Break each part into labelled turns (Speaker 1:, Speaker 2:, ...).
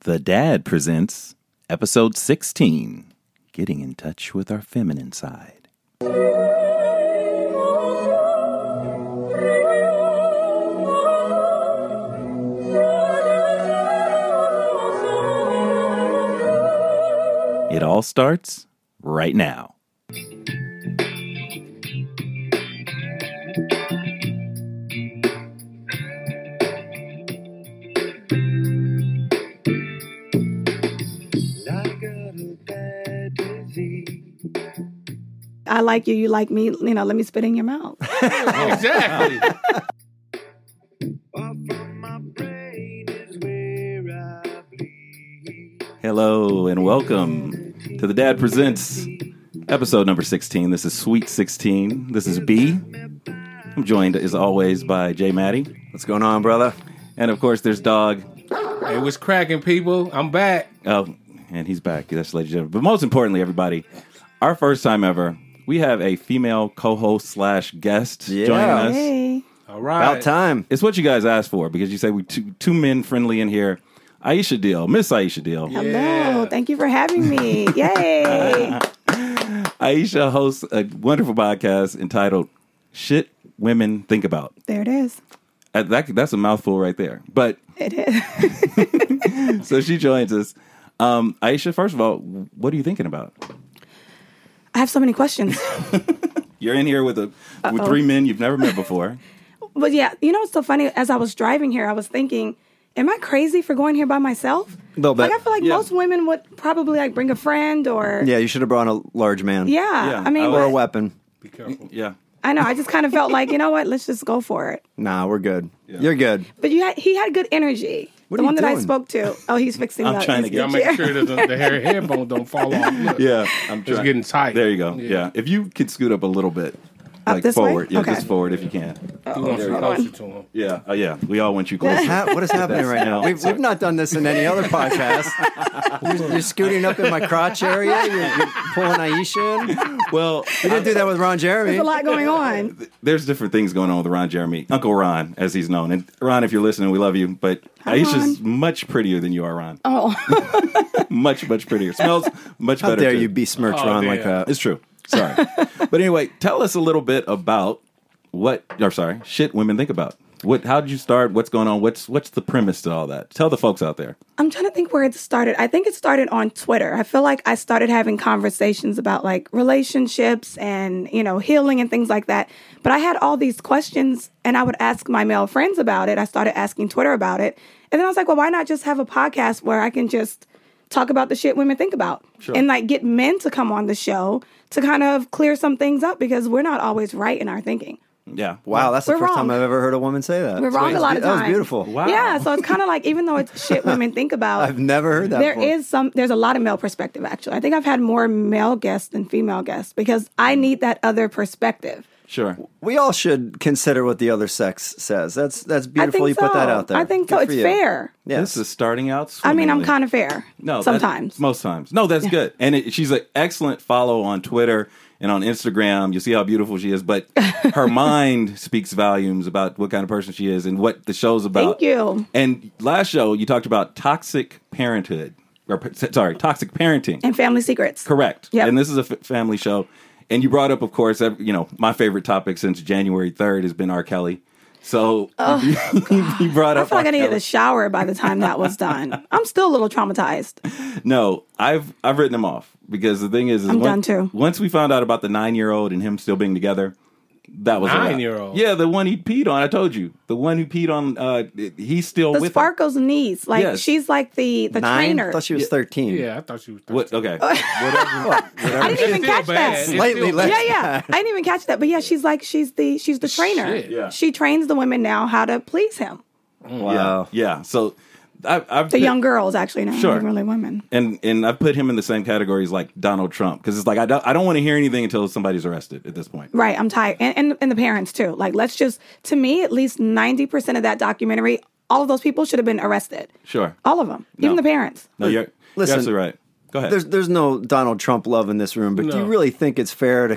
Speaker 1: The Dad presents episode 16 Getting in Touch with Our Feminine Side. It all starts right now.
Speaker 2: I like you, you like me, you know, let me spit in your mouth.
Speaker 3: Exactly.
Speaker 1: Hello and welcome to the Dad Presents episode number 16. This is Sweet 16. This is B. I'm joined as always by Jay Maddie.
Speaker 4: What's going on, brother?
Speaker 1: And of course, there's Dog.
Speaker 3: it was cracking, people. I'm back.
Speaker 1: Oh, and he's back. That's Lady Jennifer. But most importantly, everybody, our first time ever, we have a female co host slash guest
Speaker 4: Yeah.
Speaker 1: joining us.
Speaker 2: Hey.
Speaker 3: All right.
Speaker 4: About time.
Speaker 1: It's what you guys asked for because you say we two, two men friendly in here. Aisha Deal, Miss Aisha Deal.
Speaker 2: Hello.
Speaker 3: Yeah.
Speaker 2: Thank you for having me. Yay.
Speaker 1: Aisha hosts a wonderful podcast entitled Shit Women Think About.
Speaker 2: there it is.
Speaker 1: Uh, That, that's a mouthful right there. But
Speaker 2: It is.
Speaker 1: so she joins us. Um, Aisha, first of all, what are you thinking about?
Speaker 2: I have so many questions.
Speaker 1: You're in here with a with three men you've never met before.
Speaker 2: But yeah, you know what's so funny? As I was driving here, I was thinking, am I crazy for going here by myself?
Speaker 4: Little bit.
Speaker 2: Like I feel like
Speaker 1: Yeah.
Speaker 2: most women would probably like bring a friend or
Speaker 4: Yeah, you should have brought a large man.
Speaker 2: Yeah,
Speaker 1: Yeah.
Speaker 2: I mean,
Speaker 1: I
Speaker 4: Or a
Speaker 2: what-
Speaker 1: would-
Speaker 4: weapon.
Speaker 3: Be careful.
Speaker 1: yeah.
Speaker 2: I know. I just kind of felt like, you know what? Let's just go for it.
Speaker 4: Nah, we're good. You're good.
Speaker 2: But you had, he had good energy.
Speaker 4: What
Speaker 2: the
Speaker 4: are you
Speaker 2: one that I
Speaker 4: doing?
Speaker 2: spoke to. Oh, he's fixing.
Speaker 1: I'm
Speaker 2: the-
Speaker 1: trying to
Speaker 2: his
Speaker 1: get-
Speaker 3: Y'all
Speaker 2: good
Speaker 3: make
Speaker 2: chair.
Speaker 3: sure that the, the hair, hair bone don't fall off. Look,
Speaker 1: Yeah. I'm
Speaker 3: It's getting tight.
Speaker 1: There you go. Yeah.
Speaker 3: Yeah.
Speaker 1: If you could scoot up a little bit, like
Speaker 2: this way?
Speaker 1: forward. Yeah,
Speaker 2: Okay.
Speaker 1: just forward if you can.
Speaker 2: Oh,
Speaker 3: We want you closer to him.
Speaker 1: Yeah. Oh, yeah. We all want you closer.
Speaker 4: Ha- what is happening right now? We've, we've not done this in any other podcast. You're, you're scooting up in my crotch area. You're, you're pulling Aisha in.
Speaker 1: well,
Speaker 4: We didn't do that with Ron Jeremy.
Speaker 2: There's a lot going on.
Speaker 1: there's different things going on with Ron Jeremy, Uncle Ron, as he's known. And Ron, if you're listening, we love you. But
Speaker 2: Hi,
Speaker 1: Aisha's
Speaker 2: Ron.
Speaker 1: much prettier than you are, Ron.
Speaker 2: Oh,
Speaker 1: Much, much prettier. Smells much
Speaker 4: How
Speaker 1: better.
Speaker 4: dare
Speaker 1: too.
Speaker 4: you besmirch
Speaker 3: Oh,
Speaker 4: Ron like
Speaker 3: damn.
Speaker 4: that?
Speaker 1: It's true. Sorry. but anyway, tell us a little bit about what or sorry, shit women think about. What how did you start? What's going on? What's what's the premise to all that? Tell the folks out there.
Speaker 2: I'm trying to think where it started. I think it started on Twitter. I feel like I started having conversations about like relationships and, you know, healing and things like that. But I had all these questions and I would ask my male friends about it. I started asking Twitter about it. And then I was like, well, why not just have a podcast where I can just talk about the shit women think about and like get men to come on the show to kind of clear some things up because we're not always right in our thinking.
Speaker 1: Yeah.
Speaker 4: Wow, that's the
Speaker 2: We're
Speaker 4: first
Speaker 2: wrong.
Speaker 4: time I've ever heard a woman say that.
Speaker 2: We're wrong a lot of
Speaker 4: That was
Speaker 2: times.
Speaker 4: beautiful.
Speaker 2: Yeah. So it's kind of like, even though it's shit women think about,
Speaker 4: I've never heard that
Speaker 2: There is
Speaker 4: before.
Speaker 2: some there's a lot of male perspective actually i think i've had more male guests than female guests because i
Speaker 4: Mm.
Speaker 2: need that other perspective
Speaker 1: Sure.
Speaker 4: We all should consider what the other sex says. That's that's
Speaker 2: i
Speaker 4: beautiful. you
Speaker 2: think so
Speaker 4: put that out there.
Speaker 2: i think so
Speaker 4: Good
Speaker 2: it's
Speaker 4: for you.
Speaker 2: fair
Speaker 4: Yes.
Speaker 1: This is starting out.
Speaker 2: i mean i'm
Speaker 1: swimmingly.
Speaker 2: kind of fair
Speaker 1: no that-
Speaker 2: sometimes
Speaker 1: most times. No, that's good. And it, she's an excellent follow on Twitter and on Instagram. You see how beautiful she is, but her mind speaks volumes about what kind of person she is and what the show's about.
Speaker 2: Thank you.
Speaker 1: And last show you talked about toxic parenthood, or p- sorry, toxic parenting.
Speaker 2: and family secrets
Speaker 1: Correct.
Speaker 2: Yep.
Speaker 1: And this is a f- family show. And you brought up, of course, ev- you know, my favorite topic since January 3rd has been R. Kelly. So you brought
Speaker 2: Oh, i
Speaker 1: up.
Speaker 2: feel like
Speaker 1: R.
Speaker 2: i needed
Speaker 1: Kelly.
Speaker 2: a shower by the time that was done i'm still a little traumatized
Speaker 1: No, I've I've written him off because the thing is, is
Speaker 2: I'm
Speaker 1: once,
Speaker 2: done too.
Speaker 1: Once we found out about the nine year old and him still being together, that was a wrap.
Speaker 3: Nine-year-old?
Speaker 1: Yeah, the one he peed on. I told you, the one who peed on. Uh, he's still
Speaker 2: the
Speaker 1: with. her.
Speaker 2: sparkles niece like
Speaker 1: Yes.
Speaker 2: she's like the the
Speaker 4: Nine? I
Speaker 2: trainer
Speaker 4: thought she was 13.
Speaker 3: Yeah, I thought you was
Speaker 1: What? uh, Okay. Whatever.
Speaker 2: i didn't even
Speaker 3: It's still
Speaker 2: catch
Speaker 3: bad.
Speaker 2: that
Speaker 3: It's
Speaker 4: Lately,
Speaker 3: still
Speaker 4: let's-
Speaker 2: yeah, yeah. I didn't even catch that. But yeah, she's like she's the she's the trainer.
Speaker 3: Shit. Yeah.
Speaker 2: She trains the women now how to please him.
Speaker 4: Wow.
Speaker 1: Uh, yeah. So, I, I've
Speaker 2: The young girls actually now,
Speaker 1: Sure.
Speaker 2: not even really women.
Speaker 1: and and I put him in the same category as like Donald Trump because it's like I don't I don't want to hear anything until somebody's arrested at this point.
Speaker 2: Right, I'm tired, and, and and the parents too. Like, let's just to me, at least ninety percent of that documentary, all of those people should have been arrested.
Speaker 1: Sure.
Speaker 2: All of them, even
Speaker 1: No.
Speaker 2: the parents.
Speaker 1: No, you're,
Speaker 4: Listen.
Speaker 1: you're absolutely right. Go ahead.
Speaker 4: There's there's no Donald Trump love in this room, but do you
Speaker 3: No.
Speaker 4: really think it's fair to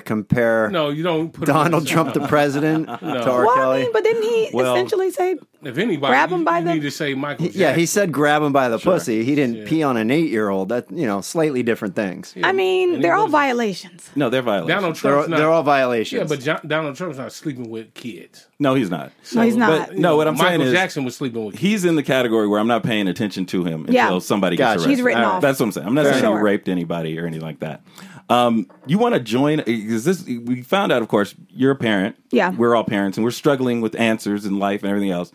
Speaker 4: compare
Speaker 3: No, you don't put
Speaker 4: Donald Trump to president to R.
Speaker 2: Well, I
Speaker 4: Kelly?
Speaker 2: mean, but didn't he
Speaker 1: Well-
Speaker 2: essentially say
Speaker 3: If anybody,
Speaker 2: Grab 'em
Speaker 3: you-
Speaker 2: by
Speaker 3: you
Speaker 2: the-
Speaker 3: need to say Michael. Jackson.
Speaker 4: Yeah, he said grab him by the pussy. He didn't
Speaker 3: Yeah.
Speaker 4: pee on an eight-year-old. That you know, slightly different things.
Speaker 2: I mean,
Speaker 3: And
Speaker 2: they're
Speaker 3: he
Speaker 2: all
Speaker 3: was-
Speaker 2: violations.
Speaker 1: No, they're violations.
Speaker 3: Donald
Speaker 4: They're,
Speaker 3: Trump's not.
Speaker 4: they're all
Speaker 3: yeah,
Speaker 4: violations.
Speaker 3: but John, Donald Trump's not sleeping with kids.
Speaker 1: no, he's not.
Speaker 2: no, he's not.
Speaker 1: But no, what I'm
Speaker 3: Michael
Speaker 1: saying is
Speaker 3: Jackson was sleeping with kids.
Speaker 1: he's in the category where I'm not paying attention to him until
Speaker 2: Yeah.
Speaker 1: somebody
Speaker 4: Gotcha.
Speaker 1: gets arrested.
Speaker 2: He's written
Speaker 1: All right.
Speaker 2: off.
Speaker 1: That's what I'm saying. I'm not saying
Speaker 2: Sure.
Speaker 1: he raped anybody or anything like that. Um, you want to join? Is this? We found out, of course, you're a parent.
Speaker 2: Yeah.
Speaker 1: we're all parents, and we're struggling with answers in life and everything else.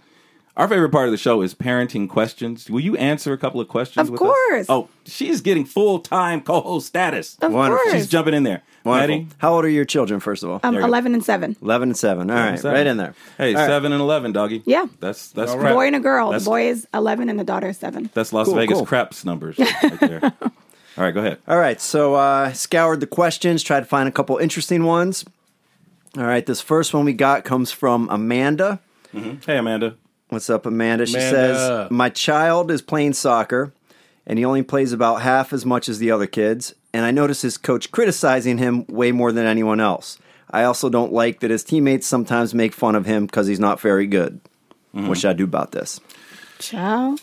Speaker 1: Our favorite part of the show is parenting questions. Will you answer a couple of questions?
Speaker 2: Of
Speaker 1: with us?
Speaker 2: course.
Speaker 1: Oh, she's getting full time co host status.
Speaker 2: Of
Speaker 4: Wonderful.
Speaker 2: course.
Speaker 1: She's jumping in there.
Speaker 4: Wonderful.
Speaker 1: Maddie?
Speaker 4: How old are your children, first of all?
Speaker 2: um,
Speaker 1: There you go.
Speaker 2: 11 and 7.
Speaker 4: 11 and 7. All right,
Speaker 1: Seven.
Speaker 4: right in there.
Speaker 1: Hey,
Speaker 4: All right.
Speaker 1: seven and eleven, doggy.
Speaker 2: Yeah.
Speaker 1: that's that's
Speaker 3: All
Speaker 1: crap.
Speaker 2: Boy and a girl.
Speaker 1: That's-
Speaker 2: the boy is 11 and the daughter is 7.
Speaker 1: That's Las
Speaker 4: Cool,
Speaker 1: Vegas
Speaker 4: cool.
Speaker 1: craps numbers. Right there. All right, go ahead.
Speaker 4: All right, so uh, scoured the questions, tried to find a couple interesting ones. All right, this first one we got comes from Amanda.
Speaker 1: Hey, Amanda.
Speaker 4: What's up, Amanda? She
Speaker 3: Amanda.
Speaker 4: says, My child is playing soccer, and he only plays about half as much as the other kids. And I notice his coach criticizing him way more than anyone else. I also don't like that his teammates sometimes make fun of him because he's not very good. What should I do about this?
Speaker 2: Child.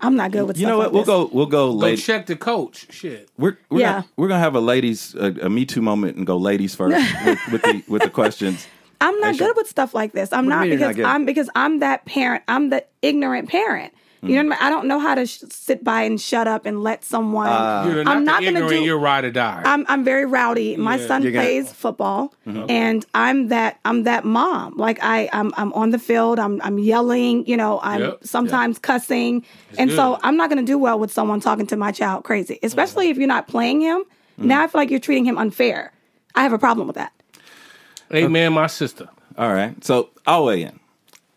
Speaker 2: I'm not good with
Speaker 1: You
Speaker 2: stuff
Speaker 1: know
Speaker 2: like
Speaker 1: what? We'll
Speaker 2: this.
Speaker 1: go. We'll go.
Speaker 3: Go
Speaker 1: Lady.
Speaker 3: check the coach. Shit.
Speaker 1: We're we're,
Speaker 2: Yeah.
Speaker 1: gonna, we're gonna have a ladies a, a Me Too moment and go ladies first with, with the with the questions.
Speaker 2: I'm not
Speaker 1: Actually-
Speaker 2: good with stuff like this. I'm
Speaker 4: What do you
Speaker 2: not
Speaker 4: mean you're not
Speaker 2: because
Speaker 4: good?
Speaker 2: I'm because I'm that parent. I'm the ignorant parent. You
Speaker 4: Hmm.
Speaker 2: know what I mean? I don't know how to sh- sit by and shut up and let someone.
Speaker 1: Uh,
Speaker 4: Ah.
Speaker 3: You're
Speaker 2: I'm not
Speaker 3: not the
Speaker 2: gonna
Speaker 3: ignorant.
Speaker 2: do-
Speaker 3: You're ride or die.
Speaker 2: I'm I'm very rowdy. My son
Speaker 4: You're gonna-
Speaker 2: plays football,
Speaker 4: Mm-hmm.
Speaker 2: and I'm that I'm that mom. Like I I'm I'm on the field. I'm I'm yelling. You know, I'm
Speaker 3: Yep.
Speaker 2: sometimes cussing, and so
Speaker 3: good.
Speaker 2: I'm not going to do well with someone talking to my child crazy, especially if you're not playing him.
Speaker 4: Mm-hmm.
Speaker 2: Now I feel like you're treating him unfair. I have a problem with that.
Speaker 3: Amen, my sister.
Speaker 1: All right. So I'll weigh in.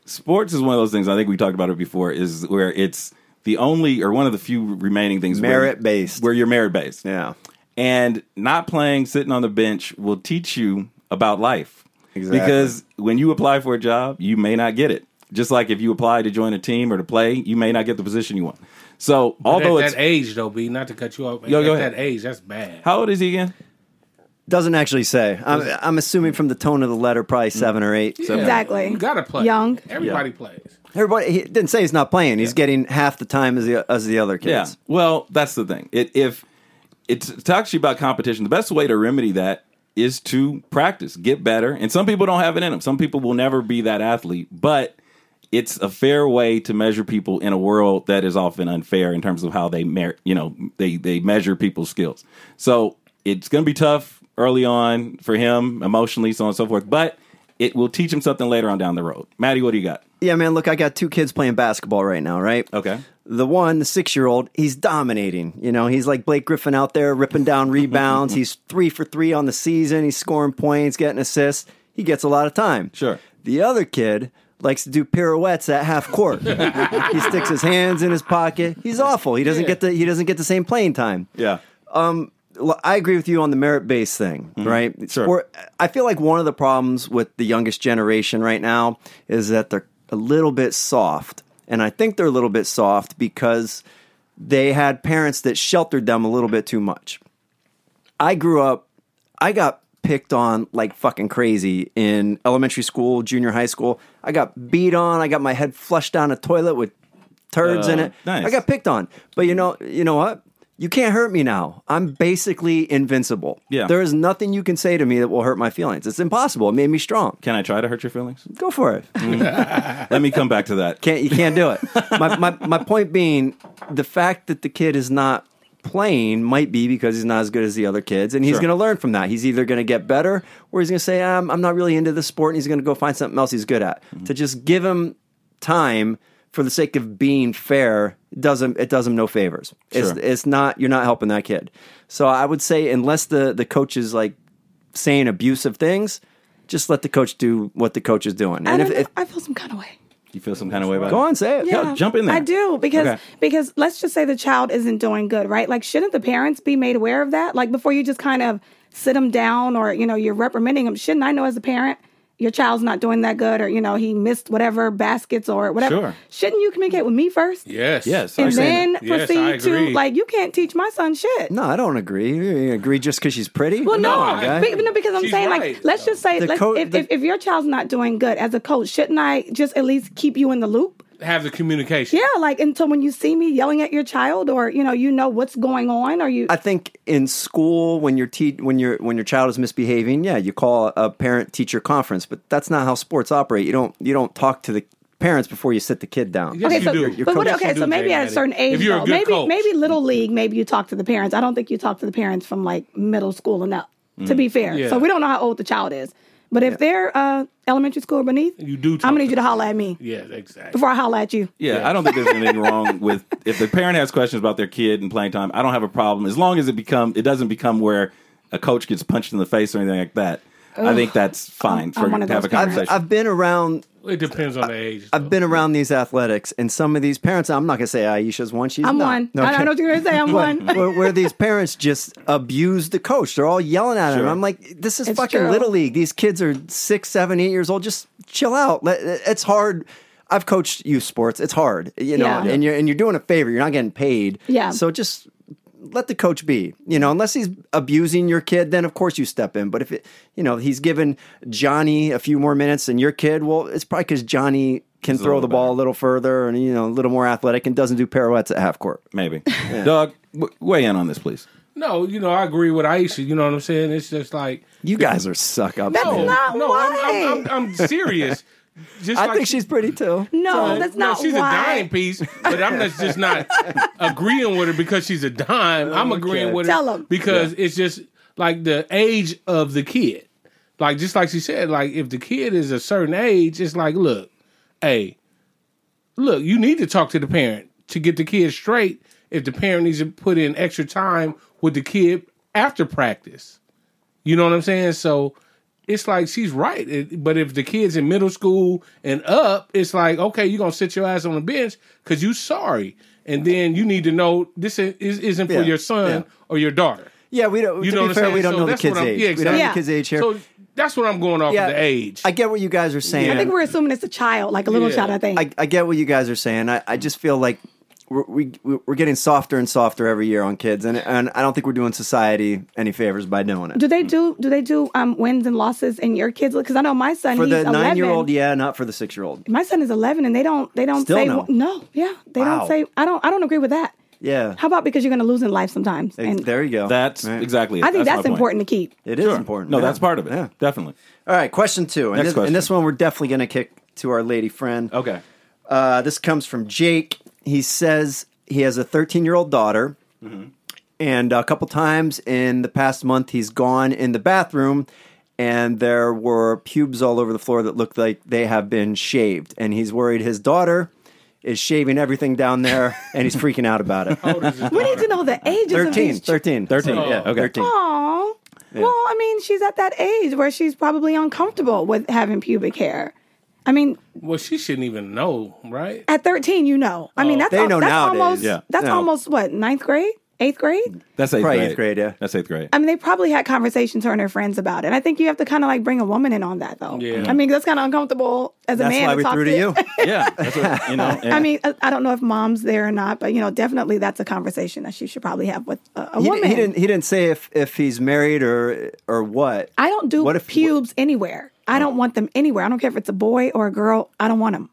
Speaker 1: Sports is one of those things. I think we talked about it before. Is where it's the only or one of the few remaining things where-
Speaker 4: Merit-based.
Speaker 1: where you're merit based.
Speaker 4: Yeah.
Speaker 1: and not playing sitting on the bench will teach you about life
Speaker 4: Exactly.
Speaker 1: because when you apply for a job you may not get it just like if you apply to join a team or to play you may not get the position you want so although
Speaker 3: at
Speaker 1: it's
Speaker 3: that age, though, B, not to cut you off.
Speaker 1: Yo,
Speaker 3: at
Speaker 1: go ahead.
Speaker 3: that age, that's bad.
Speaker 1: how old is he again
Speaker 4: Doesn't actually say. I'm, I'm assuming from the tone of the letter, probably seven or eight. So
Speaker 2: Exactly.
Speaker 3: You gotta play.
Speaker 2: Young.
Speaker 3: Everybody plays.
Speaker 4: everybody he didn't say he's not playing. He's getting half the time as the as the other
Speaker 1: yeah
Speaker 4: kids.
Speaker 1: well that's the thing it, if it talks to you about competition the best way to remedy that is to practice get better and some people don't have it in them some people will never be that athlete but it's a fair way to measure people in a world that is often unfair in terms of how they mer- you know they they measure people's skills so it's going to be tough early on for him emotionally so on and so forth but it will teach him something later on down the road maddie what do you got
Speaker 4: Yeah, man. Look, I got two kids playing basketball right now. Right.
Speaker 1: Okay.
Speaker 4: The one, the six year old, he's dominating. You know, he's like Blake Griffin out there ripping down rebounds. he's three for three on the season. He's scoring points, getting assists. He gets a lot of time.
Speaker 1: Sure.
Speaker 4: The other kid likes to do pirouettes at half court. he sticks his hands in his pocket. He's awful. He doesn't get the he doesn't get the same playing time.
Speaker 1: yeah
Speaker 4: Well, I agree with you on the merit based thing, right?
Speaker 1: Sure.
Speaker 4: I feel like one of the problems with the youngest generation right now is that they're a little bit soft. And I think they're a little bit soft because they had parents that sheltered them a little bit too much. I grew up, I got picked on like fucking crazy in elementary school, junior high school. I got beat on. I got my head flushed down a toilet with turds in
Speaker 1: Uh,
Speaker 4: it.
Speaker 1: nice.
Speaker 4: I got picked on. But you know, you know what? You can't hurt me now. I'm basically invincible.
Speaker 1: Yeah.
Speaker 4: There is nothing you can say to me that will hurt my feelings. It's impossible. It made me strong.
Speaker 1: can i try to hurt your feelings
Speaker 4: Go for it.
Speaker 1: let me come back to that
Speaker 4: Can't you can't do it. my, my my point being the fact that the kid is not playing might be because he's not as good as the other kids and he's
Speaker 1: Sure.
Speaker 4: going to learn from that. He's either going to get better or he's going to say "Ah, I'm I'm not really into this sport and he's going to go find something else he's good at.
Speaker 1: Mm-hmm.
Speaker 4: To just give him time for the sake of being fair does him it does him no favors. It's
Speaker 1: Sure.
Speaker 4: it's not you're not helping that kid. So I would say unless the the coach is like saying abusive things, just let the coach do what the coach is doing.
Speaker 2: I,
Speaker 4: And
Speaker 2: don't
Speaker 4: if,
Speaker 2: know.
Speaker 4: if
Speaker 2: I feel some kind of way.
Speaker 1: you feel some kind of way about
Speaker 4: go
Speaker 1: it
Speaker 4: on say it.
Speaker 1: Yeah, jump in there.
Speaker 2: I do because
Speaker 1: Okay.
Speaker 2: because let's just say the child isn't doing good, right? Like, shouldn't the parents be made aware of that? Like, before you just kind of sit them down or you know you're reprimanding them, shouldn't I know as a parent your child's not doing that good or you know he missed whatever baskets or whatever
Speaker 5: Sure.
Speaker 2: shouldn't you communicate with me first
Speaker 3: Yes.
Speaker 5: Yes.
Speaker 2: and
Speaker 5: I'm saying
Speaker 2: then
Speaker 5: that.
Speaker 3: Yes,
Speaker 2: proceed
Speaker 3: I
Speaker 2: to
Speaker 3: agree.
Speaker 2: like you can't teach my son shit
Speaker 4: No, I don't agree. You agree just because she's pretty?
Speaker 2: well, no,
Speaker 4: Come on, guy.
Speaker 2: be- no, because I'm
Speaker 3: She's
Speaker 2: saying,
Speaker 3: right,
Speaker 2: like, let's just say,
Speaker 4: The
Speaker 2: let's,
Speaker 4: co-
Speaker 2: if,
Speaker 4: the-
Speaker 2: if, if your child's not doing good as a coach, shouldn't I just at least keep you in the loop?
Speaker 3: Have the communication.
Speaker 2: Yeah, like until when you see me yelling at your child, or you know, you know what's going on, or you
Speaker 4: I think in school when your te- when your when your child is misbehaving, yeah, you call a parent teacher conference, but that's not how sports operate. You don't you don't talk to the parents before you sit the kid down.
Speaker 3: Yes,
Speaker 2: okay,
Speaker 3: you
Speaker 2: so
Speaker 3: do.
Speaker 2: but what,
Speaker 3: Yes,
Speaker 2: okay,
Speaker 3: you
Speaker 2: so
Speaker 3: do,
Speaker 2: maybe
Speaker 3: Jay
Speaker 2: at a
Speaker 3: Addy.
Speaker 2: certain age,
Speaker 3: If you're a
Speaker 2: though,
Speaker 3: good
Speaker 2: maybe
Speaker 3: coach. Mm-hmm.
Speaker 2: maybe little league, maybe you talk to the parents. I don't think you talk to the parents from like middle school and up. To be fair,
Speaker 3: Mm. Yeah.
Speaker 2: so we don't know how old the child is, but if they're uh, elementary school or beneath,
Speaker 3: You do.
Speaker 2: I'm
Speaker 3: talk
Speaker 2: gonna need you to holler at me
Speaker 3: Yeah, exactly.
Speaker 2: before I holler at you.
Speaker 5: Yeah, I don't think there's anything wrong with if the parent has questions about their kid and playing time. I don't have a problem as long as it become it doesn't become where a coach gets punched in the face or anything like that. I think that's fine for
Speaker 2: I'm one
Speaker 5: to
Speaker 2: of
Speaker 5: have a
Speaker 2: those parents.
Speaker 5: conversation.
Speaker 4: I've been around
Speaker 3: It depends on the age.
Speaker 4: I've been around these athletics and some of these parents. I'm not gonna say Aisha's one. She's
Speaker 2: I'm
Speaker 4: not.
Speaker 2: one.
Speaker 4: No,
Speaker 2: I I know what you're gonna say. I'm one.
Speaker 4: where, where these parents just abuse the coach. They're all yelling at him.
Speaker 5: Sure.
Speaker 4: I'm like, this is
Speaker 2: It's
Speaker 4: fucking
Speaker 2: true.
Speaker 4: little league. These kids are six, seven, eight years old. Just chill out. Let, it's hard. I've coached youth sports. It's hard, you know,
Speaker 2: Yeah.
Speaker 4: and you're and you're doing a favor. You're not getting paid.
Speaker 2: Yeah.
Speaker 4: So just let the coach be. You know, unless he's abusing your kid, then of course you step in. But if it, you know, he's given Johnny a few more minutes than your kid, well, it's probably because Johnny can
Speaker 5: a
Speaker 4: throw the
Speaker 5: little
Speaker 4: ball
Speaker 5: better.
Speaker 4: a little further and you know a little more athletic and doesn't do pirouettes at half court.
Speaker 5: Maybe, Doug, w- weigh in on this, please.
Speaker 3: No, you know, I agree with Aisha. You know what I'm saying? It's just like
Speaker 4: You guys are suck ups.
Speaker 2: That's
Speaker 3: no,
Speaker 2: not
Speaker 3: no, I'm, I'm,
Speaker 2: why.
Speaker 3: I'm, I'm serious. Just
Speaker 4: I
Speaker 3: like
Speaker 4: think she's pretty too.
Speaker 2: No,
Speaker 3: No,
Speaker 2: that's not
Speaker 3: she's
Speaker 2: why.
Speaker 3: a dime piece, but I'm just, just not agreeing with her because she's a dime. I'm agreeing
Speaker 4: Okay.
Speaker 3: with her
Speaker 2: Tell 'em.
Speaker 3: because it's just like the age of the kid. Like just like she said, like if the kid is a certain age, it's like, look, hey, look, you need to talk to the parent to get the kid straight. If the parent needs to put in extra time with the kid after practice, you know what I'm saying? So it's like she's right. It- but if the kid's in middle school and up, it's like, okay, you're going to sit your ass on the bench because you sorry. And then you need to know this is, is- isn't for
Speaker 4: Yeah,
Speaker 3: your son
Speaker 4: yeah.
Speaker 3: or your daughter.
Speaker 4: Yeah, we don't.
Speaker 3: You
Speaker 4: to
Speaker 3: know
Speaker 4: be
Speaker 3: what
Speaker 4: fair,
Speaker 3: I'm saying?
Speaker 4: we don't
Speaker 3: So
Speaker 4: know the
Speaker 3: that's what
Speaker 4: kids'
Speaker 3: I'm-
Speaker 4: age.
Speaker 3: Yeah,
Speaker 4: We don't know
Speaker 2: exactly.
Speaker 4: the kids' age here.
Speaker 3: So that's what I'm going off
Speaker 4: yeah,
Speaker 3: of the age.
Speaker 4: I get what you guys are saying.
Speaker 2: I think we're assuming it's a child, like a little
Speaker 3: Yeah.
Speaker 2: child. I think.
Speaker 4: I, I get what you guys are saying. I, I just feel like we're, we we're getting softer and softer every year on kids, and and I don't think we're doing society any favors by doing it.
Speaker 2: do they do? Do they do um, wins and losses in your kids? Because I know my son.
Speaker 4: For
Speaker 2: he's
Speaker 4: the
Speaker 2: 11.
Speaker 4: nine year old, yeah, not for the six year old.
Speaker 2: My son is eleven, and they don't. They don't
Speaker 4: Still
Speaker 2: say
Speaker 4: no.
Speaker 2: Yeah, they
Speaker 4: Wow.
Speaker 2: don't say. I don't. I don't agree with that.
Speaker 4: Yeah,
Speaker 2: How about because you're going to lose in life sometimes?
Speaker 4: Ex-
Speaker 2: And
Speaker 4: there you go.
Speaker 5: That's
Speaker 4: Right.
Speaker 5: exactly. It.
Speaker 2: I think
Speaker 5: my
Speaker 2: that's,
Speaker 5: point.
Speaker 2: important to keep.
Speaker 4: It is
Speaker 5: Sure.
Speaker 4: important.
Speaker 5: No,
Speaker 4: yeah.
Speaker 5: that's part of it.
Speaker 4: Yeah.
Speaker 5: Definitely.
Speaker 4: All right, question two. And,
Speaker 5: Next
Speaker 4: this,
Speaker 5: question.
Speaker 4: and this one we're definitely going to kick to our lady friend.
Speaker 5: Okay.
Speaker 4: Uh, this comes from Jake. He says he has a 13 year old daughter. And a couple times in the past month, he's gone in the bathroom and there were pubes all over the floor that looked like they have been shaved. And he's worried his daughter is shaving everything down there and he's freaking out about it.
Speaker 3: What is it?
Speaker 2: We need to know the ages.
Speaker 4: 13,
Speaker 2: Of these
Speaker 4: 13,
Speaker 5: 13,
Speaker 2: Oh.
Speaker 5: yeah, okay.
Speaker 4: 13.
Speaker 2: Aw. Well, I mean, she's at that age where she's probably uncomfortable with having pubic hair. I mean,
Speaker 3: Well, she shouldn't even know, right?
Speaker 2: at 13, you know. I mean, that's,
Speaker 4: Oh, They
Speaker 2: al-
Speaker 4: know
Speaker 2: that's
Speaker 4: nowadays.
Speaker 2: almost
Speaker 5: Yeah.
Speaker 2: that's
Speaker 4: No.
Speaker 2: almost what ninth grade, eighth grade.
Speaker 5: That's eighth
Speaker 4: Probably
Speaker 5: grade.
Speaker 4: eighth grade, yeah.
Speaker 5: That's eighth grade.
Speaker 2: I mean, they probably had conversations her and her friends about it. I think you have to kind of like bring a woman in on that, though.
Speaker 3: Yeah.
Speaker 2: I mean, that's kind of uncomfortable as a
Speaker 4: That's
Speaker 2: man.
Speaker 4: why we
Speaker 2: talk
Speaker 4: threw to
Speaker 2: to
Speaker 4: you.
Speaker 5: yeah. That's what, you know.
Speaker 2: I
Speaker 5: and-
Speaker 2: mean, I I don't know if mom's there or not, but you know, definitely that's a conversation that she should probably have with a, a
Speaker 4: He,
Speaker 2: woman.
Speaker 4: he didn't. He didn't say if, if he's married or or what.
Speaker 2: I don't do
Speaker 4: What if- Oh.
Speaker 2: pubes anywhere. I don't want them anywhere. I don't care if it's a boy or a girl. I don't want them.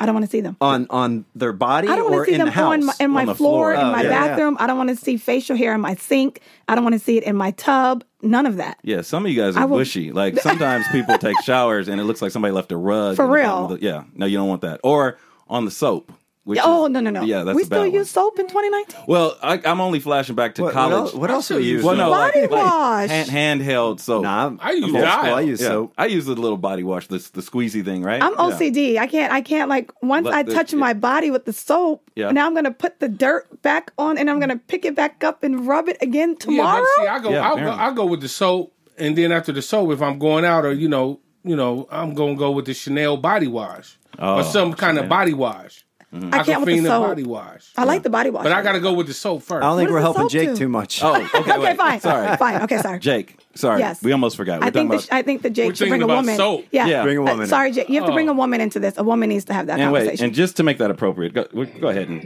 Speaker 2: I don't want to see them.
Speaker 4: on on their body
Speaker 2: I don't
Speaker 4: Oh, or
Speaker 2: want to see
Speaker 4: in
Speaker 2: them
Speaker 4: the house.
Speaker 2: on my, in my
Speaker 5: the
Speaker 2: floor,
Speaker 5: floor.
Speaker 2: in
Speaker 5: Oh,
Speaker 2: my
Speaker 4: yeah, yeah.
Speaker 2: bathroom. I don't want to see facial hair in my sink. I don't want to see it in my tub. None of that.
Speaker 5: yeah, some of you guys are
Speaker 2: I will-
Speaker 5: bushy. Like sometimes people take showers and it looks like somebody left a rug
Speaker 2: For
Speaker 5: in the bottom of
Speaker 2: real.
Speaker 5: the- yeah, no, you don't want that. Or on the soap. Which
Speaker 2: Oh
Speaker 5: is-
Speaker 2: no no no!
Speaker 5: Yeah, that's
Speaker 2: we
Speaker 5: a bad
Speaker 2: still
Speaker 5: one.
Speaker 2: use soap in 2019.
Speaker 5: Well, I, I'm only flashing back to
Speaker 4: What, what
Speaker 5: college.
Speaker 4: else, what else are you using?
Speaker 5: Well, no,
Speaker 2: Body
Speaker 5: like,
Speaker 2: wash.
Speaker 5: Like hand, handheld soap.
Speaker 4: Nah, I'm-
Speaker 3: I use
Speaker 4: I'm old
Speaker 3: dial.
Speaker 4: school. I use
Speaker 5: Yeah.
Speaker 4: soap.
Speaker 5: I use the little body wash, this the squeezy thing, right?
Speaker 2: I'm
Speaker 5: Yeah.
Speaker 2: OCD. I can't. I can't. Like once
Speaker 5: Let
Speaker 2: I
Speaker 5: the-
Speaker 2: touch my body with the soap,
Speaker 5: Yeah.
Speaker 2: now I'm gonna put the dirt back on, and I'm gonna pick it back up and rub it again
Speaker 3: Yeah,
Speaker 2: tomorrow.
Speaker 3: but see, I go,
Speaker 5: Yeah,
Speaker 3: I'll go,
Speaker 5: apparently.
Speaker 3: I'll go with the soap, and then after the soap, if I'm going out or you know, you know, I'm gonna go with the Chanel body wash
Speaker 5: Oh,
Speaker 3: or some kind of body wash.
Speaker 2: Mm-hmm. I can't with the
Speaker 3: Aquafina
Speaker 2: soap.
Speaker 3: body wash.
Speaker 2: I like the body wash.
Speaker 3: But I got to go with the soap first.
Speaker 4: I don't think
Speaker 2: does
Speaker 4: we're
Speaker 2: the
Speaker 4: helping
Speaker 2: soap
Speaker 4: Jake
Speaker 2: do?
Speaker 4: too much.
Speaker 5: Oh, okay,
Speaker 2: Okay,
Speaker 5: wait.
Speaker 2: fine.
Speaker 5: Sorry,
Speaker 2: Fine. Okay, sorry.
Speaker 5: Jake. Sorry,
Speaker 2: Yes.
Speaker 5: we almost forgot. We're
Speaker 2: I think
Speaker 5: talking
Speaker 2: the,
Speaker 5: about.
Speaker 2: I think the
Speaker 3: We're
Speaker 2: Jake should
Speaker 3: thinking
Speaker 2: bring a
Speaker 3: about
Speaker 2: woman.
Speaker 3: soap.
Speaker 2: Yeah.
Speaker 5: Yeah.
Speaker 4: Bring a
Speaker 2: Uh,
Speaker 4: woman in.
Speaker 2: sorry, Jake. You have to bring
Speaker 3: Oh.
Speaker 2: a woman into this. A woman needs to have that
Speaker 5: and wait,
Speaker 2: conversation.
Speaker 5: and just to make that appropriate, go, we- go ahead and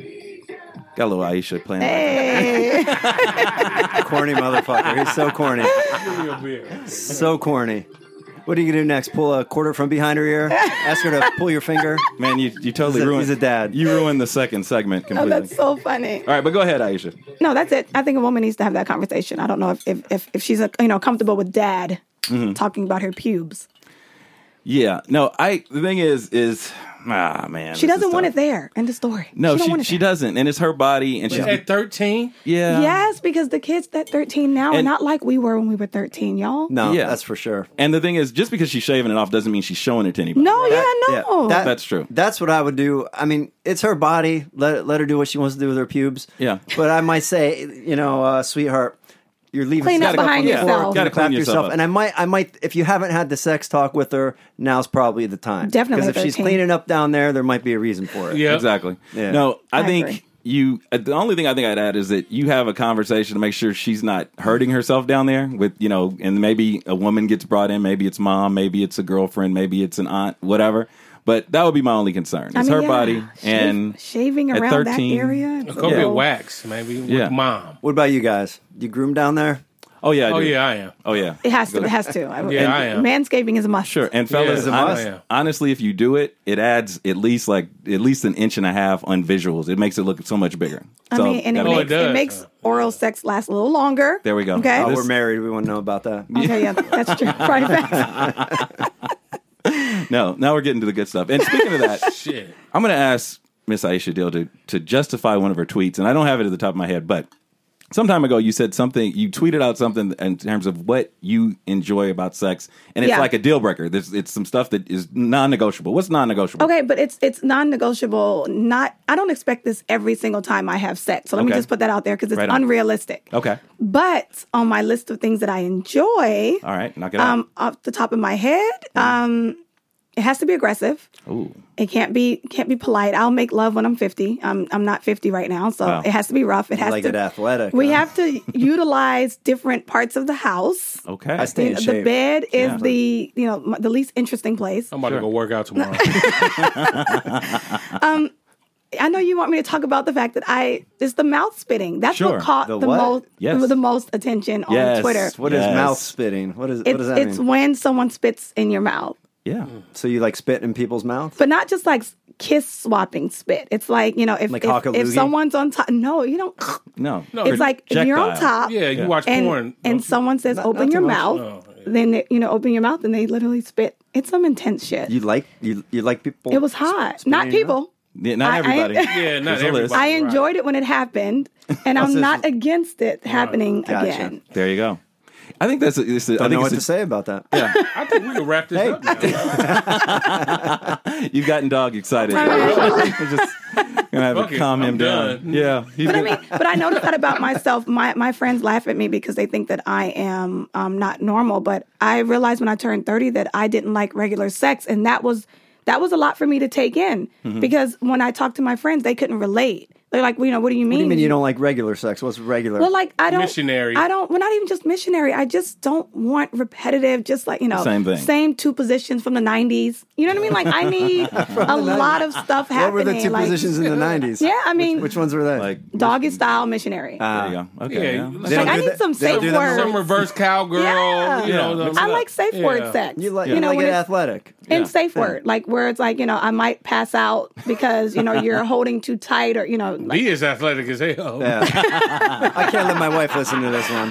Speaker 5: got a little Aisha playing.
Speaker 2: Eh. Hey.
Speaker 4: corny motherfucker. He's so corny.
Speaker 3: Give me a beer.
Speaker 4: So corny. What are you gonna do next? Pull a quarter from behind her ear? Ask her to pull your finger?
Speaker 5: Man, you, you totally
Speaker 4: He's a-
Speaker 5: ruined.
Speaker 4: he's a dad.
Speaker 5: You ruined the second segment
Speaker 2: oh,
Speaker 5: completely.
Speaker 2: that's so funny.
Speaker 5: All right, but go ahead, Aisha.
Speaker 2: No, that's it. I think a woman needs to have that conversation. I don't know if if, if, if she's uh, you know comfortable with dad
Speaker 5: Mm-hmm.
Speaker 2: talking about her pubes.
Speaker 5: Yeah, no, I. The thing is, is ah man,
Speaker 2: She
Speaker 5: this
Speaker 2: doesn't
Speaker 5: is
Speaker 2: want
Speaker 5: tough.
Speaker 2: it there. End of story.
Speaker 5: No,
Speaker 2: don't
Speaker 5: she
Speaker 2: want
Speaker 5: she,
Speaker 2: it there.
Speaker 5: doesn't, and it's her body, and she's
Speaker 3: At 13,
Speaker 5: yeah,
Speaker 2: Yes, because the kids that 13 now are
Speaker 5: And-
Speaker 2: not like we were when we were 13, y'all.
Speaker 4: No,
Speaker 5: Yeah.
Speaker 4: that's for sure.
Speaker 5: And the thing is, just because she's shaving it off doesn't mean she's showing it to anybody.
Speaker 2: No, yeah,
Speaker 4: Yeah,
Speaker 2: no.
Speaker 4: that-
Speaker 5: That's true.
Speaker 4: That's what I would do. I mean, it's her body. Let let her do what she wants to do with her pubes.
Speaker 5: Yeah.
Speaker 4: But I might say, you know, uh, sweetheart, you're leaving
Speaker 2: Clean up
Speaker 4: stuff on
Speaker 2: behind
Speaker 4: the
Speaker 2: yourself.
Speaker 4: floor.
Speaker 2: Gotta
Speaker 4: Clean up
Speaker 5: clean
Speaker 4: after
Speaker 5: yourself up.
Speaker 4: And I might, I might, if you haven't had the sex talk with her, now's probably the time.
Speaker 2: Definitely
Speaker 4: Because if she's
Speaker 2: 13.
Speaker 4: cleaning up down there, there might be a reason for it.
Speaker 3: Yeah.
Speaker 5: Exactly.
Speaker 4: Yeah.
Speaker 5: No, I,
Speaker 2: I
Speaker 5: think
Speaker 2: agree.
Speaker 5: you. uh, The only thing I think I'd add is that you have a conversation to make sure she's not hurting herself down there with you know, and maybe a woman gets brought in, maybe it's mom, maybe it's a girlfriend, maybe it's an aunt, whatever. But that would be my only concern. It's
Speaker 2: I mean,
Speaker 5: her
Speaker 2: yeah,
Speaker 5: body
Speaker 2: shave-
Speaker 5: and
Speaker 2: shaving
Speaker 5: at
Speaker 2: around that
Speaker 5: 13,
Speaker 2: area. it's a
Speaker 3: go get
Speaker 2: little-
Speaker 3: wax, maybe, with
Speaker 5: Yeah.
Speaker 3: mom.
Speaker 4: What about you guys? You groom down there?
Speaker 5: oh yeah, I
Speaker 3: Oh,
Speaker 5: do.
Speaker 3: yeah, I am.
Speaker 5: oh yeah,
Speaker 2: It has to. It has to. I,
Speaker 3: Yeah, I am.
Speaker 2: Manscaping is a must.
Speaker 5: Sure, and fellas,
Speaker 3: Yeah,
Speaker 5: honest-
Speaker 3: yeah.
Speaker 5: honestly, if you do it, it adds at least like at least an inch and a half on visuals. It makes it look so much bigger.
Speaker 2: I
Speaker 5: so,
Speaker 2: mean, and it
Speaker 5: gotta-
Speaker 3: Oh, it
Speaker 2: makes, it
Speaker 3: does.
Speaker 2: makes oral sex last a little longer.
Speaker 5: There we go.
Speaker 2: Okay.
Speaker 4: Oh,
Speaker 5: This-
Speaker 4: we're married. We wouldn't know about that.
Speaker 2: okay, yeah, that's true. Right back.
Speaker 5: no, now we're getting to the good stuff. And speaking of that,
Speaker 3: Shit.
Speaker 5: I'm going to ask Miss Aisha Dill to, to justify one of her tweets, and I don't have it at the top of my head, but some time ago you said something, you tweeted out something in terms of what you enjoy about sex, and it's
Speaker 2: Yeah.
Speaker 5: like a deal breaker. There's, it's some stuff that is non-negotiable. What's non-negotiable?
Speaker 2: Okay, but it's it's non-negotiable. Not I don't expect this every single time I have sex. So let
Speaker 5: Okay.
Speaker 2: me just put that out there because it's
Speaker 5: Right on.
Speaker 2: unrealistic.
Speaker 5: Okay.
Speaker 2: But on my list of things that I enjoy,
Speaker 5: All right. Knock it out.
Speaker 2: um, off the top of my head, um, it has to be aggressive.
Speaker 5: Uh-huh. Ooh.
Speaker 2: It can't be can't be polite. I'll make love when I'm 50. I'm I'm not 50 right now, so
Speaker 5: Wow.
Speaker 2: it has to be rough. It has
Speaker 4: like
Speaker 2: to
Speaker 4: it athletic. uh,
Speaker 2: We
Speaker 4: huh?
Speaker 2: have to utilize different parts of the house.
Speaker 5: Okay.
Speaker 4: I stay
Speaker 2: You
Speaker 4: in
Speaker 2: know,
Speaker 4: shape.
Speaker 2: the bed is the you know m- the least interesting place.
Speaker 3: I'm about to go work out tomorrow.
Speaker 2: I know you want me to talk about the fact that I it's the mouth spitting. That's
Speaker 5: Sure.
Speaker 2: what caught
Speaker 4: The
Speaker 2: the,
Speaker 4: what?
Speaker 2: most
Speaker 5: Yes.
Speaker 2: the most attention on
Speaker 5: Yes.
Speaker 2: Twitter.
Speaker 4: What is
Speaker 5: Yes.
Speaker 4: mouth spitting? What is what
Speaker 2: It's
Speaker 4: does that
Speaker 2: it's
Speaker 4: mean?
Speaker 2: when someone spits in your mouth,
Speaker 5: yeah.
Speaker 4: So you like spit in people's mouth?
Speaker 2: but not just like s- kiss swapping spit. It's like you know if
Speaker 4: Like
Speaker 2: if,
Speaker 4: cock a
Speaker 2: if
Speaker 4: loogie?
Speaker 2: someone's on top. No, you don't.
Speaker 5: No.
Speaker 3: No.
Speaker 2: It's like if you're on
Speaker 5: Projectile.
Speaker 2: top.
Speaker 3: yeah, you Oh, watch
Speaker 2: and,
Speaker 3: porn.
Speaker 2: and someone says
Speaker 4: not
Speaker 2: open
Speaker 4: too
Speaker 2: your
Speaker 4: much.
Speaker 2: mouth then they, you know open your mouth and they literally spit it's some intense shit
Speaker 4: You like you you like people?
Speaker 2: it was hot
Speaker 4: spitting
Speaker 2: not
Speaker 4: in your mouth?
Speaker 2: people
Speaker 5: Yeah, not
Speaker 2: I- I-
Speaker 5: everybody.
Speaker 3: Yeah,
Speaker 5: There's
Speaker 3: not
Speaker 5: a list.
Speaker 3: everybody.
Speaker 2: i
Speaker 3: Right.
Speaker 2: enjoyed it when it happened and i'm not against it happening
Speaker 4: Gotcha.
Speaker 2: again
Speaker 5: There you go. I think that's. It's, I
Speaker 4: Don't
Speaker 5: think
Speaker 4: know
Speaker 5: it's
Speaker 4: what
Speaker 5: a-
Speaker 4: to say about that. Yeah.
Speaker 3: I think we can wrap this up. Now.
Speaker 5: You've gotten dog excited. We're just gonna have
Speaker 3: Fuck
Speaker 5: to
Speaker 3: it,
Speaker 5: calm him
Speaker 3: I'm
Speaker 5: down.
Speaker 3: done.
Speaker 5: Yeah, he's
Speaker 2: but I
Speaker 5: gonna-
Speaker 2: mean, but I noticed that about myself. My my friends laugh at me because they think that I am um, not normal. But I realized when I turned thirty that I didn't like regular sex, and that was that was a lot for me to take in
Speaker 4: Mm-hmm.
Speaker 2: because when I talked to my friends, they couldn't relate. They're like, well, you know, what do you mean?
Speaker 4: What do you mean you don't like regular sex? What's regular?
Speaker 2: Well, like I don't
Speaker 3: Missionary.
Speaker 2: I don't. Well, not even just missionary. I just don't want repetitive. Just like you know,
Speaker 5: Same thing.
Speaker 2: Same two positions from the '90s. You know what I mean? Like I need a lot of stuff happening.
Speaker 4: what were the two
Speaker 2: like,
Speaker 4: positions in the nineties?
Speaker 2: Yeah, I mean,
Speaker 4: Which Ah, ones were they?
Speaker 5: like
Speaker 2: doggy style missionary.
Speaker 5: there you go. Okay, yeah.
Speaker 3: Yeah, let's
Speaker 4: They
Speaker 2: like
Speaker 4: don't
Speaker 2: I
Speaker 4: do
Speaker 2: need
Speaker 4: that-
Speaker 2: some
Speaker 4: they don't
Speaker 2: safe
Speaker 4: do that
Speaker 2: words.
Speaker 4: anymore?
Speaker 3: Some reverse cowgirl.
Speaker 2: Yeah.
Speaker 3: You know,
Speaker 5: Yeah.
Speaker 3: those-
Speaker 2: I like safe
Speaker 3: Yeah.
Speaker 2: word sex.
Speaker 4: you like
Speaker 2: you know
Speaker 4: you like
Speaker 2: when
Speaker 4: it
Speaker 2: it's
Speaker 4: athletic.
Speaker 2: and
Speaker 5: Yeah.
Speaker 2: safe word like where it's like you know I might pass out because you know you're holding too tight or you know like,
Speaker 3: He is athletic as hell.
Speaker 4: Yeah. I can't let my wife listen to this one.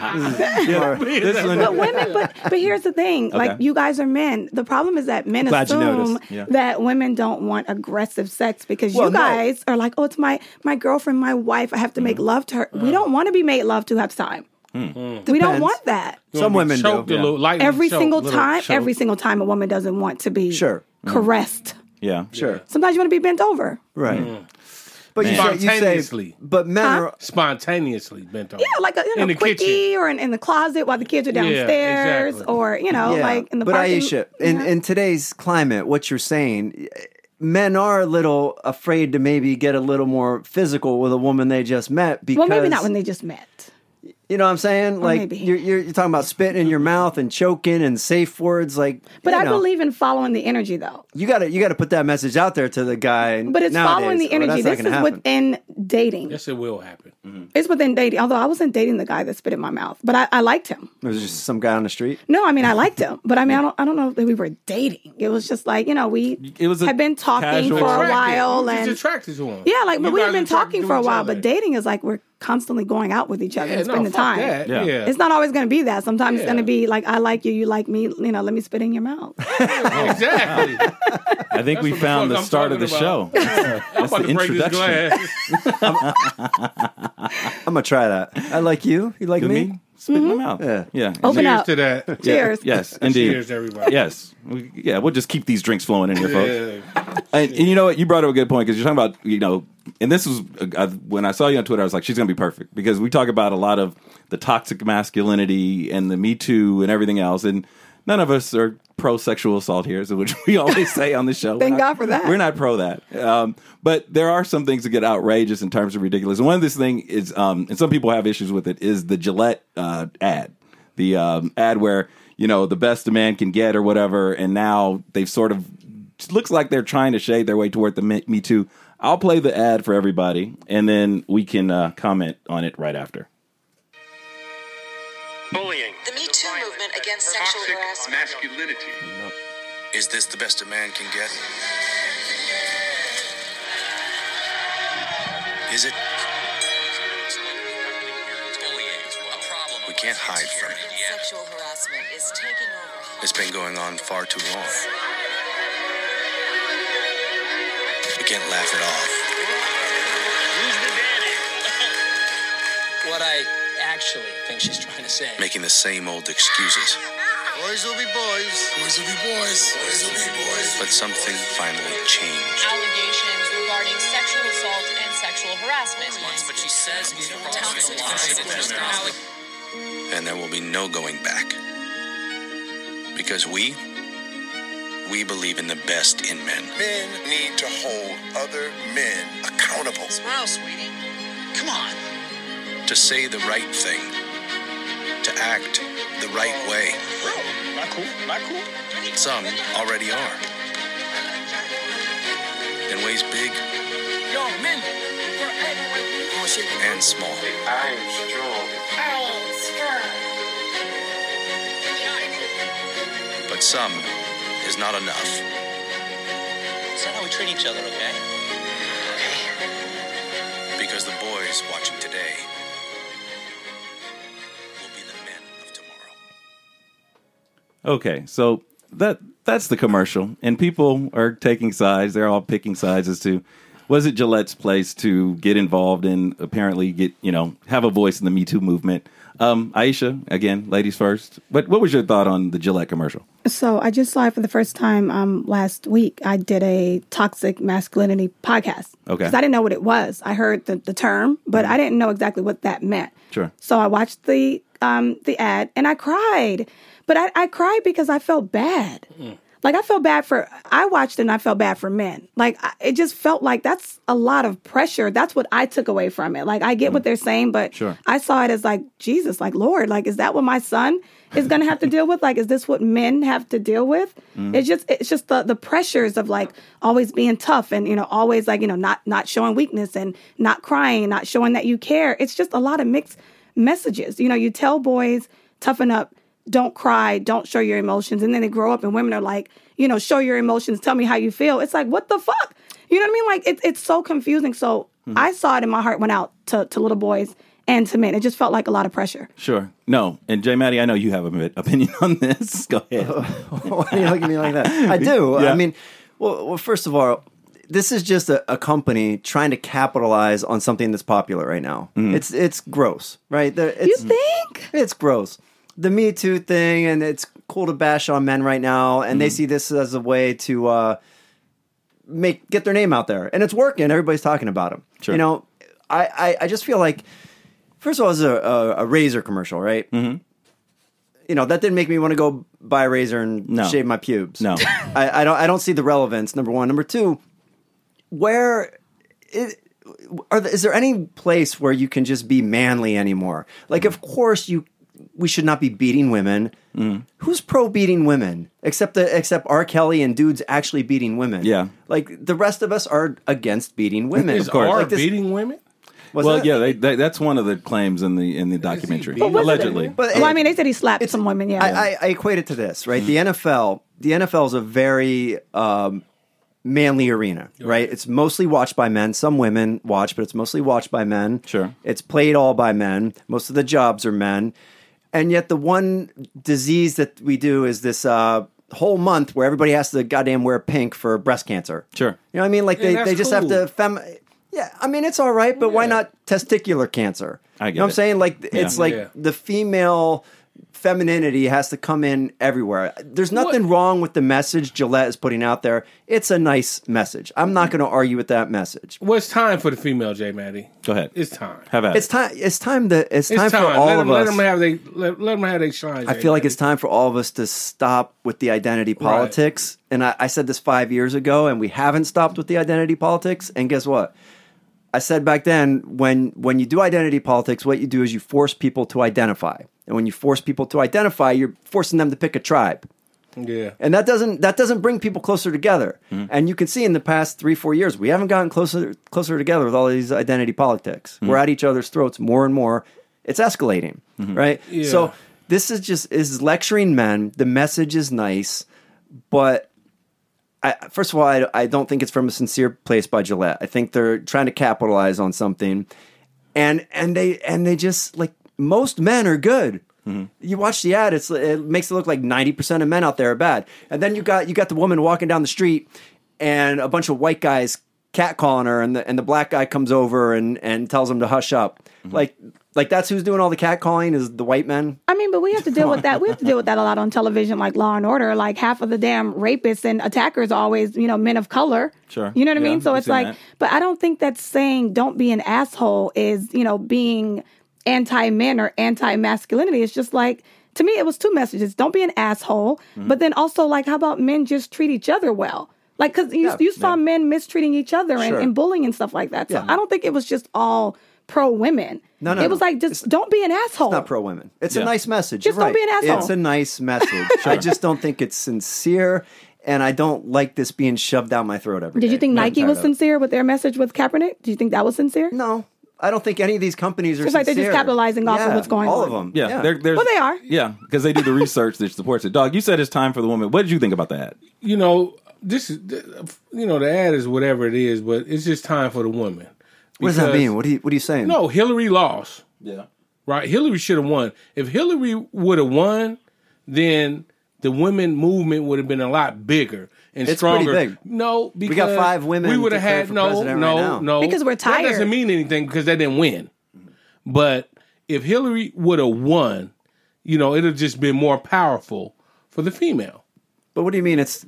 Speaker 4: This is more-
Speaker 3: He is athletic.
Speaker 2: but women but but here's the thing like
Speaker 5: Okay.
Speaker 2: you guys are men the problem is that men
Speaker 4: Glad you
Speaker 2: assume
Speaker 4: noticed. Yeah.
Speaker 2: that women don't want aggressive sex because
Speaker 4: Well,
Speaker 2: you
Speaker 4: no.
Speaker 2: guys are like oh it's my my girlfriend my wife I have to
Speaker 4: Mm.
Speaker 2: make love to her we don't want to be made love to half the time we don't
Speaker 4: Hmm. Depends.
Speaker 2: want that
Speaker 4: Some women do.
Speaker 3: choked a little, lightly
Speaker 2: every
Speaker 3: choked.
Speaker 2: single
Speaker 3: Little
Speaker 2: time
Speaker 3: choked.
Speaker 2: every single time a woman doesn't want to be
Speaker 4: Sure. Mm.
Speaker 2: caressed
Speaker 5: yeah,
Speaker 4: Sure.
Speaker 2: sometimes you want to be bent over
Speaker 4: Right. But you
Speaker 5: Man.
Speaker 4: say, you say
Speaker 3: Mm. Spontaneously.
Speaker 4: but men
Speaker 2: Huh?
Speaker 4: are
Speaker 3: spontaneously bent over.
Speaker 2: Yeah, like a you
Speaker 3: In
Speaker 2: know,
Speaker 3: the
Speaker 2: quickie
Speaker 3: kitchen.
Speaker 2: or in, in the closet while the kids are
Speaker 3: Yeah,
Speaker 2: downstairs
Speaker 3: exactly.
Speaker 2: or, you know, Oh, like in the
Speaker 4: but
Speaker 2: parking.
Speaker 4: Aisha, in,
Speaker 2: Yeah.
Speaker 4: in today's climate, what you're saying, men are a little afraid to maybe get a little more physical with a woman they just met because
Speaker 2: well, maybe not when they just met.
Speaker 4: you know what I'm saying? Like
Speaker 2: maybe.
Speaker 4: you're, you're you're talking about spitting in your mouth and choking and safe words like
Speaker 2: But
Speaker 4: you
Speaker 2: I
Speaker 4: know,
Speaker 2: believe in following the energy, though.
Speaker 4: you got to you got to put that message out there to the guy
Speaker 2: But it's
Speaker 4: nowadays,
Speaker 2: following the
Speaker 4: or that's
Speaker 2: energy.
Speaker 4: not
Speaker 2: This is
Speaker 4: gonna happen.
Speaker 2: within dating.
Speaker 3: Yes, it will happen.
Speaker 4: Mm-hmm.
Speaker 2: It's within dating. Although I wasn't dating the guy that spit in my mouth, but I, I liked him.
Speaker 4: It was just some guy on the street.
Speaker 2: No, I mean I liked him, but I mean I don't I don't know that we were dating. It was just like you know we
Speaker 5: It was a
Speaker 2: had been talking
Speaker 5: casual-
Speaker 2: for a
Speaker 5: Attracted.
Speaker 2: while
Speaker 3: He's
Speaker 2: and
Speaker 3: attracted to him.
Speaker 2: yeah, like but
Speaker 3: You
Speaker 2: we
Speaker 3: guys
Speaker 2: had been
Speaker 3: attracted
Speaker 2: talking
Speaker 3: to
Speaker 2: for a
Speaker 3: each
Speaker 2: while.
Speaker 3: other.
Speaker 2: But dating is like we're constantly going out with each other
Speaker 3: yeah,
Speaker 2: and spending
Speaker 3: no, fuck
Speaker 2: time.
Speaker 3: That.
Speaker 5: Yeah.
Speaker 3: Yeah.
Speaker 2: It's not always going to be that. Sometimes it's
Speaker 3: Yeah.
Speaker 2: going to be like I like you, you like me. You know, let me spit in your mouth.
Speaker 3: exactly.
Speaker 5: I think we
Speaker 3: what the
Speaker 5: found
Speaker 3: fuck
Speaker 5: the
Speaker 3: I'm
Speaker 5: start of the
Speaker 3: talking
Speaker 5: show.
Speaker 3: about. I'm
Speaker 5: That's
Speaker 3: about
Speaker 5: the
Speaker 3: to break this
Speaker 5: introduction.
Speaker 3: glass.
Speaker 4: I'm gonna try that. I like you. You like
Speaker 5: To
Speaker 4: me?
Speaker 5: me, spit
Speaker 2: Mm-hmm.
Speaker 5: in my mouth.
Speaker 4: Yeah.
Speaker 5: yeah.
Speaker 2: Open
Speaker 3: Cheers
Speaker 2: up.
Speaker 3: to that.
Speaker 2: Cheers.
Speaker 5: Yes, indeed.
Speaker 3: Cheers, everybody.
Speaker 5: Yes. We, yeah, we'll just keep these drinks flowing in here, folks.
Speaker 3: Yeah.
Speaker 5: And, and you know what? You brought up a good point because you're talking about you know, and this was uh, I, when I saw you on Twitter. I was like, she's gonna be perfect because we talk about a lot of the toxic masculinity and the Me Too and everything else, and none of us are pro sexual assault here, so which we always say on the show.
Speaker 2: Thank
Speaker 5: We're not-
Speaker 2: God for that.
Speaker 5: We're not pro that, um, but there are some things that get outrageous in terms of ridiculous. And one of this thing is, um, and some people have issues with it, is the Gillette uh, ad the um, ad where you know the best a man can get or whatever, and now they've sort of it looks like they're trying to shade their way toward the Me, Me Too. I'll play the ad for everybody, and then we can uh, comment on it right after.
Speaker 6: bullying.
Speaker 7: The Me Too movement against sexual
Speaker 6: Toxic
Speaker 7: harassment.
Speaker 6: masculinity.
Speaker 8: Is this the best a man can get? Is it? We can't hide from it.
Speaker 7: Sexual harassment is taking over.
Speaker 8: It's been going on far too long. We can't laugh it off.
Speaker 9: what I actually think she's trying to say.
Speaker 8: Making the same old excuses.
Speaker 10: Boys will be boys. Boys will be boys. Boys will be boys.
Speaker 8: But something finally changed.
Speaker 7: Allegations regarding sexual assault and sexual harassment. But she says toxic masculinity.
Speaker 8: And there will be no going back. Because we, we believe in the best in men.
Speaker 10: Men need to hold other men accountable.
Speaker 7: Wow, sweetie. Come on.
Speaker 8: to say the right thing, to act the right way. Some already are. In ways big and small.
Speaker 6: I am strong.
Speaker 8: But some is not enough.
Speaker 9: It's not how we treat each other, okay?
Speaker 8: Because the boys watching today will be the men of tomorrow.
Speaker 5: Okay, so that that's the commercial, and people are taking sides. They're all picking sides as to was it Gillette's place to get involved and apparently get you know have a voice in the Me Too movement. Um, Aisha, again, ladies first. But what was your thought on the Gillette commercial?
Speaker 2: So I just saw it for the first time um, last week. I did a toxic masculinity podcast.
Speaker 5: Okay.
Speaker 2: Because I didn't know what it was. I heard the, the term, but I didn't know exactly what that meant.
Speaker 5: Sure.
Speaker 2: So I watched the um, the ad and I cried. But I, I cried because I felt bad. Like I felt bad for I watched it and I felt bad for men. Like I, it just felt like that's a lot of pressure. That's what I took away from it. Like I get what they're saying, but
Speaker 5: Sure.
Speaker 2: I saw it as like Jesus, like Lord, like is that what my son is going to have to deal with? Like is this what men have to deal with? It's just it's just the the pressures of like always being tough and you know always like you know not not showing weakness and not crying, not showing that you care. It's just a lot of mixed messages. You know, you tell boys toughen up, don't cry, don't show your emotions, and then they grow up and women are like, you know, show your emotions, tell me how you feel. It's like what the fuck? You know what I mean? Like it's it's so confusing. So
Speaker 4: Hmm.
Speaker 2: I saw it and my heart went out to, to little boys and to men. It just felt like a lot of pressure.
Speaker 5: Sure. No. And Jay Maddie, I know you have an opinion on this. Go ahead.
Speaker 4: Why do you look at me like that? I do.
Speaker 5: Yeah.
Speaker 4: I mean, well, well, first of all, this is just a, a company trying to capitalize on something that's popular right now. It's it's gross, right? There-
Speaker 2: You
Speaker 4: It's,
Speaker 2: think?
Speaker 4: it's gross. The Me Too thing, and it's cool to bash on men right now, and
Speaker 5: Mm.
Speaker 4: they see this as a way to uh, make get their name out there, and it's working. Everybody's talking about them.
Speaker 5: Sure.
Speaker 4: You know, I, I I just feel like first of all, it's a, a, a razor commercial, right? Mm-hmm. You know, that didn't make me want to go buy a razor and
Speaker 5: No.
Speaker 4: shave my pubes.
Speaker 5: No.
Speaker 4: I, I don't. I don't see the relevance. Number one. Number two. where it, are there, is there any place where you can just be manly anymore? Like, of course you. We should not be beating women. Who's pro beating women? Except the except R. Kelly and dudes actually beating women.
Speaker 5: Yeah.
Speaker 4: like the rest of us are against beating women.
Speaker 3: Is
Speaker 4: of course,
Speaker 3: R
Speaker 4: like this-
Speaker 3: beating women?
Speaker 4: was
Speaker 5: well,
Speaker 4: that-
Speaker 5: yeah, they, they, that's one of the claims in the in the documentary,
Speaker 3: But
Speaker 2: wasn't it?
Speaker 5: allegedly.
Speaker 4: But
Speaker 2: well,
Speaker 4: it-
Speaker 2: I mean, they said he slapped some women. Yeah,
Speaker 4: I, I, I equate it to this, right?
Speaker 5: Mm-hmm.
Speaker 4: The NFL, the NFL is a very um, manly arena, right? It's mostly watched by men. Some women watch, but it's mostly watched by men.
Speaker 5: Sure.
Speaker 4: It's played all by men. Most of the jobs are men. And yet, the one disease that we do is this uh, whole month where everybody has to goddamn wear pink for breast cancer.
Speaker 5: Sure.
Speaker 4: You know what I mean? Like, they,
Speaker 3: that's
Speaker 4: they just have
Speaker 3: cool.
Speaker 4: to. Fem- yeah, I mean, it's all right, but why not testicular cancer?
Speaker 5: I
Speaker 4: you
Speaker 5: get
Speaker 4: know what I'm
Speaker 5: it.
Speaker 4: saying? Like, it's like
Speaker 3: Yeah.
Speaker 4: the female femininity has to come in everywhere. There's nothing wrong with the message Gillette is putting out there. It's a nice message. I'm not going to argue with that message.
Speaker 3: Well, it's time for the female J Maddie.
Speaker 5: Go ahead.
Speaker 3: It's time.
Speaker 5: Have at
Speaker 4: It's
Speaker 5: it.
Speaker 4: time. It's time that it's,
Speaker 3: It's
Speaker 4: time,
Speaker 3: time.
Speaker 4: for all
Speaker 3: let
Speaker 4: of
Speaker 3: them,
Speaker 4: us.
Speaker 3: Let them have they. Let, let them have they shine.
Speaker 4: I feel like it's time for all of us to stop with the identity politics. And I, I said this five years ago, and we haven't stopped with the identity politics. And guess what? I said back then, when when you do identity politics, what you do is you force people to identify. And when you force people to identify, you're forcing them to pick a tribe.
Speaker 3: yeah. Mm-hmm.
Speaker 4: And that doesn't that doesn't bring people closer together. And you can see in the past three, four years, we haven't gotten closer closer together with all these identity politics.
Speaker 3: Mm-hmm.
Speaker 4: We're at each other's throats more and more. It's escalating. Right?
Speaker 3: Mm-hmm. Yeah.
Speaker 4: So this is just is lecturing men. The message is nice, but I, first of all, I, I don't think it's from a sincere place by Gillette. I think they're trying to capitalize on something, and and they and they just like most men are good.
Speaker 3: Mm-hmm.
Speaker 4: You watch the ad; it's it makes it look like ninety percent of men out there are bad. And then you got you got the woman walking down the street, and a bunch of white guys catcalling her, and the and the black guy comes over and and tells them to hush up. Like like that's who's doing all the catcalling is the white men.
Speaker 2: I mean, but we have to deal with that. We have to deal with that a lot on television, like Law and Order. Like half of the damn rapists and attackers are always, you know, men of color.
Speaker 5: Sure.
Speaker 2: You know what
Speaker 5: Yeah,
Speaker 2: I mean? So
Speaker 5: I've
Speaker 2: it's
Speaker 5: seen
Speaker 2: like,
Speaker 5: that.
Speaker 2: but I don't think that saying "don't be an asshole" is, you know, being anti-men or anti-masculinity. It's just like to me, it was two messages: don't be an asshole,
Speaker 4: Mm-hmm.
Speaker 2: but then also like, how about men just treat each other well? Like, because you,
Speaker 4: Yeah,
Speaker 2: you saw men mistreating each other and,
Speaker 4: Sure.
Speaker 2: and bullying and stuff like that. So
Speaker 4: Yeah.
Speaker 2: I don't think it was just all pro women.
Speaker 4: No, no,
Speaker 2: It was
Speaker 4: no.
Speaker 2: like just don't be an asshole.
Speaker 4: not pro women. It's a
Speaker 5: Yeah.
Speaker 4: nice message.
Speaker 2: Just
Speaker 4: You're
Speaker 2: don't be
Speaker 4: right.
Speaker 2: an asshole.
Speaker 4: It's a nice message. I just don't think it's sincere, and I don't like this being shoved down my throat every
Speaker 2: Did you
Speaker 4: day.
Speaker 2: think
Speaker 4: I'm
Speaker 2: Nike
Speaker 4: tired
Speaker 2: was
Speaker 4: of it.
Speaker 2: sincere with their message with Kaepernick? Do you think that was sincere?
Speaker 4: No, I don't think any of these companies are.
Speaker 2: It's like they're just
Speaker 4: sincere.
Speaker 2: capitalizing off of
Speaker 4: Yeah,
Speaker 2: what's going
Speaker 4: all
Speaker 2: on.
Speaker 4: of them.
Speaker 5: Yeah, There, there's,
Speaker 2: Well, they are.
Speaker 5: Yeah, because they do the research that supports it. Dog, you said it's time for the woman. What did you think about that?
Speaker 3: you know, this is th- you know the ad is whatever it is, but it's just time for the woman.
Speaker 4: what does that
Speaker 3: Because-
Speaker 4: mean? What are you What are you saying?
Speaker 3: No, Hillary lost.
Speaker 5: Yeah.
Speaker 3: Right, Hillary should have won. If Hillary would have won, then the women movement would have been a lot bigger and
Speaker 4: It's pretty
Speaker 3: stronger.
Speaker 4: big.
Speaker 3: No, because
Speaker 4: got five women
Speaker 3: We would have
Speaker 4: declared
Speaker 3: had
Speaker 4: for
Speaker 3: no,
Speaker 4: president
Speaker 3: no,
Speaker 4: right now.
Speaker 3: no.
Speaker 2: Because we're
Speaker 3: That
Speaker 2: tired.
Speaker 3: doesn't mean anything because they didn't win. But if Hillary would have won, you know, it'd have just been more powerful for the female.
Speaker 4: but what do you mean? It's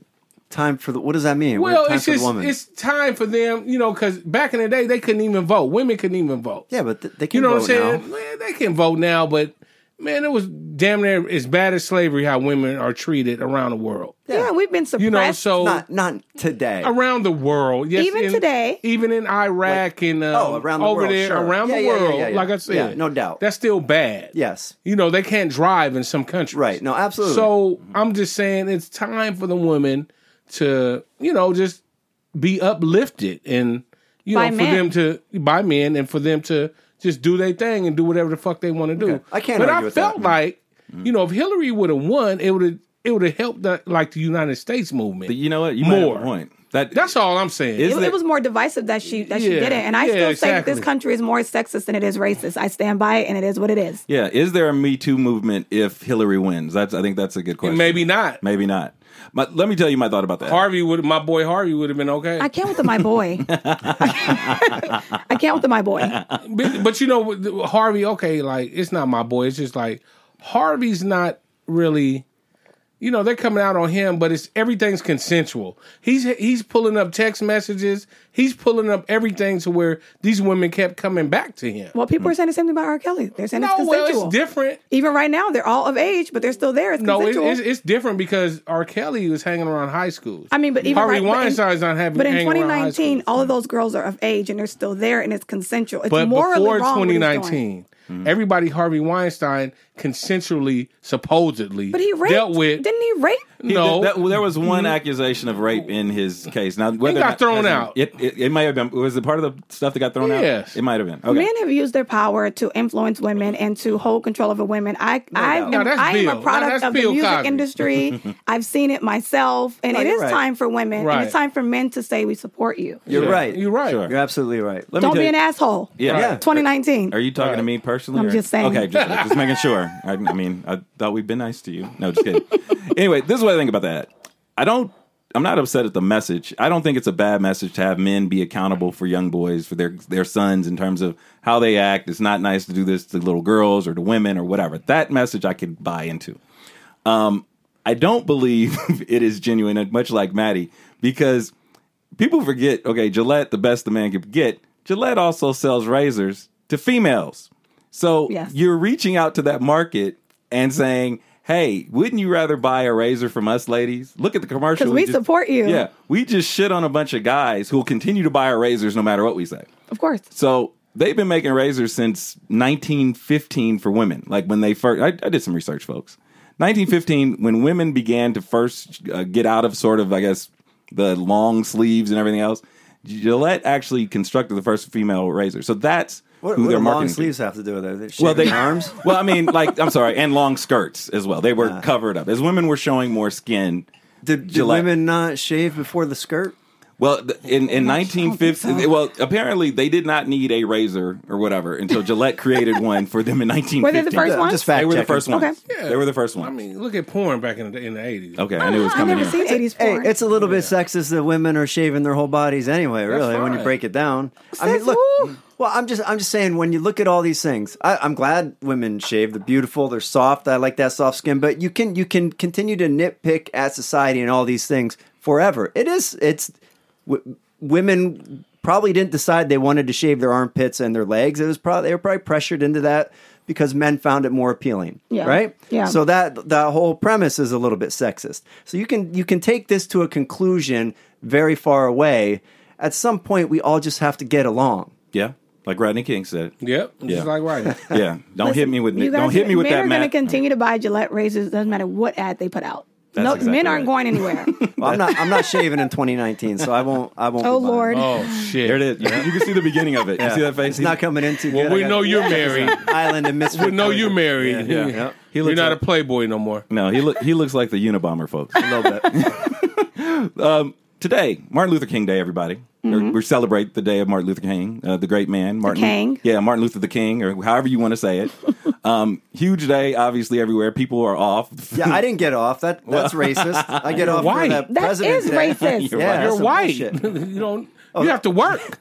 Speaker 4: time for the. What does that mean? We're
Speaker 3: Well,
Speaker 4: time
Speaker 3: it's
Speaker 4: for
Speaker 3: just
Speaker 4: the woman.
Speaker 3: it's time for them, you know, because back in the day they couldn't even vote. Women couldn't even vote.
Speaker 4: yeah, but th- they can
Speaker 3: you know what I'm
Speaker 4: vote now.
Speaker 3: saying? Man, they can vote now, but man, it was damn near as bad as slavery how women are treated around the world.
Speaker 2: Yeah, we've been suppressed.
Speaker 3: You know, so
Speaker 4: Not not today.
Speaker 3: around the world, yes,
Speaker 2: Even
Speaker 3: in-
Speaker 2: today.
Speaker 3: even in Iraq and uh,
Speaker 4: oh, around the
Speaker 3: over
Speaker 4: world,
Speaker 3: there,
Speaker 4: sure.
Speaker 3: around
Speaker 4: Yeah,
Speaker 3: the
Speaker 4: yeah, yeah,
Speaker 3: world,
Speaker 4: yeah, yeah.
Speaker 3: like I said,
Speaker 4: Yeah, no doubt.
Speaker 3: that's still bad.
Speaker 4: yes.
Speaker 3: you know they can't drive in some countries,
Speaker 4: Right. No, absolutely.
Speaker 3: So I'm just saying it's time for the woman to, you know, just be uplifted and you
Speaker 2: By
Speaker 3: know for
Speaker 2: men.
Speaker 3: them to by men and for them to just do their thing and do whatever the fuck they want to do.
Speaker 4: I can't
Speaker 3: But
Speaker 4: argue
Speaker 3: I
Speaker 4: with
Speaker 3: felt
Speaker 4: that.
Speaker 3: like you know if Hillary would have won, it would have it would have helped the, like the United States movement.
Speaker 5: You know what? You might have a
Speaker 3: More.
Speaker 5: point. That,
Speaker 3: That's all I'm saying.
Speaker 5: Is
Speaker 2: it,
Speaker 5: that-
Speaker 2: it was more divisive that she that she
Speaker 3: Yeah,
Speaker 2: did it, and I
Speaker 3: yeah,
Speaker 2: still
Speaker 3: exactly.
Speaker 2: think this country is more sexist than it is racist. I stand by it, and it is what it is.
Speaker 5: yeah. Is there a Me Too movement if Hillary wins? That's I think that's a good question.
Speaker 3: Maybe not.
Speaker 5: Maybe not. But let me tell you my thought about that.
Speaker 3: Harvey would my boy Harvey would have been okay.
Speaker 2: I can't with the my boy. I can't with the my boy.
Speaker 3: but, but you know, with the- Harvey, okay, like it's not my boy. It's just like Harvey's not really you know they're coming out on him, but it's everything's consensual. He's he's pulling up text messages. He's pulling up everything to where these women kept coming back to him.
Speaker 2: Well, people are saying the same thing about R. Kelly. They're saying it's
Speaker 3: no, well,
Speaker 2: consensual.
Speaker 3: it's different.
Speaker 2: Even right now, they're all of age, but they're still there. It's
Speaker 3: No, it,
Speaker 2: consensual.
Speaker 3: it's, it's different because R. Kelly was hanging around high schools.
Speaker 2: I mean, but even
Speaker 3: Harvey
Speaker 2: right, but in-
Speaker 3: Weinstein's not having.
Speaker 2: But in
Speaker 3: hanging around high
Speaker 2: 2019,
Speaker 3: schools.
Speaker 2: all of those girls are of age and they're still there, and it's consensual. It's
Speaker 3: but
Speaker 2: morally
Speaker 3: before
Speaker 2: wrong. what he's doing.
Speaker 3: 2019, everybody Harvey Weinstein consensually, supposedly,
Speaker 2: but he raped.
Speaker 3: dealt with.
Speaker 2: Didn't he rape?
Speaker 5: He-
Speaker 3: no, Mm-hmm.
Speaker 5: that- there was one accusation of rape in his case. Now, whether or
Speaker 3: got
Speaker 5: not-
Speaker 3: thrown out.
Speaker 5: It, it, it might have been. Was it part of the stuff that got thrown out?
Speaker 3: Yes.
Speaker 5: it might have been. Uh, Okay,
Speaker 2: Men have used their power to influence women and to hold control over women. I, I,
Speaker 3: doubt. No, that's
Speaker 2: I am
Speaker 3: Bill.
Speaker 2: a
Speaker 3: No,
Speaker 2: product
Speaker 3: that's
Speaker 2: of the
Speaker 3: Bill
Speaker 2: music
Speaker 3: Cosby.
Speaker 2: industry. I've seen it myself, and
Speaker 4: No,
Speaker 2: it
Speaker 4: you're
Speaker 2: is
Speaker 4: right.
Speaker 2: time for women, and
Speaker 3: Right.
Speaker 2: it's time for men to say we support you.
Speaker 4: You're right.
Speaker 3: You're right.
Speaker 5: Sure.
Speaker 4: You're absolutely right.
Speaker 5: Let me tell
Speaker 2: Don't be
Speaker 5: you-
Speaker 2: an asshole.
Speaker 5: Yeah.
Speaker 4: Yeah.
Speaker 2: 2019.
Speaker 5: Are you talking to me personally?
Speaker 2: I'm
Speaker 5: or-
Speaker 2: just saying.
Speaker 5: Okay, just, just making sure. I, I mean, I thought we'd been nice to you. No, just kidding. anyway, this is what I think about that. I don't. I'm not upset at the message. I don't think it's a bad message to have men be accountable for young boys for their their sons in terms of how they act. It's not nice to do this to little girls or to women or whatever. That message I could buy into. Um, I don't believe it is genuine, and much like Maddie, because people forget. Okay, Gillette, the best the man could get. Gillette also sells razors to females, so
Speaker 2: Yes.
Speaker 5: you're reaching out to that market and saying, "Hey, wouldn't you rather buy a razor from us, ladies? Look at the commercial.
Speaker 2: 'Cause we
Speaker 5: just-
Speaker 2: support you.
Speaker 5: Yeah, we just shit on a bunch of guys who will continue to buy our razors no matter what we say.
Speaker 2: Of course.
Speaker 5: So they've been making razors since 1915 for women. Like when they first, I, I did some research, folks. 1915, when women began to first uh, get out of sort of, I guess, the long sleeves and everything else, Gillette actually constructed the first female razor. So that's
Speaker 4: What,
Speaker 5: who
Speaker 4: what do
Speaker 5: they're
Speaker 4: long
Speaker 5: marketing. to.
Speaker 4: sleeves have to do with it? They're
Speaker 5: Well, they
Speaker 4: shaving arms. Uh.
Speaker 5: Well, I mean, like I'm sorry, and long skirts as well. They were covered up as women were showing more skin.
Speaker 4: Did, did
Speaker 5: Gillette.
Speaker 4: women not shave before the skirt?
Speaker 5: Well, th- in in
Speaker 2: think
Speaker 5: 1950,
Speaker 2: so.
Speaker 5: well, apparently they did not need a razor or whatever until Gillette created one for them in 1950.
Speaker 2: Were they the first
Speaker 4: I'm
Speaker 2: ones?
Speaker 4: just fact
Speaker 5: They were the
Speaker 4: checking.
Speaker 5: first ones.
Speaker 2: Okay.
Speaker 5: They were the first ones.
Speaker 3: I mean, look at porn back in the in the eighties.
Speaker 5: okay, I knew it was
Speaker 2: I
Speaker 5: coming
Speaker 2: never
Speaker 5: here.
Speaker 2: seen 80s
Speaker 4: Hey,
Speaker 2: porn.
Speaker 4: it's a little bit sexist that women are shaving their whole bodies anyway. Really, when you
Speaker 3: fine.
Speaker 4: break it down, I mean,
Speaker 2: Says
Speaker 4: look.
Speaker 2: who?
Speaker 4: Well, I'm just I'm just saying when you look at all these things, I, I'm glad women shave. They're beautiful. They're soft. I like that soft skin. But you can you can continue to nitpick at society and all these things forever. It is it's w- women probably didn't decide they wanted to shave their armpits and their legs. It was probably they were probably pressured into that because men found it more appealing.
Speaker 2: Yeah.
Speaker 4: Right.
Speaker 2: Yeah.
Speaker 4: So that that whole premise is a little bit sexist. So you can you can take this to a conclusion very far away. At some point, we all just have to get along.
Speaker 5: Yeah, like Rodney King said.
Speaker 3: Yep.
Speaker 5: Yeah.
Speaker 3: Just like right.
Speaker 5: Yeah, don't hit me with
Speaker 2: You guys-
Speaker 5: don't hit me with
Speaker 2: men
Speaker 5: that,
Speaker 2: are going to
Speaker 5: Matt.
Speaker 2: continue to buy Gillette razors. Doesn't matter what ad they put out.
Speaker 5: That's
Speaker 2: no,
Speaker 5: exactly
Speaker 2: men aren't
Speaker 5: right.
Speaker 2: going anywhere.
Speaker 4: Well, I'm not. I'm not shaving in 2019, so I won't. I won't. be
Speaker 2: oh Lord,
Speaker 4: buying.
Speaker 3: oh shit.
Speaker 5: There it is. You, you can see the beginning of it. You see that face?
Speaker 4: It's not coming into.
Speaker 3: Well,
Speaker 4: good.
Speaker 3: we
Speaker 4: I got
Speaker 3: know you're
Speaker 4: an
Speaker 3: married.
Speaker 4: Island of misfit.
Speaker 3: we know you're
Speaker 4: toys.
Speaker 3: married.
Speaker 5: Yeah.
Speaker 4: Yep.
Speaker 5: He
Speaker 3: You're
Speaker 5: looks
Speaker 3: not
Speaker 5: like,
Speaker 3: a playboy no more.
Speaker 5: no. He look he looks like the Unabomber, folks.
Speaker 4: A little bit.
Speaker 5: today, Martin Luther King Day, everybody.
Speaker 2: Mm-hmm.
Speaker 5: Or We celebrate the day of Martin Luther King, uh, the great man, Martin.
Speaker 2: King.
Speaker 5: Yeah, Martin Luther the King, or however you want to say it. um, huge day, obviously, everywhere. People are off.
Speaker 4: Yeah, I didn't get off. That that's racist. I get off for
Speaker 3: white.
Speaker 4: that
Speaker 2: That is
Speaker 4: President's Day.
Speaker 2: racist.
Speaker 4: Yeah,
Speaker 5: right.
Speaker 4: that's
Speaker 3: You're
Speaker 4: some
Speaker 3: white.
Speaker 4: bullshit.
Speaker 3: you don't.
Speaker 5: Oh.
Speaker 3: You have to work.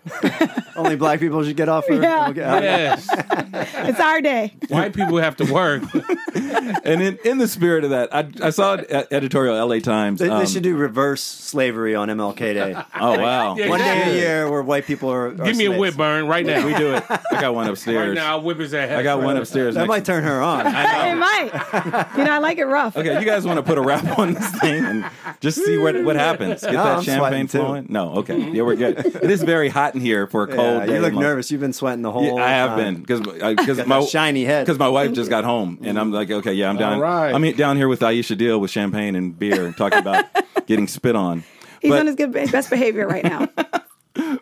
Speaker 4: Only black people should get off. For,
Speaker 2: Yeah.
Speaker 4: okay.
Speaker 3: yes.
Speaker 2: it's our day.
Speaker 3: White people have to work.
Speaker 5: and in, in the spirit of that, I, I saw an e- editorial LA Times.
Speaker 4: They, they
Speaker 5: um,
Speaker 4: should do reverse slavery on MLK Day.
Speaker 5: oh, wow.
Speaker 3: Yeah,
Speaker 4: One day a
Speaker 3: yeah.
Speaker 4: year where white people are. are
Speaker 3: Give me a
Speaker 4: slaves.
Speaker 3: whip burn right now.
Speaker 5: We do it. I got one
Speaker 3: Right
Speaker 5: upstairs.
Speaker 3: now, I'll whip his ass.
Speaker 5: I got one
Speaker 3: Right.
Speaker 5: upstairs.
Speaker 4: That
Speaker 5: next-
Speaker 4: might turn her on.
Speaker 2: It might. You know, I like it rough.
Speaker 5: Okay, you guys want to put a wrap on this thing and just see what what happens. Get
Speaker 4: No,
Speaker 5: that
Speaker 4: I'm
Speaker 5: champagne
Speaker 4: sweating, too.
Speaker 5: flowing. No, okay, yeah, we're good. It is very hot in here for a cold.
Speaker 4: Yeah,
Speaker 5: day
Speaker 4: you look
Speaker 5: in Los-
Speaker 4: nervous. You've been sweating the whole.
Speaker 5: Yeah, I have
Speaker 4: time.
Speaker 5: been because because
Speaker 4: Got
Speaker 5: my
Speaker 4: that shiny head.
Speaker 5: because my wife just got home and I'm like, okay, yeah, I'm down.
Speaker 3: All right.
Speaker 5: I'm down here with Aisha Deal with champagne and beer and talking about getting spit on.
Speaker 2: He's
Speaker 5: But-
Speaker 2: on his good, best behavior right now.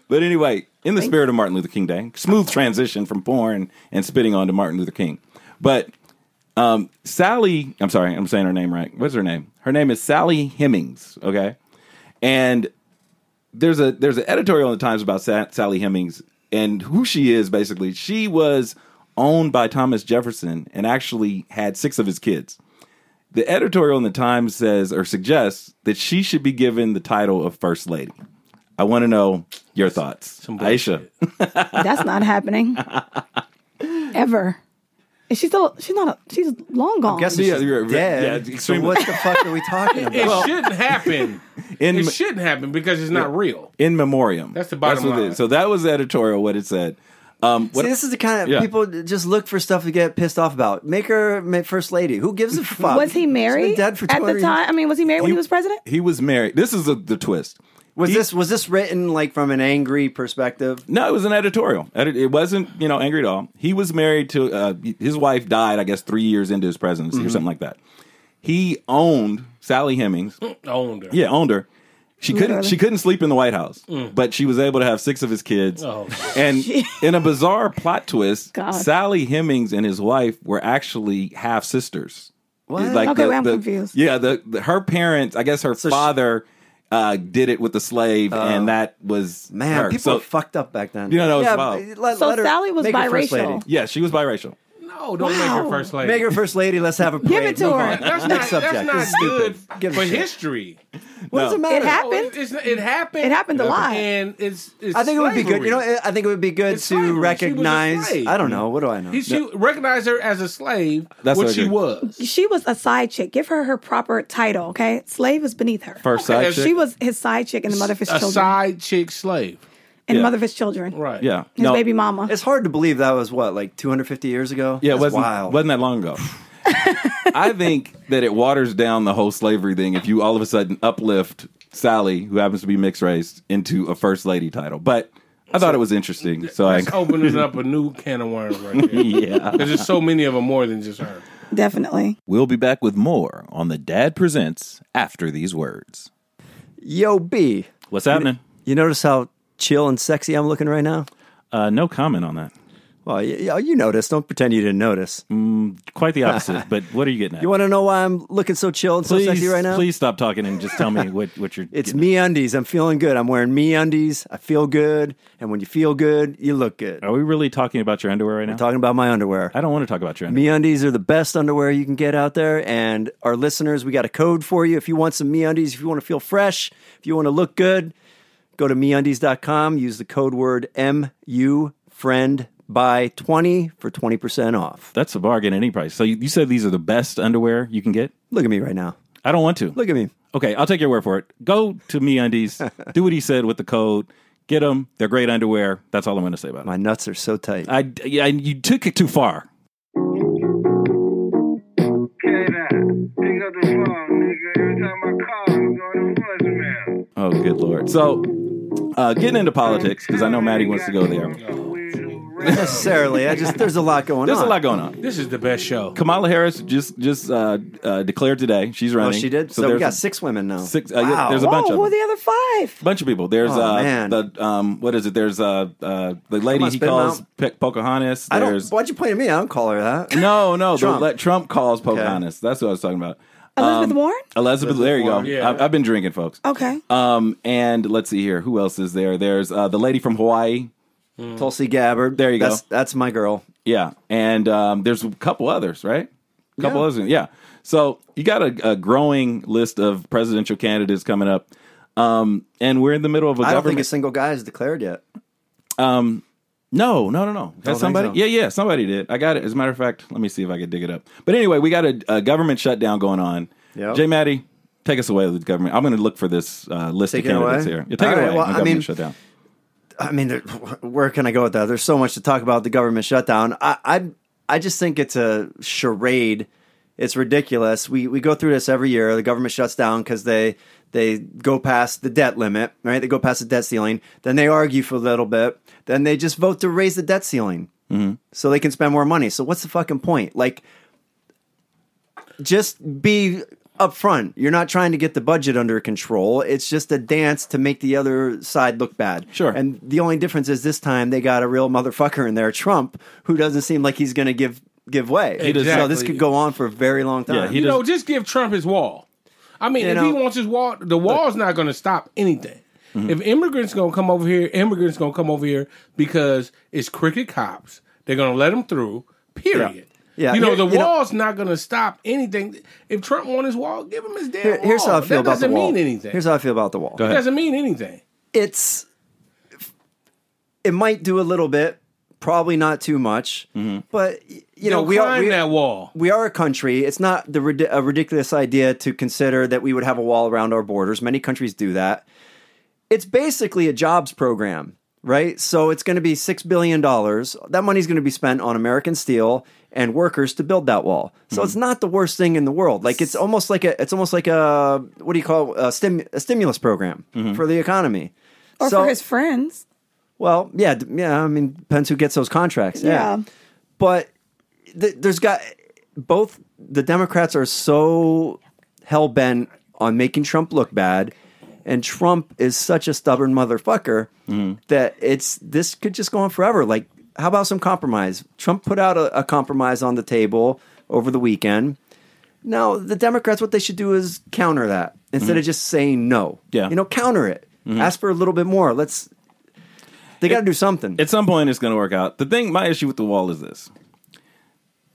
Speaker 5: But anyway, in the spirit of Martin Luther King Day, smooth transition from porn and spitting on to Martin Luther King. But um, Sally, I'm sorry, I'm saying her name right. What's her name? Her name is Sally Hemings. Okay, and there's a there's an editorial in the Times about Sa- Sally Hemings and who she is. Basically, she was owned by Thomas Jefferson and actually had six of his kids. The editorial in the Times says or suggests that she should be given the title of First Lady. I want to know your thoughts, Aisha.
Speaker 2: That's not happening ever. Is she still? She's not. A, she's long gone.
Speaker 4: Guess
Speaker 5: Yeah,
Speaker 4: she's
Speaker 5: you're-
Speaker 4: dead.
Speaker 5: yeah,
Speaker 4: so
Speaker 5: extremely-
Speaker 4: what the fuck are we talking about?
Speaker 3: It shouldn't happen.
Speaker 5: In
Speaker 3: it shouldn't happen because it's not real.
Speaker 5: in memoriam.
Speaker 3: That's the bottom
Speaker 5: what it
Speaker 3: line.
Speaker 5: is. So that was the editorial. What it said. Um, what,
Speaker 4: See, this is the kind of
Speaker 5: Yeah.
Speaker 4: people that just look for stuff to get pissed off about. Make her ma- first lady. Who gives a fuck?
Speaker 2: Was he
Speaker 4: She's been
Speaker 2: married
Speaker 4: dead for
Speaker 2: at the
Speaker 4: 200
Speaker 2: time? I mean, was he married when he was president?
Speaker 5: he was married. This is the the twist.
Speaker 4: Was
Speaker 5: He-
Speaker 4: this was this written like from an angry perspective?
Speaker 5: No, it was an editorial. Edit- It wasn't, you know, angry at all. He was married to uh, his wife died, I guess, three years into his presidency
Speaker 3: Mm-hmm.
Speaker 5: or something like that. He owned Sally Hemings.
Speaker 3: Mm. Owned her.
Speaker 5: Yeah, owned her. She couldn't.
Speaker 2: Literally.
Speaker 5: She couldn't sleep in the White House,
Speaker 3: Mm.
Speaker 5: but she was able to have six of his kids.
Speaker 3: Oh.
Speaker 5: And in a bizarre plot twist,
Speaker 2: God.
Speaker 5: Sally Hemings and his wife were actually half sisters.
Speaker 4: What?
Speaker 2: Okay, wait, I'm confused.
Speaker 5: Yeah, the, the- her parents. I guess her
Speaker 4: So she- Oh.
Speaker 5: father uh, did it with a slave, and that was
Speaker 4: Man,
Speaker 5: her.
Speaker 4: people
Speaker 5: So-
Speaker 4: were fucked up back then.
Speaker 5: You don't know, it's
Speaker 4: yeah,
Speaker 5: wild.
Speaker 4: let-
Speaker 2: So
Speaker 4: let her-
Speaker 2: Sally was
Speaker 4: make her first
Speaker 2: biracial.
Speaker 4: lady.
Speaker 5: Yeah, she was biracial.
Speaker 3: No, don't make
Speaker 2: Wow.
Speaker 3: her first lady.
Speaker 4: Make her first lady. Let's have a parade.
Speaker 2: Give it to
Speaker 4: Move
Speaker 2: her.
Speaker 4: on.
Speaker 3: that's
Speaker 4: Next
Speaker 3: not,
Speaker 4: subject. This
Speaker 3: That's
Speaker 4: is
Speaker 3: not
Speaker 4: stupid.
Speaker 3: good
Speaker 4: Give a
Speaker 3: for
Speaker 4: shit.
Speaker 3: history.
Speaker 4: What does
Speaker 5: No.
Speaker 4: it matter?
Speaker 2: It happened.
Speaker 3: No, it's- it's not- it happened.
Speaker 2: It happened a lot.
Speaker 3: And it's, it's
Speaker 4: I think it would be good. You know,
Speaker 3: slavery.
Speaker 4: I think it would be good
Speaker 3: It's slavery. She
Speaker 4: to
Speaker 3: was a
Speaker 4: recognize.
Speaker 3: slave.
Speaker 4: I don't know. What do I know?
Speaker 3: He, she recognized her as a slave,
Speaker 5: That's what
Speaker 3: what
Speaker 5: I
Speaker 3: she
Speaker 5: did.
Speaker 3: was.
Speaker 2: She was a side chick. Give her her proper title, okay? Slave is beneath her.
Speaker 5: First
Speaker 3: Okay,
Speaker 5: side
Speaker 3: if
Speaker 5: chick.
Speaker 2: She was his side chick and the mother of his
Speaker 3: A
Speaker 2: children.
Speaker 3: side chick slave.
Speaker 2: and
Speaker 5: Yeah.
Speaker 2: mother of his children.
Speaker 3: Right.
Speaker 5: yeah,
Speaker 2: His baby mama.
Speaker 4: it's hard to believe that was what like 250 years ago.
Speaker 5: Yeah, it
Speaker 4: That's
Speaker 5: wasn't
Speaker 4: wild.
Speaker 5: wasn't that long ago. I think that it waters down the whole slavery thing if you all of a sudden uplift Sally, who happens to be mixed race, into a first lady title. But I thought it was interesting, so I
Speaker 3: That's opening up a new can of worms right there.
Speaker 5: yeah.
Speaker 3: Because there's so many of them more than just her.
Speaker 2: Definitely.
Speaker 5: We'll be back with more on the Dad Presents after these words.
Speaker 4: Yo, B.
Speaker 5: What's happening?
Speaker 4: You notice how chill and sexy I'm looking right now?
Speaker 5: Uh, no comment on that.
Speaker 4: Well, you, you noticed. Don't pretend you didn't notice.
Speaker 5: Quite the opposite. but what are you getting at?
Speaker 4: You want to know why I'm looking so chill and so sexy right now?
Speaker 5: please stop talking and just tell me what, what you're.
Speaker 4: It's me undies. I'm feeling good. I'm wearing me undies. I feel good. And when you feel good, you look good.
Speaker 5: Are we really talking about your underwear right now?
Speaker 4: Talking about my underwear.
Speaker 5: Oh, I don't want to talk about your underwear.
Speaker 4: Me undies are the best underwear you can get out there. And our listeners, we got a code for you. If you want some me undies, if you want to feel fresh, if you want to look good, go to meundies.com. Use the code word MU friend by 20 for 20% off.
Speaker 5: That's a bargain at any price. So you, you said these are the best underwear you can get?
Speaker 4: Look at me right now.
Speaker 5: I don't want to.
Speaker 4: Look at me.
Speaker 5: Okay, I'll take your word for it. Go to me undies, do what he said with the code, get them. They're great underwear. That's all I'm going to say about it.
Speaker 4: My nuts are so tight.
Speaker 5: I, yeah, you took it too far.
Speaker 10: Hey, now, pick up the phone, nigga. Every time I call, I'm going to voicemail.
Speaker 5: Oh, good lord. So, uh, getting into politics, because I know Maddie wants to go there.
Speaker 4: Not necessarily. I just, there's a lot going
Speaker 5: There's
Speaker 4: on.
Speaker 5: a lot going on.
Speaker 3: This is the best show.
Speaker 5: Kamala Harris just just uh, uh, declared today she's
Speaker 4: Oh,
Speaker 5: running.
Speaker 4: she did? So, we
Speaker 5: there's
Speaker 4: got
Speaker 5: a-
Speaker 4: six women now.
Speaker 5: six- uh, yeah, there's a
Speaker 2: Whoa,
Speaker 5: bunch of
Speaker 2: Oh, who are
Speaker 5: them.
Speaker 2: the other five?
Speaker 5: bunch of people. There's
Speaker 4: Oh,
Speaker 5: uh,
Speaker 4: man.
Speaker 5: the um, what is it? There's uh, uh, the lady
Speaker 4: on,
Speaker 5: he
Speaker 4: spit 'em
Speaker 5: calls
Speaker 4: out.
Speaker 5: Pe- Pocahontas.
Speaker 4: I don't,
Speaker 5: There's
Speaker 4: why'd you point at me? I don't call her that.
Speaker 5: No, no. Trump.
Speaker 4: Trump.
Speaker 5: The, le- Trump calls Pocahontas. That's what I was talking about.
Speaker 2: Elizabeth
Speaker 4: Um,
Speaker 2: Warren?
Speaker 5: Elizabeth, there you go.
Speaker 3: Warren, yeah.
Speaker 5: I've, I've been drinking, folks.
Speaker 2: Okay.
Speaker 5: Um, and let's see here. Who else is there? There's uh, the lady from Hawaii.
Speaker 4: Tulsi Gabbard.
Speaker 5: Mm. There you go.
Speaker 4: that's, That's my girl.
Speaker 5: Yeah, and um, there's a couple others, right? A couple
Speaker 4: Yeah.
Speaker 5: others. Yeah. So you got a, a growing list of presidential candidates coming up, um, and we're in the middle of a
Speaker 4: I don't
Speaker 5: government.
Speaker 4: think a single guy is declared yet.
Speaker 5: No, no, no, no. That's
Speaker 4: think
Speaker 5: somebody.
Speaker 4: so.
Speaker 5: Yeah, yeah, somebody did. I got it. As a matter of fact, let me see if I can dig it up. But anyway, we got a, a government shutdown going on.
Speaker 4: Yep.
Speaker 5: Jay Maddie, take us away with the government. I'm going to look for this uh, list
Speaker 4: Take
Speaker 5: of
Speaker 4: it away?
Speaker 5: candidates here. Yeah, take
Speaker 4: All
Speaker 5: it
Speaker 4: right,
Speaker 5: away.
Speaker 4: well,
Speaker 5: on
Speaker 4: I
Speaker 5: government
Speaker 4: mean-
Speaker 5: shutdown.
Speaker 4: I mean, there, where can I go with that? There's so much to talk about the government shutdown. I, I, I just think it's a charade. It's ridiculous. We we go through this every year. The government shuts down because they they go past the debt limit, right? They go past the debt ceiling. Then they argue for a little bit. Then they just vote to raise the debt ceiling so they can spend more money. So what's the fucking point? Like, just be upfront. You're not trying to get the budget under control. It's just a dance to make the other side look bad.
Speaker 5: Sure.
Speaker 4: And the only difference is this time they got a real motherfucker in there, Trump, who doesn't seem like he's going to give give way.
Speaker 3: doesn't.
Speaker 4: So this could go on for a very long time.
Speaker 5: Yeah, he
Speaker 3: You know,
Speaker 5: doesn't-
Speaker 3: just give Trump his wall. I mean,
Speaker 4: You
Speaker 3: if he
Speaker 4: know- Mm-hmm.
Speaker 3: wants his wall, the wall's not going to stop anything. If immigrants going to come over here, immigrants going to come over here because it's crooked cops. They're going to let them through. Period.
Speaker 4: Yeah.
Speaker 3: You know, the
Speaker 4: You- you know-
Speaker 3: wall's not going to stop anything. If Trump wants his wall, give him his damn
Speaker 4: Here-
Speaker 3: wall.
Speaker 4: here's how I feel
Speaker 3: that
Speaker 4: about the
Speaker 3: doesn't
Speaker 4: wall.
Speaker 3: mean anything.
Speaker 4: Here's how I feel about the wall.
Speaker 5: Go
Speaker 3: it
Speaker 5: ahead.
Speaker 3: doesn't mean anything.
Speaker 4: It's it might do a little bit. probably not too much, but y- you know
Speaker 3: They'll
Speaker 4: we are
Speaker 3: Mm-hmm. climb
Speaker 4: we,
Speaker 3: that wall.
Speaker 4: we are a country. It's not the rid- a ridiculous idea to consider that we would have a wall around our borders. Many countries do that. It's basically a jobs program, right? So it's going to be six billion dollars. That money's going to be spent on American steel and workers to build that wall. So it's not the worst thing in the world. Like it's almost like a it's almost like a what do you call a, stim, a stimulus program for the economy.
Speaker 2: or
Speaker 4: so,
Speaker 2: for his friends.
Speaker 4: well, yeah, d- yeah. I mean, depends who gets those contracts. Yeah,
Speaker 2: Yeah.
Speaker 4: but th- there's got both. The Democrats are so hell bent on making Trump look bad, and Trump is such a stubborn motherfucker that it's this could just go on forever. Like, how about some compromise? Trump put out a, a compromise on the table over the weekend. Now, the Democrats, what they should do is counter that instead of just saying no.
Speaker 5: Yeah.
Speaker 4: you know, counter it. Ask for a little bit more. Let's they got to do something.
Speaker 5: at some point it's going to work out. The thing, my issue with the wall is this: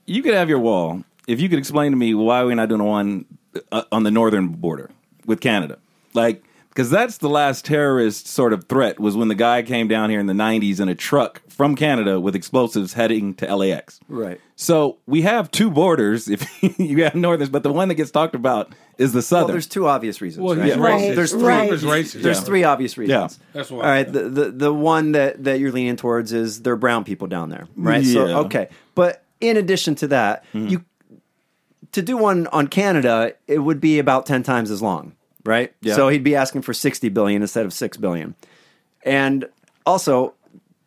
Speaker 5: you could have your wall if you could explain to me why we're not doing one uh, on the northern border with Canada, like because that's the last terrorist sort of threat was when the guy came down here in the '90s in a truck from Canada with explosives heading to LAX.
Speaker 4: Right.
Speaker 5: So we have two borders. If you have northerns, but the one that gets talked about is the
Speaker 4: Well,
Speaker 5: southern.
Speaker 4: there's two obvious reasons.
Speaker 3: Well,
Speaker 4: right?
Speaker 3: he's
Speaker 2: Right,
Speaker 3: racist.
Speaker 4: There's three.
Speaker 2: right.
Speaker 3: Trump is racist.
Speaker 4: There's three obvious reasons.
Speaker 5: Yeah.
Speaker 3: That's why.
Speaker 4: All right. The, the the one that that you're leaning towards is they're brown people down there, right?
Speaker 5: Yeah. Hmm.
Speaker 4: So okay. But in addition to that, you to do one on Canada, it would be about ten times as long, right?
Speaker 5: Yeah.
Speaker 4: So he'd be asking for sixty billion instead of six billion, and also.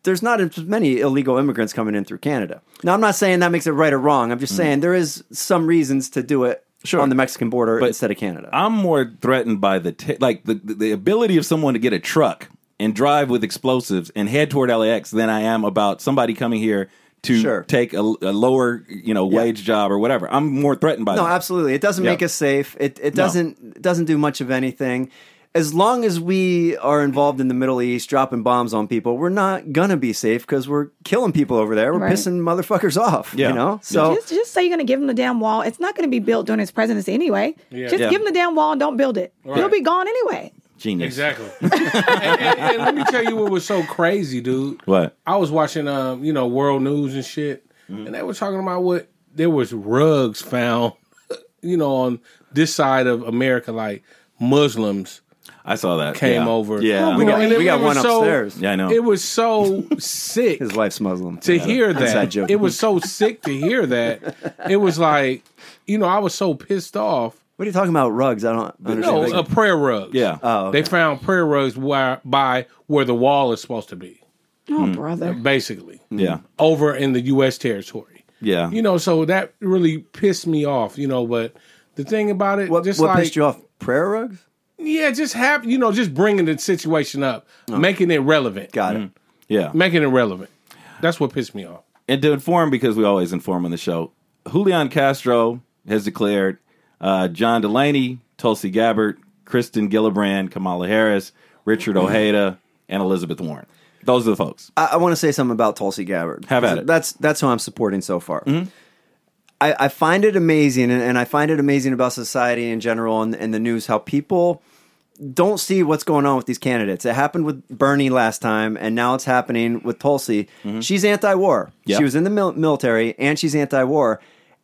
Speaker 4: There's not as many illegal immigrants coming in through Canada. Now, I'm not saying that makes it right or wrong. I'm
Speaker 5: Hmm.
Speaker 4: just saying there is some reasons to do it on the Mexican border instead of Canada.
Speaker 5: I'm more threatened by the t- like the the ability of someone to get a truck and drive with explosives and head toward LAX than I am about somebody coming here to
Speaker 4: Sure.
Speaker 5: take a, a lower you know wage job or whatever. I'm more threatened by
Speaker 4: No,
Speaker 5: that.
Speaker 4: absolutely. It doesn't
Speaker 5: Yeah.
Speaker 4: make us safe. It it doesn't it doesn't do much of anything. As long as we are involved in the Middle East, dropping bombs on people, we're not gonna be safe because we're killing people over there. We're
Speaker 2: Right.
Speaker 4: pissing motherfuckers off.
Speaker 5: Yeah.
Speaker 4: You know.
Speaker 5: Yeah.
Speaker 4: So
Speaker 2: Just, just say you're going to give him the damn wall. It's not going to be built during his presidency anyway. Just
Speaker 5: Yeah.
Speaker 2: give him the damn wall and don't build it. He'll
Speaker 3: Right.
Speaker 2: be gone anyway.
Speaker 5: Genius.
Speaker 3: Exactly. and, and- and let me tell you what was so crazy, dude.
Speaker 5: What?
Speaker 3: I was watching, um, you know, world news and shit,
Speaker 5: Mm-hmm.
Speaker 3: and they were talking about what there was rugs found, you know, on this side of America, like Muslims
Speaker 5: I saw that.
Speaker 3: came
Speaker 5: Yeah.
Speaker 3: over.
Speaker 5: Yeah.
Speaker 2: Oh, We got-
Speaker 3: And it-
Speaker 4: we got
Speaker 3: it was
Speaker 4: one
Speaker 3: so-
Speaker 4: upstairs.
Speaker 5: Yeah, I know.
Speaker 3: It was so sick
Speaker 4: his wife's Muslim.
Speaker 3: to hear that.
Speaker 4: Inside joke.
Speaker 3: It was so sick to hear that. It was like, you know, I was so pissed off.
Speaker 4: What are you talking about? Rugs? I don't understand.
Speaker 3: No, a prayer rug.
Speaker 5: Yeah.
Speaker 4: oh, okay.
Speaker 3: They found prayer rugs where, by where the wall is supposed to be,
Speaker 2: Oh,
Speaker 5: Mm.
Speaker 2: brother.
Speaker 3: basically,
Speaker 5: yeah.
Speaker 3: over in the U.S. territory.
Speaker 5: Yeah.
Speaker 3: You know, so that really pissed me off, you know, but the thing about it,
Speaker 4: what
Speaker 3: just
Speaker 4: what
Speaker 3: like,
Speaker 4: pissed you off? Prayer rugs?
Speaker 3: yeah, just have, you know, just bringing the situation up, making it relevant,
Speaker 4: Oh. Got it.
Speaker 5: yeah.
Speaker 3: making it relevant. That's what pissed me off.
Speaker 5: and to inform because we always inform on the show. Julian Castro has declared uh, John Delaney, Tulsi Gabbard, Kristen Gillibrand, Kamala Harris, Richard
Speaker 4: Mm-hmm.
Speaker 5: Ojeda, and Elizabeth Warren. Those are the folks.
Speaker 4: I, I want to say something about Tulsi Gabbard.
Speaker 5: Have at it. Mm-hmm.
Speaker 4: That's that's who I'm supporting so far. I, I find it amazing, and, and I find it amazing about society in general and, and the news how people don't see what's going on with these candidates. It happened with Bernie last time, and now it's happening with Tulsi. She's anti-war.
Speaker 5: Yep.
Speaker 4: She was in the mil- military, and she's anti-war,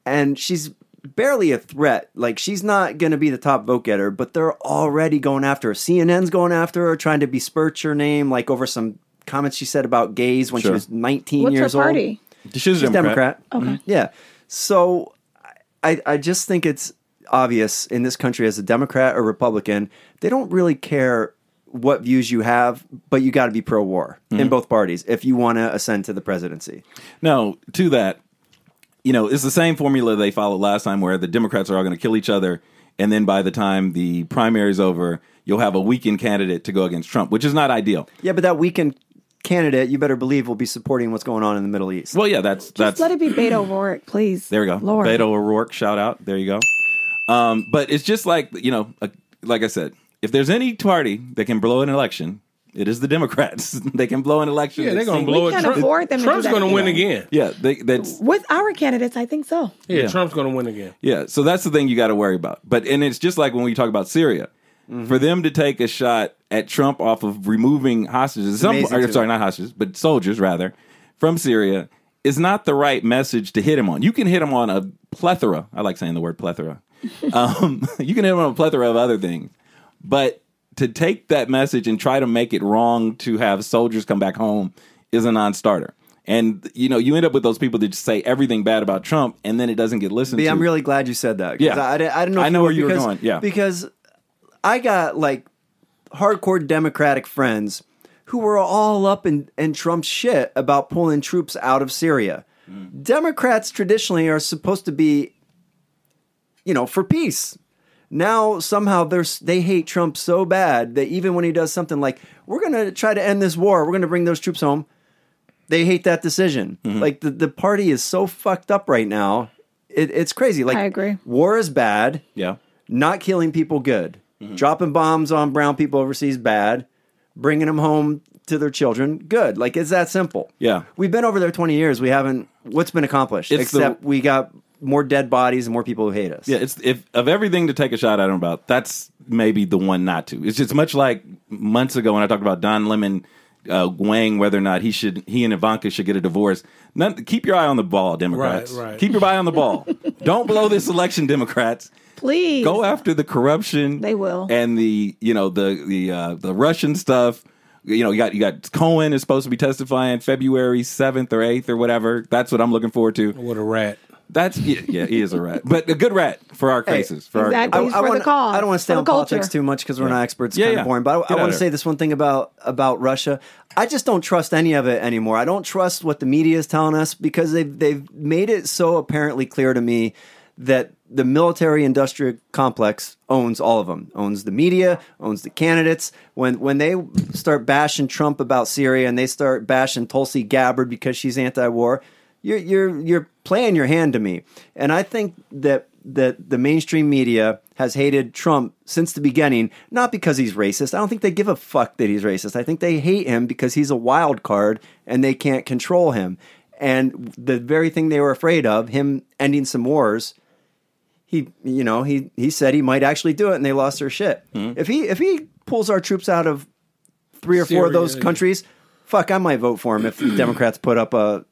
Speaker 4: and she's barely a threat. Like she's not going to be the top vote getter, but they're already going after her. CNN's going after her, trying to besmirch her name, like over some comments she said about gays when
Speaker 5: Sure.
Speaker 4: she was 19
Speaker 2: What's her
Speaker 4: years old.
Speaker 2: party?
Speaker 5: She's a
Speaker 4: She's Democrat. Mm-hmm.
Speaker 2: Okay.
Speaker 4: Yeah. So I I just think it's obvious in this country as a Democrat or Republican, they don't really care what views you have, but you got to be pro war in both parties if you want to ascend to the presidency.
Speaker 5: No, to that, you know, it's the same formula they followed last time where the Democrats are all going to kill each other. And then by the time the primary is over, you'll have a weakened candidate to go against Trump, which is not ideal.
Speaker 4: Yeah, but that weekend candidate, you better believe will be supporting what's going on in the Middle East.
Speaker 5: Well, yeah, that's that's
Speaker 2: Just let it be Beto O'Rourke, please.
Speaker 5: There we go.
Speaker 2: Lord.
Speaker 5: Beto O'Rourke, shout out. There you go. Um, but it's just like you know, uh, like I said, if there's any party that can blow an election, it is the Democrats. they can blow an election.
Speaker 3: Yeah, they're
Speaker 5: It's
Speaker 3: going
Speaker 5: seen-
Speaker 3: to blow it.
Speaker 2: can't
Speaker 3: Trump-
Speaker 2: afford them to do
Speaker 3: Trump's
Speaker 2: that
Speaker 3: going to
Speaker 2: anymore.
Speaker 3: win again.
Speaker 5: Yeah, they, that's
Speaker 2: With our candidates, I think so.
Speaker 3: Yeah, Trump's going to win again.
Speaker 5: yeah. So that's the thing you got to worry about. But and it's just like when we talk about Syria,
Speaker 4: Mm-hmm.
Speaker 5: for them to take a shot at Trump off of removing hostages, some,
Speaker 4: amazing
Speaker 5: or,
Speaker 4: to
Speaker 5: sorry, not hostages, but soldiers rather. from Syria is not the right message to hit him on. You can hit him on a plethora. I like saying the word plethora. um, you can hit him on a plethora of other things, but to take that message and try to make it wrong to have soldiers come back home is a non-starter. And you know, you end up with those people that just say everything bad about Trump, and then it doesn't get listened
Speaker 4: B,
Speaker 5: to.
Speaker 4: I'm really glad you said that. 'cause
Speaker 5: Yeah.
Speaker 4: I, I didn't- I didn't know.
Speaker 5: I
Speaker 4: if
Speaker 5: know where you were
Speaker 4: because-
Speaker 5: going, yeah.
Speaker 4: because I got like hardcore Democratic friends who were all up in, in Trump's shit about pulling troops out of Syria.
Speaker 5: Mm.
Speaker 4: Democrats traditionally are supposed to be, you know, for peace. Now somehow they're, s- they hate Trump so bad that even when he does something like we're going to try to end this war, we're going to bring those troops home, they hate that decision.
Speaker 5: Mm-hmm.
Speaker 4: Like the, the party is so fucked up right now. It, it's crazy. Like
Speaker 2: I agree.
Speaker 4: War is bad.
Speaker 5: yeah, Mm-hmm.
Speaker 4: Not killing people good. Dropping bombs on brown people overseas bad. Bringing them home to their children good. Like it's that simple.
Speaker 5: Yeah.
Speaker 4: We've been over there 20 years. We haven't what's been accomplished
Speaker 5: It's the-
Speaker 4: except we got more dead bodies and more people who hate us.
Speaker 5: yeah. It's if of everything to take a shot at him about, that's maybe the one not to. It's just much like months ago when I talked about Don Lemon uh, weighing whether or not he should, he and Ivanka should get a divorce. None, keep your eye on the ball, Democrats.
Speaker 3: Right, right.
Speaker 5: Keep your eye on the ball. Don't blow this election, Democrats.
Speaker 2: Please.
Speaker 5: go after the corruption.
Speaker 2: They will.
Speaker 5: and the you know the the uh, the Russian stuff. You know, you got you got Cohen is supposed to be testifying February seventh or eighth or whatever. That's what I'm looking forward to.
Speaker 3: What a rat.
Speaker 5: That's yeah, yeah, he is a rat, but a good rat for our cases. for
Speaker 2: exactly.
Speaker 5: our,
Speaker 2: He's for the
Speaker 4: wanna-
Speaker 2: cause,
Speaker 4: I don't want to stay
Speaker 2: for the
Speaker 4: on politics
Speaker 2: culture.
Speaker 4: too much because we're not experts. It's
Speaker 5: Yeah,
Speaker 4: kind
Speaker 5: yeah.
Speaker 4: of boring. But
Speaker 5: Get
Speaker 4: I, I
Speaker 5: out
Speaker 4: want
Speaker 5: of
Speaker 4: to say
Speaker 5: here.
Speaker 4: this one thing about about Russia. I just don't trust any of it anymore. I don't trust what the media is telling us because they've they've made it so apparently clear to me that the military industrial complex owns all of them owns the media owns the candidates when when they start bashing trump about syria and they start bashing tulsi gabbard because she's anti-war you're you're you're playing your hand to me. And I think that that the mainstream media has hated Trump since the beginning, not because he's racist. I don't think they give a fuck that he's racist. I think they hate him because he's a wild card and they can't control him. And the very thing they were afraid of, him ending some wars, he you know, he he said he might actually do it and they lost their shit.
Speaker 5: Hmm.
Speaker 4: If he if he pulls our troops out of three or four of those
Speaker 3: Syria.
Speaker 4: countries, fuck, I might vote for him if the Democrats put up a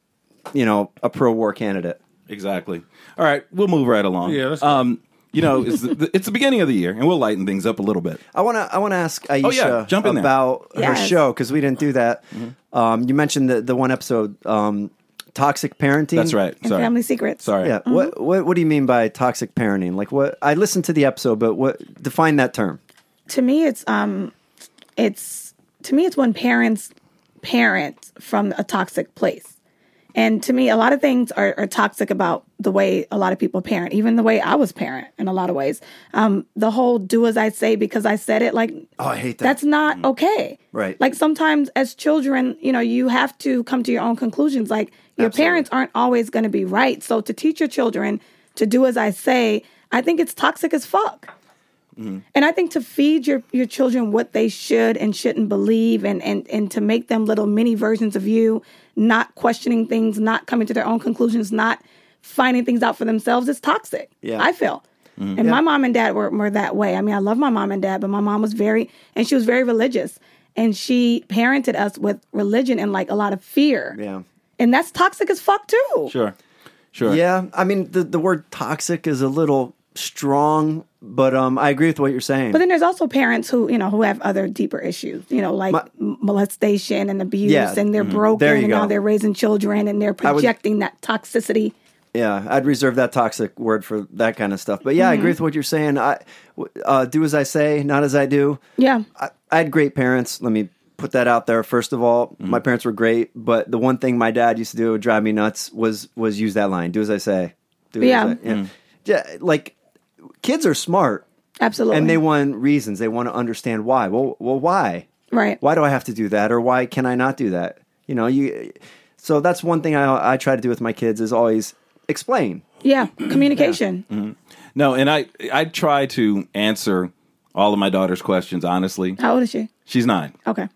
Speaker 4: you know, a pro war candidate.
Speaker 5: exactly. All right, we'll move right along.
Speaker 3: Yeah, let's go.
Speaker 5: um, you know, it's the, it's the beginning of the year, and we'll lighten things up a little bit.
Speaker 4: I want to I want to ask Aisha
Speaker 5: Oh, yeah, jump in there. Mm-hmm.
Speaker 4: about her
Speaker 2: Yes.
Speaker 4: show because we didn't do that. Um, you mentioned the the one episode, um, toxic parenting.
Speaker 5: That's right.
Speaker 2: And
Speaker 5: Sorry,
Speaker 2: family secrets.
Speaker 5: sorry.
Speaker 4: Yeah.
Speaker 2: Mm-hmm.
Speaker 4: What, what what do you mean by toxic parenting? Like what? I listened to the episode, but what define that term?
Speaker 2: to me it's um it's to me it's when parents parent from a toxic place and to me a lot of things are, are toxic about the way a lot of people parent even the way i was parent in a lot of ways um the whole do as i say because i said it like
Speaker 4: Oh, I hate that. Mm.
Speaker 2: that's not okay
Speaker 4: Right.
Speaker 2: like sometimes as children you know you have to come to your own conclusions like your parents aren't always going to be right so to teach your children to do as i say i think it's toxic as fuck
Speaker 4: Mm-hmm.
Speaker 2: and I think to feed your, your children what they should and shouldn't believe and, and, and to make them little mini versions of you, not questioning things, not coming to their own conclusions, not finding things out for themselves is toxic.
Speaker 4: Yeah.
Speaker 2: I feel.
Speaker 4: Mm-hmm.
Speaker 2: And my mom and dad were, were that way. I mean, I love my mom and dad, but my mom was very, and she was very religious. And she parented us with religion and like a lot of fear.
Speaker 4: Yeah.
Speaker 2: And that's toxic as fuck too.
Speaker 5: Sure, sure.
Speaker 4: Yeah. I mean the the word toxic is a little strong, but um, I agree with what you're saying.
Speaker 2: But then there's also parents who, you know, who have other deeper issues, you know, like
Speaker 4: My-
Speaker 2: m molestation and abuse,
Speaker 4: Yeah. Mm-hmm.
Speaker 2: and they're broken,
Speaker 4: There you
Speaker 2: and
Speaker 4: go.
Speaker 2: now they're raising children, and they're
Speaker 4: would-
Speaker 2: projecting that toxicity.
Speaker 4: Yeah, I'd reserve that toxic word for that kind of stuff. But yeah, I
Speaker 2: Mm-hmm.
Speaker 4: agree with what you're saying. I w- uh, do as I say, not as I do.
Speaker 2: Yeah.
Speaker 4: I, I had great parents. Let me put that out there. First of all,
Speaker 2: Mm-hmm.
Speaker 4: my parents were great, but the one thing my dad used to do that would drive me nuts was was use that line: "Do as I say." Do
Speaker 2: Yeah. Mm-hmm.
Speaker 4: As I, yeah. yeah, like kids are smart
Speaker 2: Absolutely.
Speaker 4: and they want reasons. They want to understand why. Well, well, why?
Speaker 2: right.
Speaker 4: why do I have to do that or why can I not do that? You know, you. So that's one thing I I try to do with my kids is always explain.
Speaker 2: Yeah. Communication.
Speaker 4: Mm.
Speaker 5: No, and I I try to answer all of my daughter's questions honestly.
Speaker 2: How old is she?
Speaker 5: She's nine.
Speaker 2: Okay.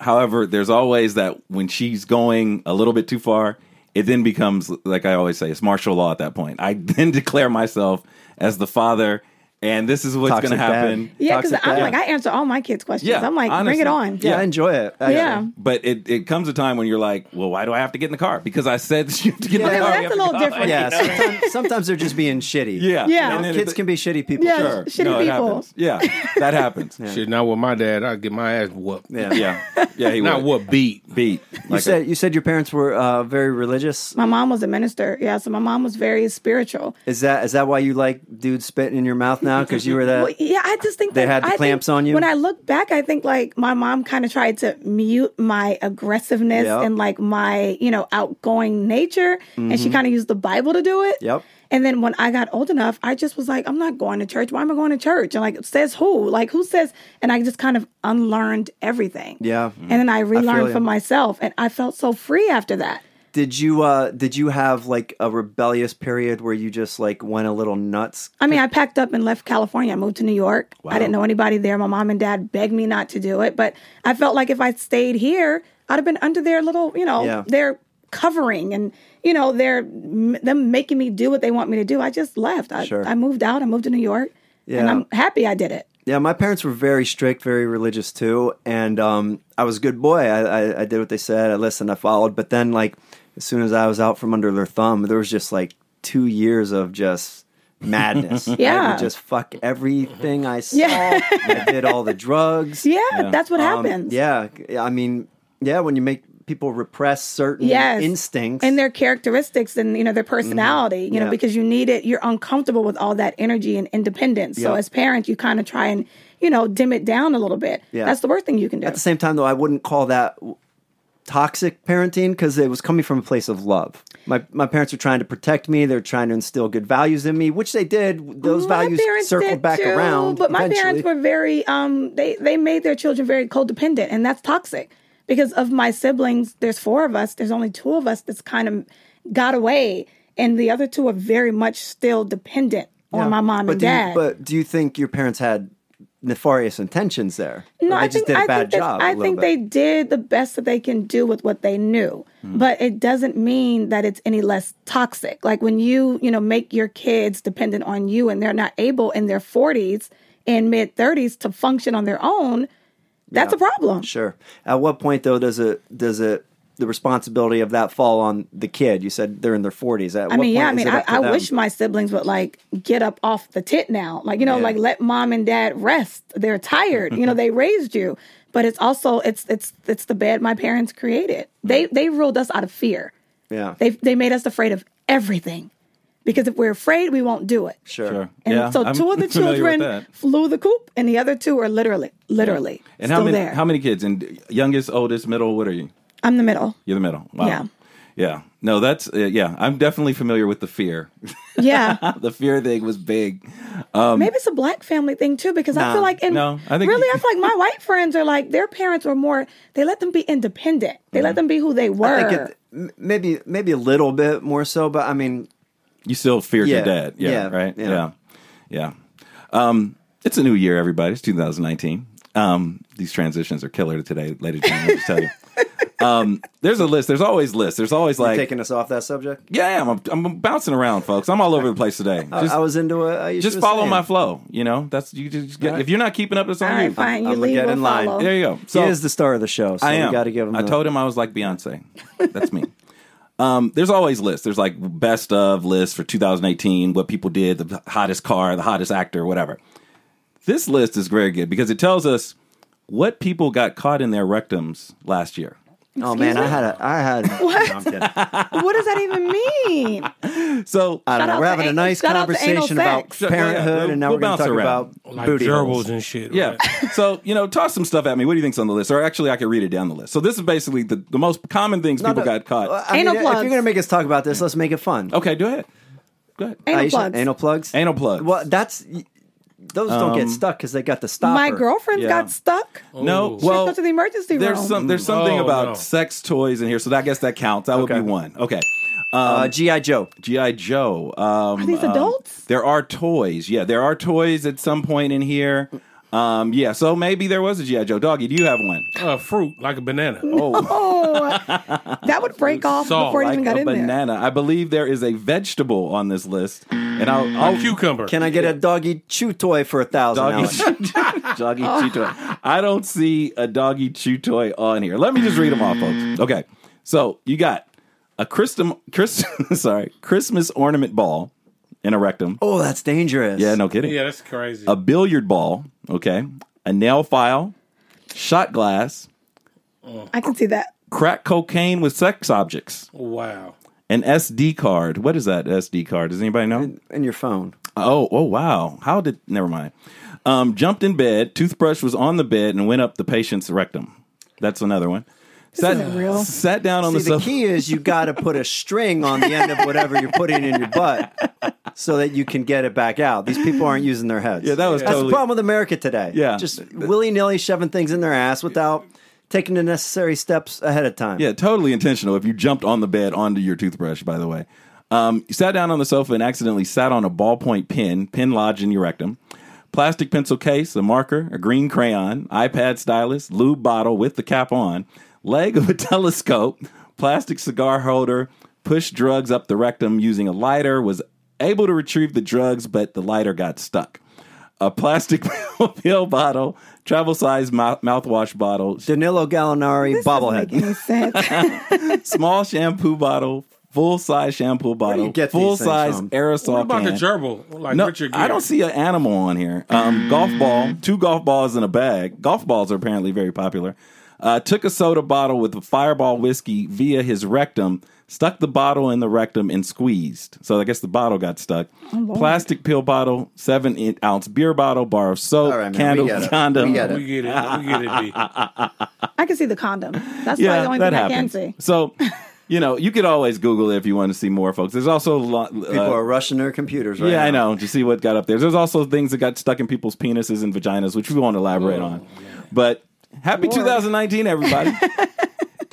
Speaker 5: However, there's always that when she's going a little bit too far, it then becomes like I always say, it's martial law at that point. I then declare myself as the father and this is what's
Speaker 4: Toxic
Speaker 5: going to
Speaker 4: dad.
Speaker 5: happen.
Speaker 2: Yeah, because
Speaker 4: Toxic
Speaker 2: I'm
Speaker 4: dad.
Speaker 2: like, I answer all my kids' questions.
Speaker 5: Yeah,
Speaker 2: I'm like, bring
Speaker 5: honestly.
Speaker 2: it on.
Speaker 4: Yeah, I enjoy it. actually.
Speaker 2: Yeah.
Speaker 5: But it, it comes a time when you're like, well, why do I have to get in the car? Because I said that you have to get in
Speaker 4: Yeah.
Speaker 5: the
Speaker 4: Okay,
Speaker 5: car.
Speaker 4: well,
Speaker 5: you have
Speaker 2: that's a
Speaker 5: to
Speaker 2: little
Speaker 5: get in the
Speaker 2: different.
Speaker 5: car.
Speaker 4: Yeah, sometimes, sometimes they're just being shitty.
Speaker 5: Yeah.
Speaker 2: Yeah.
Speaker 5: And then
Speaker 4: Kids
Speaker 5: it-
Speaker 4: can be shitty people.
Speaker 2: Yeah.
Speaker 4: too.
Speaker 5: Sure.
Speaker 2: Shitty
Speaker 5: No, it
Speaker 2: people.
Speaker 5: happens. Yeah, that happens. Yeah.
Speaker 3: Shit, not with my dad. I'd get my ass whooped.
Speaker 4: Yeah.
Speaker 5: Yeah, he
Speaker 3: Not
Speaker 5: would.
Speaker 3: what beat.
Speaker 5: beat.
Speaker 4: You said you said your parents were uh, very religious.
Speaker 2: My mom was a minister. Yeah, so my mom was very spiritual.
Speaker 4: Is that is that why you like dudes spitting in your mouth now? Because you were that.
Speaker 2: Well, yeah, I just think
Speaker 4: They
Speaker 2: that-
Speaker 4: had the
Speaker 2: I think
Speaker 4: clamps on you?
Speaker 2: When I look back, I think like my mom kind of tried to mute my aggressiveness
Speaker 4: Yep.
Speaker 2: and like my you know outgoing nature, and she kind of used the Bible to do it.
Speaker 4: Mm-hmm. Yep.
Speaker 2: And then when I got old enough, I just was like, I'm not going to church. Why am I going to church? And like, says who? Like, who says? And I just kind of unlearned everything.
Speaker 4: Yeah.
Speaker 2: And then I relearned
Speaker 4: ya.
Speaker 2: for myself, and I felt so free after that.
Speaker 4: Did you uh did you have like a rebellious period where you just like went a little nuts?
Speaker 2: I mean, I packed up and left California. I moved to New York. I didn't know anybody there. My mom and dad begged me not to do it, but I felt like if I stayed here, I'd have been under their little, you know,
Speaker 4: Yeah.
Speaker 2: their covering and you know their them making me do what they want me to do. I just left. I,
Speaker 4: Sure.
Speaker 2: I moved out. I moved to New York, and
Speaker 4: Yeah.
Speaker 2: I'm happy I did it.
Speaker 4: Yeah, my parents were very strict, very religious too, and um, I was a good boy. I, I, I did what they said. I listened. I followed. But then, like, as soon as I was out from under their thumb, there was just like two years of just madness. I
Speaker 2: Yeah.
Speaker 4: would just fuck everything I saw.
Speaker 2: Yeah.
Speaker 4: I did all the drugs.
Speaker 2: Yeah, that's what
Speaker 4: Um,
Speaker 2: happens.
Speaker 4: Yeah, I mean, yeah, when you make people repress certain
Speaker 2: Yes.
Speaker 4: instincts,
Speaker 2: and their characteristics and you know their personality you
Speaker 4: Mm-hmm. Yeah.
Speaker 2: know because you need it you're uncomfortable with all that energy and independence so
Speaker 4: Yeah.
Speaker 2: as parents you kind of try and you know dim it down a little bit
Speaker 4: Yeah.
Speaker 2: that's the worst thing you can do
Speaker 4: At the same time, though, I wouldn't call that w- toxic parenting because it was coming from a place of love. My my parents were trying to protect me. they were trying to instill good values in me, which they did. Those
Speaker 2: My
Speaker 4: values
Speaker 2: parents
Speaker 4: circled
Speaker 2: did
Speaker 4: back
Speaker 2: too,
Speaker 4: around.
Speaker 2: But my
Speaker 4: eventually.
Speaker 2: parents were very um they they made their children very codependent and that's toxic. Because of my siblings, there's four of us, there's only two of us that's kind of got away and the other two are very much still dependent on my mom
Speaker 4: but
Speaker 2: and
Speaker 4: do you-
Speaker 2: dad.
Speaker 4: but do you think your parents had nefarious intentions there? Or
Speaker 2: no,
Speaker 4: they
Speaker 2: I think
Speaker 4: just did a
Speaker 2: I
Speaker 4: bad
Speaker 2: think that-
Speaker 4: job. a
Speaker 2: I
Speaker 4: little
Speaker 2: think
Speaker 4: bit?
Speaker 2: they did the best that they can do with what they knew.
Speaker 4: Hmm.
Speaker 2: But it doesn't mean that it's any less toxic. Like when you, you know, make your kids dependent on you and they're not able in their 40s and mid 30s to function on their own, that's a problem.
Speaker 4: Sure. At what point though does it does it the responsibility of that fall on the kid? You said they're in their forties. At
Speaker 2: I
Speaker 4: what
Speaker 2: mean, yeah, I
Speaker 4: point is
Speaker 2: mean,
Speaker 4: it
Speaker 2: I,
Speaker 4: up to
Speaker 2: I
Speaker 4: them?
Speaker 2: wish my siblings would like get up off the tit now. Like, you know,
Speaker 4: Yeah.
Speaker 2: like let mom and dad rest. They're tired. you know, they raised you. But it's also it's it's it's the bed my parents created. They
Speaker 4: Hmm.
Speaker 2: they ruled us out of fear.
Speaker 4: yeah,
Speaker 2: They they made us afraid of everything. Because if we're afraid, we won't do it.
Speaker 4: sure.
Speaker 5: Sure.
Speaker 2: And
Speaker 5: yeah,
Speaker 2: so
Speaker 5: I'm
Speaker 2: two of the
Speaker 5: familiar with
Speaker 2: children
Speaker 5: that.
Speaker 2: flew the coop and the other two are literally literally
Speaker 5: And
Speaker 2: still
Speaker 5: how many?
Speaker 2: there.
Speaker 5: How many kids? And youngest, oldest, middle. What are you?
Speaker 2: I'm the middle.
Speaker 5: You're the middle. Wow.
Speaker 2: Yeah.
Speaker 5: Yeah. No, that's uh, yeah. I'm definitely familiar with the fear.
Speaker 2: Yeah.
Speaker 5: the fear thing was big.
Speaker 2: Maybe it's a black family thing too, because I feel like, and
Speaker 5: Um, no, I think-
Speaker 2: really, I feel like my white friends are like their parents were more. They let them be independent. They
Speaker 5: Mm-hmm.
Speaker 2: let them be who they were.
Speaker 4: I think it, m- maybe maybe a little bit more so, but I mean,
Speaker 5: You still fear your
Speaker 4: Yeah.
Speaker 5: dad. Yeah.
Speaker 4: Yeah.
Speaker 5: Right.
Speaker 4: Yeah.
Speaker 5: Yeah. Yeah. Um, it's a new year, everybody. It's 2019. Um, these transitions are killer today, ladies and gentlemen. Just tell you. Um, there's a list. There's always lists. There's always like,
Speaker 4: taking us off that subject.
Speaker 5: yeah, I'm, I'm bouncing around, folks. I'm all over the place today.
Speaker 4: I-
Speaker 5: Just,
Speaker 4: Oh, I was into it. I
Speaker 5: just follow my flow. You know, that's you just get, if you're not keeping up, it's on
Speaker 2: All
Speaker 5: you.
Speaker 2: right, fine. You
Speaker 4: I'm
Speaker 2: leave,
Speaker 4: getting
Speaker 2: we'll
Speaker 4: in line.
Speaker 2: follow.
Speaker 5: There you go.
Speaker 4: he is the star of the show, so
Speaker 5: I am.
Speaker 4: you got to give him.
Speaker 5: I
Speaker 4: the-
Speaker 5: told him I was like Beyonce. That's me. um, there's always lists. There's like best of lists for 2018, what people did, the hottest car, the hottest actor, whatever. This list is very good because it tells us what people got caught in their rectums last year.
Speaker 4: Oh man, I had a, I had.
Speaker 2: What?
Speaker 4: No, I'm kidding.
Speaker 2: what does that even mean?
Speaker 5: So
Speaker 2: Shout
Speaker 4: I don't know.
Speaker 2: out
Speaker 4: We're
Speaker 2: to
Speaker 4: having a
Speaker 2: anal-
Speaker 4: nice
Speaker 2: shout out to anal
Speaker 4: conversation about
Speaker 2: sex.
Speaker 5: Yeah, yeah,
Speaker 4: parenthood,
Speaker 5: we'll-
Speaker 4: and now
Speaker 5: we'll
Speaker 4: we're going
Speaker 5: bounce
Speaker 4: to talk
Speaker 5: around.
Speaker 4: about
Speaker 3: Like
Speaker 4: booty
Speaker 3: gerbils
Speaker 4: holes.
Speaker 3: and shit.
Speaker 5: Yeah.
Speaker 3: right?
Speaker 5: so, you know, toss some stuff at me. What do you think's on the list? Or actually, I could read it down the list. So, this is basically the, the most common things people got caught.
Speaker 4: I mean,
Speaker 2: Anal
Speaker 4: if you're
Speaker 2: plugs.
Speaker 4: going to make us talk about this, let's make it fun.
Speaker 5: Okay, go ahead. Go ahead.
Speaker 2: Anal
Speaker 4: Aisha,
Speaker 2: plugs.
Speaker 4: Anal plugs.
Speaker 5: Oh. Anal plugs.
Speaker 4: Well, that's those don't get
Speaker 5: Um,
Speaker 4: stuck because they got the stopper.
Speaker 2: my girlfriend
Speaker 5: Yeah.
Speaker 2: got stuck.
Speaker 5: No,
Speaker 3: She
Speaker 5: well,
Speaker 2: Go to the emergency
Speaker 5: there's
Speaker 2: room.
Speaker 5: some there's something
Speaker 3: Oh,
Speaker 5: about
Speaker 3: no.
Speaker 5: sex toys in here, so that I guess that counts. That would
Speaker 4: Okay.
Speaker 5: be one. Okay.
Speaker 4: uh, GI Joe.
Speaker 5: GI Joe. Um,
Speaker 2: these
Speaker 5: um,
Speaker 2: adults?
Speaker 5: there are toys. Yeah, there are toys at some point in here. Um, yeah, so maybe there was a GI Joe. Doggy, do you have one?
Speaker 3: Uh, fruit like a banana.
Speaker 2: Oh, that would break off
Speaker 3: Saw
Speaker 2: before it
Speaker 5: Like
Speaker 2: even got
Speaker 5: a
Speaker 2: in there.
Speaker 5: banana. I believe there is a vegetable on this list, and I'll,
Speaker 3: A
Speaker 5: I'll
Speaker 3: cucumber.
Speaker 4: Can I get a doggy chew toy for a thousand?
Speaker 5: doggy
Speaker 4: Alex?
Speaker 5: doggy chew toy. I don't see a doggy chew toy on here. Let me just read them off, folks. Okay, so you got a Christum, Christ, sorry, Christmas ornament ball in a rectum.
Speaker 4: Oh, that's dangerous.
Speaker 5: Yeah, no kidding.
Speaker 3: yeah, that's crazy.
Speaker 5: A billiard ball. Okay, a nail file, shot glass,
Speaker 2: I can see that.
Speaker 5: crack cocaine with sex objects,
Speaker 3: wow.
Speaker 5: an SD card. What is that SD card? Does anybody know?
Speaker 4: And your phone.
Speaker 5: Oh, oh wow. How did never mind. Um, jumped in bed, toothbrush was on the bed and went up the patient's rectum. That's another one. Sat,
Speaker 2: isn't real.
Speaker 5: sat down on
Speaker 4: See,
Speaker 5: the
Speaker 4: the
Speaker 5: sofa.
Speaker 4: key is you got to put a string on the end of whatever you're putting in your butt so that you can get it back out. These people aren't using their heads.
Speaker 5: Yeah, that was
Speaker 4: That's
Speaker 5: totally-
Speaker 4: the problem with America today.
Speaker 5: Yeah.
Speaker 4: Just willy nilly shoving things in their ass without taking the necessary steps ahead of time.
Speaker 5: Yeah, totally intentional. If you jumped on the bed onto your toothbrush, by the way. Um, you sat down on the sofa and accidentally sat on a ballpoint pen, pen lodged in your rectum. Plastic pencil case, a marker, a green crayon, iPad stylus, lube bottle with the cap on, leg of a telescope, plastic cigar holder, pushed drugs up the rectum using a lighter, was able to retrieve the drugs, but the lighter got stuck. A plastic pill bottle, travel size mouth- mouthwash bottle,
Speaker 4: Danilo Gallinari
Speaker 2: This doesn't make
Speaker 4: bobblehead.
Speaker 2: any sense.
Speaker 5: small shampoo bottle, full size shampoo
Speaker 4: do you
Speaker 5: bottle,
Speaker 4: get these
Speaker 5: full size
Speaker 4: things from?
Speaker 5: aerosol
Speaker 3: What about
Speaker 5: can.
Speaker 3: the gerbil? Like
Speaker 5: no,
Speaker 3: Richard Gere.
Speaker 5: I don't see an animal on here. Um, golf ball, two golf balls in a bag. Golf balls are apparently very popular. Uh, took a soda bottle with a fireball whiskey via his rectum, stuck the bottle in the rectum and squeezed. So I guess the bottle got stuck. Plastic pill bottle, seven in- ounce beer bottle, bar of soap,
Speaker 4: All right, man, we
Speaker 5: candle,
Speaker 4: get it.
Speaker 5: condom.
Speaker 4: We get
Speaker 3: We get it. We get it. B.
Speaker 2: I can see the condom. That's probably the only thing I can see.
Speaker 5: So, you know, you could always Google it if you want to see more, folks. There's also a lot.
Speaker 4: People
Speaker 5: uh,
Speaker 4: are rushing their computers right
Speaker 5: yeah, I
Speaker 4: now.
Speaker 5: know. To see what got up there. There's also things that got stuck in people's penises and vaginas, which we won't elaborate on. But happy 2019, everybody.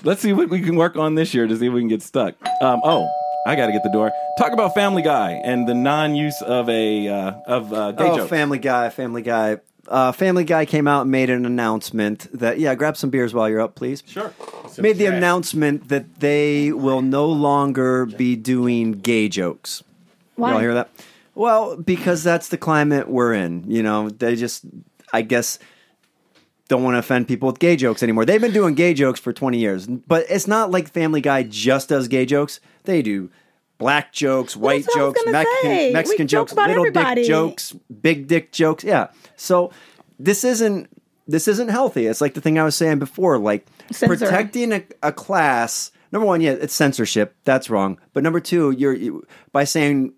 Speaker 5: Let's see what we can work on this year to see if we can get stuck. Um, oh, I got to get the door. Talk about Family Guy and the non-use of a uh, of uh, gay
Speaker 4: oh,
Speaker 5: jokes.
Speaker 4: Family Guy, Family Guy. Uh, family Guy came out and made an announcement that, yeah, grab some beers while you're up, please.
Speaker 5: sure.
Speaker 4: made the
Speaker 3: trash.
Speaker 4: announcement that they will no longer be doing gay jokes.
Speaker 2: Why?
Speaker 4: Y'all hear that? Well, because that's the climate we're in. You know, they just, I guess, don't want to offend people with gay jokes anymore. They've been doing gay jokes for 20 years, but it's not like Family Guy just does gay jokes. They do black jokes, white
Speaker 2: what I was
Speaker 4: jokes,
Speaker 2: gonna
Speaker 4: Mexican,
Speaker 2: say. We
Speaker 4: Mexican
Speaker 2: joke
Speaker 4: jokes,
Speaker 2: about
Speaker 4: little
Speaker 2: everybody.
Speaker 4: dick jokes, big dick jokes. Yeah. So this isn't this isn't healthy. It's like the thing I was saying before, like
Speaker 2: Censoring.
Speaker 4: protecting a, a class. Number one, yeah, it's censorship. That's wrong. But number two, you're you, by saying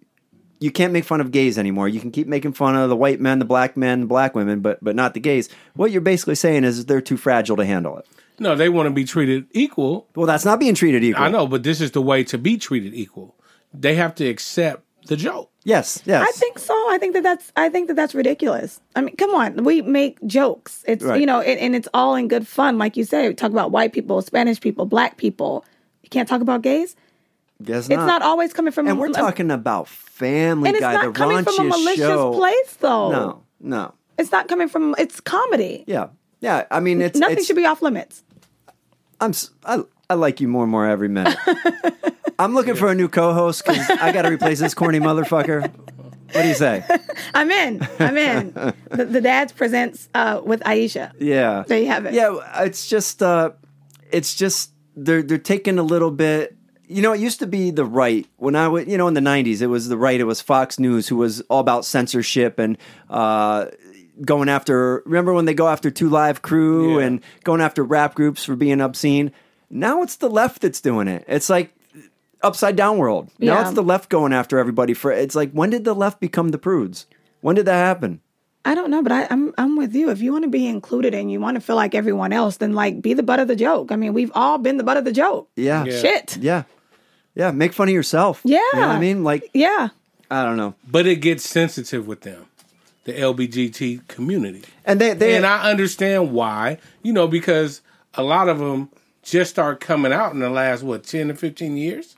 Speaker 4: you can't make fun of gays anymore. You can keep making fun of the white men, the black men, the black women, but but not the gays. What you're basically saying is they're too fragile to handle it.
Speaker 3: No, they want to be treated equal.
Speaker 4: Well, that's not being treated equal.
Speaker 3: I know, but this is the way to be treated equal. They have to accept the joke.
Speaker 4: Yes, yes.
Speaker 2: I think so. I think that that's. I think that that's ridiculous. I mean, come on. We make jokes. It's
Speaker 4: Right.
Speaker 2: you know, and, and it's all in good fun, like you say. We talk about white people, Spanish people, black people. You can't talk about gays.
Speaker 4: Guess
Speaker 2: It's not always coming from.
Speaker 4: And we're talking about Family
Speaker 2: And it's
Speaker 4: Guy,
Speaker 2: not
Speaker 4: the
Speaker 2: coming
Speaker 4: raunchiest
Speaker 2: from a malicious
Speaker 4: show.
Speaker 2: place, though.
Speaker 4: No, no.
Speaker 2: It's not coming from. It's comedy.
Speaker 4: Yeah, yeah. I mean, it's
Speaker 2: Nothing
Speaker 4: it's-
Speaker 2: should be off limits.
Speaker 4: I'm s- I, I like you more and more every minute. I'm looking for a new co-host because I got to replace this corny motherfucker. What do you say?
Speaker 2: I'm in. I'm in. the, the dads presents uh, with Aisha.
Speaker 4: Yeah,
Speaker 2: There you have it.
Speaker 4: Yeah, it's just uh, it's just they're they're taking a little bit. You know, it used to be the right when I was, you know, in the '90s, it was the right. It was Fox News who was all about censorship and uh, going after. Remember when they go after Two Live Crew
Speaker 3: Yeah.
Speaker 4: and going after rap groups for being obscene? Now it's the left that's doing it. It's like upside down world. Now
Speaker 2: Yeah.
Speaker 4: it's the left going after everybody for. It's like when did the left become the prudes? When did that happen?
Speaker 2: I don't know, but I, I'm I'm with you. If you want to be included and you want to feel like everyone else, then like be the butt of the joke. I mean, we've all been the butt of the joke.
Speaker 4: Yeah.
Speaker 3: Yeah.
Speaker 2: Shit.
Speaker 4: Yeah. Yeah. Make fun of yourself.
Speaker 2: Yeah.
Speaker 4: You know what I mean? Like,
Speaker 2: Yeah.
Speaker 4: I don't know.
Speaker 3: But it gets sensitive with them, the LBGT community.
Speaker 4: And they, they,
Speaker 3: and I understand why, you know, because a lot of them just start coming out in the last, what, 10 to 15 years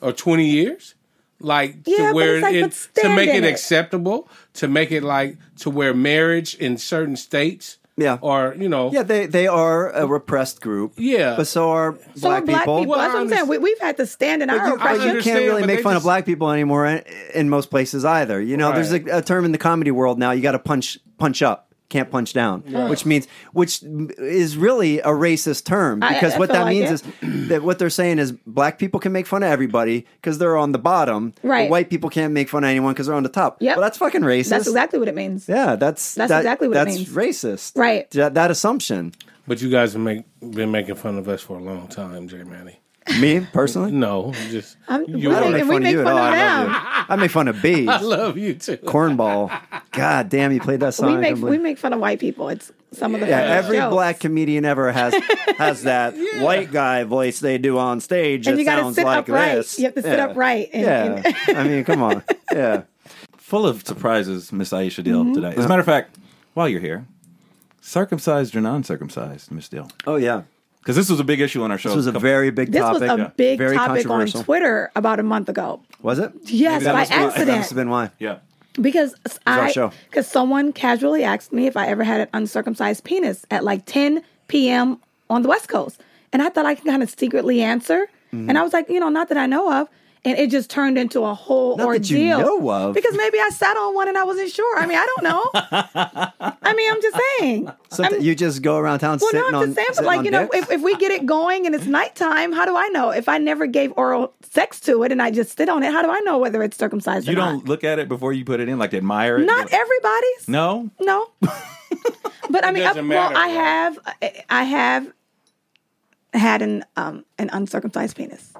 Speaker 3: or 20 years? like
Speaker 2: Yeah,
Speaker 3: to
Speaker 2: but
Speaker 3: where
Speaker 2: it's like,
Speaker 3: it
Speaker 2: but
Speaker 3: to
Speaker 2: stand
Speaker 3: make it
Speaker 2: in it.
Speaker 3: acceptable, to make it like to where marriage in certain states,
Speaker 2: Mm.
Speaker 4: Yeah.
Speaker 3: or you know,
Speaker 4: Yeah, they they are a repressed group.
Speaker 3: Yeah.
Speaker 4: but so are
Speaker 2: So
Speaker 4: black,
Speaker 2: are black people.
Speaker 3: Well,
Speaker 2: That's
Speaker 3: I
Speaker 2: what I'm saying. We, we've had to stand in our
Speaker 4: you, but
Speaker 2: oppression.
Speaker 4: you
Speaker 3: understand,
Speaker 4: can't really
Speaker 3: but
Speaker 4: make
Speaker 3: they
Speaker 4: fun of
Speaker 3: just-
Speaker 4: black people anymore in, in most places either. You know, there's a, a term in the comedy world now. You got to punch punch up, can't punch down, which means which is really a racist term
Speaker 2: I-
Speaker 4: because
Speaker 2: I
Speaker 4: what
Speaker 2: feel
Speaker 4: that
Speaker 2: like
Speaker 4: means
Speaker 2: it.
Speaker 4: is that what they're saying is black people can make fun of everybody because they're on the bottom, but
Speaker 2: Right.
Speaker 4: white people can't make fun of anyone because they're on the top.
Speaker 2: Yep.
Speaker 4: well, that's fucking racist.
Speaker 2: That's exactly what it means.
Speaker 4: yeah, that's
Speaker 2: That's
Speaker 4: that-
Speaker 2: exactly what it
Speaker 4: that's
Speaker 2: means.
Speaker 4: racist,
Speaker 2: Right.
Speaker 4: That, that assumption.
Speaker 3: but you guys have make, been making fun of us for a long time, J Manny.
Speaker 4: Me personally,
Speaker 3: No, I'm just
Speaker 2: I'm,
Speaker 3: you
Speaker 2: we
Speaker 4: I don't
Speaker 3: are-
Speaker 2: make,
Speaker 4: make
Speaker 2: we
Speaker 4: fun of
Speaker 2: make
Speaker 4: you at
Speaker 2: fun
Speaker 4: all.
Speaker 2: of
Speaker 4: I love
Speaker 2: them.
Speaker 4: you. I make fun of bees.
Speaker 3: I love you too.
Speaker 4: cornball. God damn, he played that song.
Speaker 2: We
Speaker 4: I
Speaker 2: make
Speaker 4: couldn't
Speaker 2: we
Speaker 4: believe-
Speaker 2: make fun of white people. It's some of the
Speaker 4: yeah,
Speaker 2: funniest
Speaker 4: every
Speaker 2: jokes.
Speaker 4: black comedian ever has has that white guy voice they do on stage.
Speaker 2: and
Speaker 4: that
Speaker 2: you got to
Speaker 4: sounds
Speaker 2: sit
Speaker 4: like
Speaker 2: upright.
Speaker 4: this.
Speaker 2: You have to sit
Speaker 4: yeah.
Speaker 2: upright. And,
Speaker 4: Yeah,
Speaker 2: and-
Speaker 4: I mean, come on. Yeah,
Speaker 5: Full of surprises, Miss Aisha Dill today. As a matter of fact, while you're here, circumcised or non-circumcised, Miss Dill,
Speaker 4: oh yeah.
Speaker 5: because this was a big issue on our show.
Speaker 4: This was a
Speaker 5: couple-
Speaker 4: very big
Speaker 2: this
Speaker 4: topic. uh,
Speaker 2: was a big
Speaker 4: very
Speaker 2: topic on
Speaker 4: controversial.
Speaker 2: Twitter about a month ago.
Speaker 4: Was it?
Speaker 2: Yes,
Speaker 5: that
Speaker 2: by
Speaker 5: must be- that must
Speaker 4: That must have
Speaker 2: accident.
Speaker 4: been why.
Speaker 5: yeah.
Speaker 2: Because
Speaker 4: our
Speaker 2: I,
Speaker 4: show.
Speaker 2: because someone casually asked me if I ever had an uncircumcised penis at like 10 p.m. on the West Coast, and I thought I could kind of secretly answer, and I was like, you know, not that I know of, and it just turned into a whole
Speaker 4: Not that you
Speaker 2: ordeal.
Speaker 4: know of.
Speaker 2: Because maybe I sat on one and I wasn't sure. I mean, I don't know. I mean, I'm just saying.
Speaker 4: Something,
Speaker 2: I'm-
Speaker 4: you just go around town
Speaker 2: well, no,
Speaker 4: sitting
Speaker 2: I'm
Speaker 4: on
Speaker 2: just saying, but
Speaker 4: sitting
Speaker 2: like
Speaker 4: on
Speaker 2: you know,
Speaker 4: dicks?
Speaker 2: if, if we get it going and it's nighttime, how do I know? If I never gave oral sex to it and I just sit on it, how do I know whether it's circumcised?
Speaker 5: You
Speaker 2: or
Speaker 5: don't look at it before you put it in, like admire it.
Speaker 2: Not, not everybody's.
Speaker 5: no.
Speaker 2: No. but I mean, I,
Speaker 3: doesn't
Speaker 2: well,
Speaker 3: matter,
Speaker 2: I
Speaker 3: right?
Speaker 2: have, I- I have had an um an uncircumcised penis.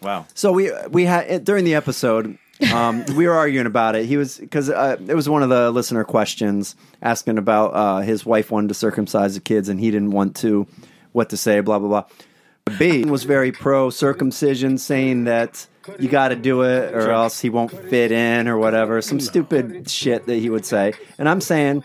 Speaker 5: Wow.
Speaker 4: So we we had during the episode, um, we were arguing about it. He was because uh, it was one of the listener questions asking about uh, his wife wanted to circumcise the kids and he didn't want to. What to say? Blah blah blah. B was very pro circumcision, saying that you got to do it or else he won't fit in or whatever. Some stupid shit that he would say. And I'm saying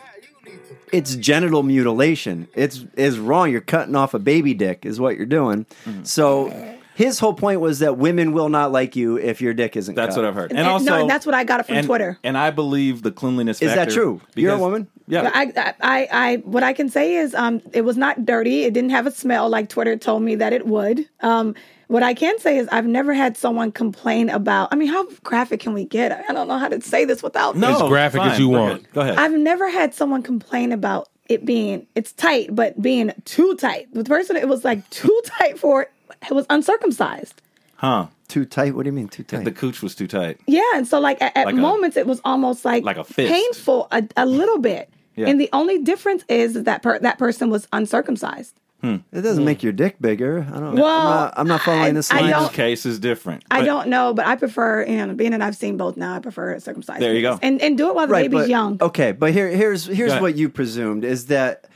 Speaker 4: it's genital mutilation. It's is wrong. You're cutting off a baby dick is what you're doing.
Speaker 5: Mm-hmm.
Speaker 4: So his whole point was that women will not like you if your dick isn't.
Speaker 5: That's
Speaker 4: cut.
Speaker 5: what I've heard. And,
Speaker 2: And- no,
Speaker 5: also,
Speaker 2: and that's what I got it from
Speaker 5: and-
Speaker 2: Twitter.
Speaker 5: And I believe the cleanliness
Speaker 4: Is that
Speaker 5: factor
Speaker 4: true? You're a woman?
Speaker 5: Yeah.
Speaker 2: I, I, I, I, what I can say is, um, it was not dirty. It didn't have a smell like Twitter told me that it would. Um, what I can say is, I've never had someone complain about. I mean, how graphic can we get? I don't know how to say this without.
Speaker 5: no.
Speaker 3: As graphic as you
Speaker 5: go
Speaker 3: want.
Speaker 5: ahead. Go ahead.
Speaker 2: I've never had someone complain about it being it's tight, but being too tight. The person it was like too tight for it, it was uncircumcised.
Speaker 5: huh.
Speaker 4: Too tight. What do you mean too tight?
Speaker 5: The cooch was too tight.
Speaker 2: Yeah, and so like at, at
Speaker 5: Like a-
Speaker 2: moments it was almost like
Speaker 5: like a fist.
Speaker 2: painful a, a little bit.
Speaker 5: Yeah.
Speaker 2: And the only difference is that per- that person was uncircumcised.
Speaker 4: it doesn't
Speaker 5: Mm.
Speaker 4: make your dick bigger. I don't.
Speaker 2: Well,
Speaker 4: I'm not, I'm not following
Speaker 2: I-
Speaker 4: this.
Speaker 2: I
Speaker 4: line.
Speaker 5: Each
Speaker 2: don't-
Speaker 5: case is different.
Speaker 2: I
Speaker 5: But-
Speaker 2: don't know, but I prefer you know being that I've seen both now. I prefer circumcised.
Speaker 5: There you go.
Speaker 2: babies. and and do it while the baby's
Speaker 4: but-
Speaker 2: young.
Speaker 4: Okay, but here here's here's
Speaker 5: ahead.
Speaker 4: what you presumed is that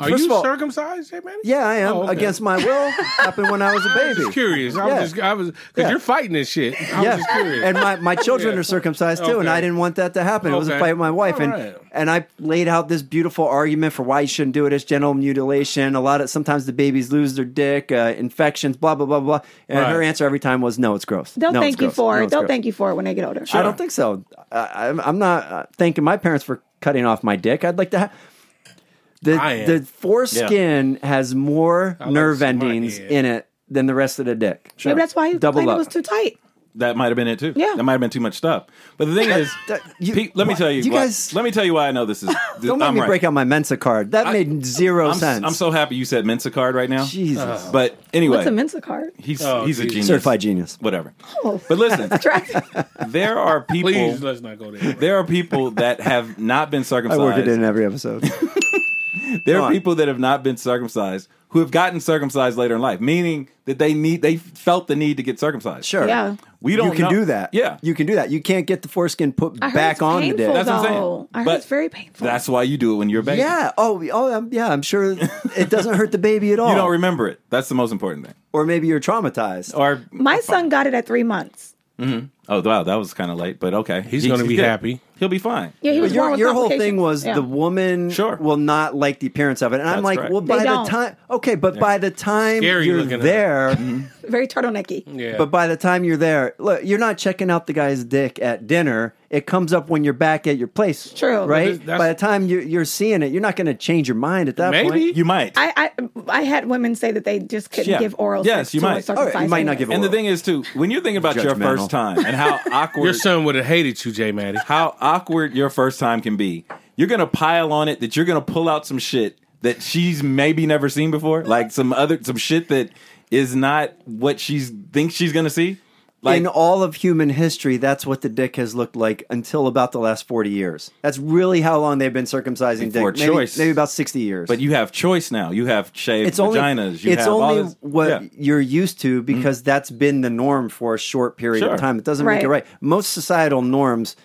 Speaker 3: Are
Speaker 4: First
Speaker 3: you
Speaker 4: of all-
Speaker 3: circumcised, J Manny?
Speaker 4: yeah I am
Speaker 3: Oh, okay.
Speaker 4: against my will happened when I was a baby.
Speaker 3: Just curious. I
Speaker 4: Yeah.
Speaker 3: was just, I was because
Speaker 4: Yeah.
Speaker 3: you're fighting this shit. I was just curious.
Speaker 4: And my, my children
Speaker 3: Yeah.
Speaker 4: are circumcised too, and
Speaker 3: Okay.
Speaker 4: I didn't want that to happen. It was a
Speaker 3: Okay.
Speaker 4: fight with my wife, and
Speaker 3: All right.
Speaker 4: and I laid out this beautiful argument for why you shouldn't do it. It's genital mutilation. A lot of sometimes the babies lose their dick, uh, infections, blah blah blah blah. And
Speaker 3: Right.
Speaker 4: her answer every time was, "No, it's gross."
Speaker 2: They'll
Speaker 4: No, it's
Speaker 2: thank you
Speaker 4: gross.
Speaker 2: for
Speaker 4: No,
Speaker 2: it.
Speaker 4: it's
Speaker 2: They'll
Speaker 4: gross."
Speaker 2: thank you for it when they get older.
Speaker 4: I don't think so. I, I'm- I'm not uh, thanking my parents for cutting off my dick. I'd like to have. The,
Speaker 3: I am.
Speaker 4: the foreskin has more
Speaker 3: like
Speaker 4: nerve
Speaker 3: smart
Speaker 4: endings
Speaker 3: head.
Speaker 4: in it than the rest of the dick.
Speaker 2: Maybe that's why you
Speaker 4: Double
Speaker 2: complained
Speaker 4: up.
Speaker 2: it was too tight.
Speaker 5: That might have been it too.
Speaker 2: Yeah.
Speaker 5: That might have been too much stuff. But the thing is,
Speaker 4: that- you-
Speaker 5: Pete, let me
Speaker 4: what?
Speaker 5: tell you.
Speaker 4: You
Speaker 5: why-
Speaker 4: guys-
Speaker 5: let me tell you why I know this is.
Speaker 4: Don't make
Speaker 5: I'm
Speaker 4: me
Speaker 5: right.
Speaker 4: break out my Mensa card. That made 0
Speaker 5: I'm, s-
Speaker 4: sense.
Speaker 5: I'm so happy you said Mensa card right now.
Speaker 4: Jesus.
Speaker 5: But anyway,
Speaker 2: What's a Mensa card?
Speaker 5: he's
Speaker 3: Oh,
Speaker 5: he's a
Speaker 3: Jesus.
Speaker 5: genius,
Speaker 4: Certified genius.
Speaker 5: whatever.
Speaker 2: Oh,
Speaker 5: But listen,
Speaker 2: attractive.
Speaker 5: there are people.
Speaker 3: Please let's not go there.
Speaker 5: there are people that have not been
Speaker 4: I
Speaker 5: circumcised.
Speaker 4: work it in every episode.
Speaker 5: There
Speaker 4: Go
Speaker 5: are
Speaker 4: on.
Speaker 5: people that have not been circumcised who have gotten circumcised later in life, meaning that they need they felt the need to get circumcised.
Speaker 4: Sure.
Speaker 2: Yeah.
Speaker 5: we don't
Speaker 4: you can
Speaker 5: know-
Speaker 4: do that.
Speaker 5: Yeah,
Speaker 4: You can do that. You can't get the foreskin put
Speaker 2: I heard
Speaker 4: back
Speaker 2: it's
Speaker 4: on the
Speaker 2: painful,
Speaker 4: dick.
Speaker 5: That's what I'm saying.
Speaker 2: though. I heard
Speaker 5: But
Speaker 2: it's very painful.
Speaker 5: that's why you do it when you're a baby.
Speaker 4: Yeah. Oh, we- oh, I'm, yeah. I'm sure it doesn't hurt the baby at all.
Speaker 5: you don't Oh. remember it. That's the most important thing.
Speaker 4: or maybe you're traumatized.
Speaker 5: Or
Speaker 2: my son got it at three months.
Speaker 5: Oh wow, that was kind of late, but okay.
Speaker 3: He's gonna be
Speaker 5: good.
Speaker 3: happy.
Speaker 5: He'll be fine.
Speaker 2: Yeah, he
Speaker 4: But
Speaker 2: was born
Speaker 4: your
Speaker 2: with
Speaker 4: your whole thing
Speaker 2: complications.
Speaker 4: was
Speaker 2: Yeah.
Speaker 4: the woman
Speaker 5: Sure.
Speaker 4: will not like the appearance of it, and I'm
Speaker 5: That's
Speaker 4: like,
Speaker 5: correct.
Speaker 4: well,
Speaker 5: They
Speaker 4: by the
Speaker 2: don't.
Speaker 4: time okay, but by the time
Speaker 3: Scary
Speaker 4: you're
Speaker 3: looking at it.
Speaker 4: there,
Speaker 2: very turtlenecky.
Speaker 3: Yeah.
Speaker 4: but by the time you're there, look, you're not checking out the guy's dick at dinner. It comes up when you're back at your place,
Speaker 2: True.
Speaker 4: Right?
Speaker 3: But that's-
Speaker 4: by the time you're, you're seeing it, you're not going to change your mind at that
Speaker 3: Maybe.
Speaker 4: point.
Speaker 5: You might.
Speaker 2: I, I I had women say that they just couldn't
Speaker 5: Yeah.
Speaker 2: give oral
Speaker 5: Yes,
Speaker 2: sex
Speaker 5: you
Speaker 2: to
Speaker 5: might.
Speaker 2: a certain
Speaker 4: All right, you
Speaker 2: size
Speaker 4: might
Speaker 2: anyway.
Speaker 4: not give. A
Speaker 5: and the
Speaker 4: whirl.
Speaker 5: thing is too, when you're thinking about your
Speaker 4: Judgmental.
Speaker 5: first time and how
Speaker 3: Your
Speaker 5: awkward
Speaker 3: son would have hated you, J Maddie.
Speaker 5: how awkward your first time can be. You're gonna pile on it that you're gonna pull out some shit that she's maybe never seen before, like some other some shit that is not what she's thinks she's gonna see. Like
Speaker 4: in all of human history, that's what the dick has looked like until about the last 40 years. That's really how long they've been circumcising
Speaker 5: Before
Speaker 4: dick. Maybe-
Speaker 5: choice.
Speaker 4: Maybe, about 60 years.
Speaker 5: But you have choice now. You have shaved
Speaker 4: it's only,
Speaker 5: vaginas. you
Speaker 4: it's
Speaker 5: have all
Speaker 4: only
Speaker 5: this-
Speaker 4: what
Speaker 5: Yeah. Mm-hmm.
Speaker 4: you're used to because that's been the norm for a short period
Speaker 5: Sure.
Speaker 4: of time. It doesn't make it
Speaker 2: Right.
Speaker 4: right. Most societal norms,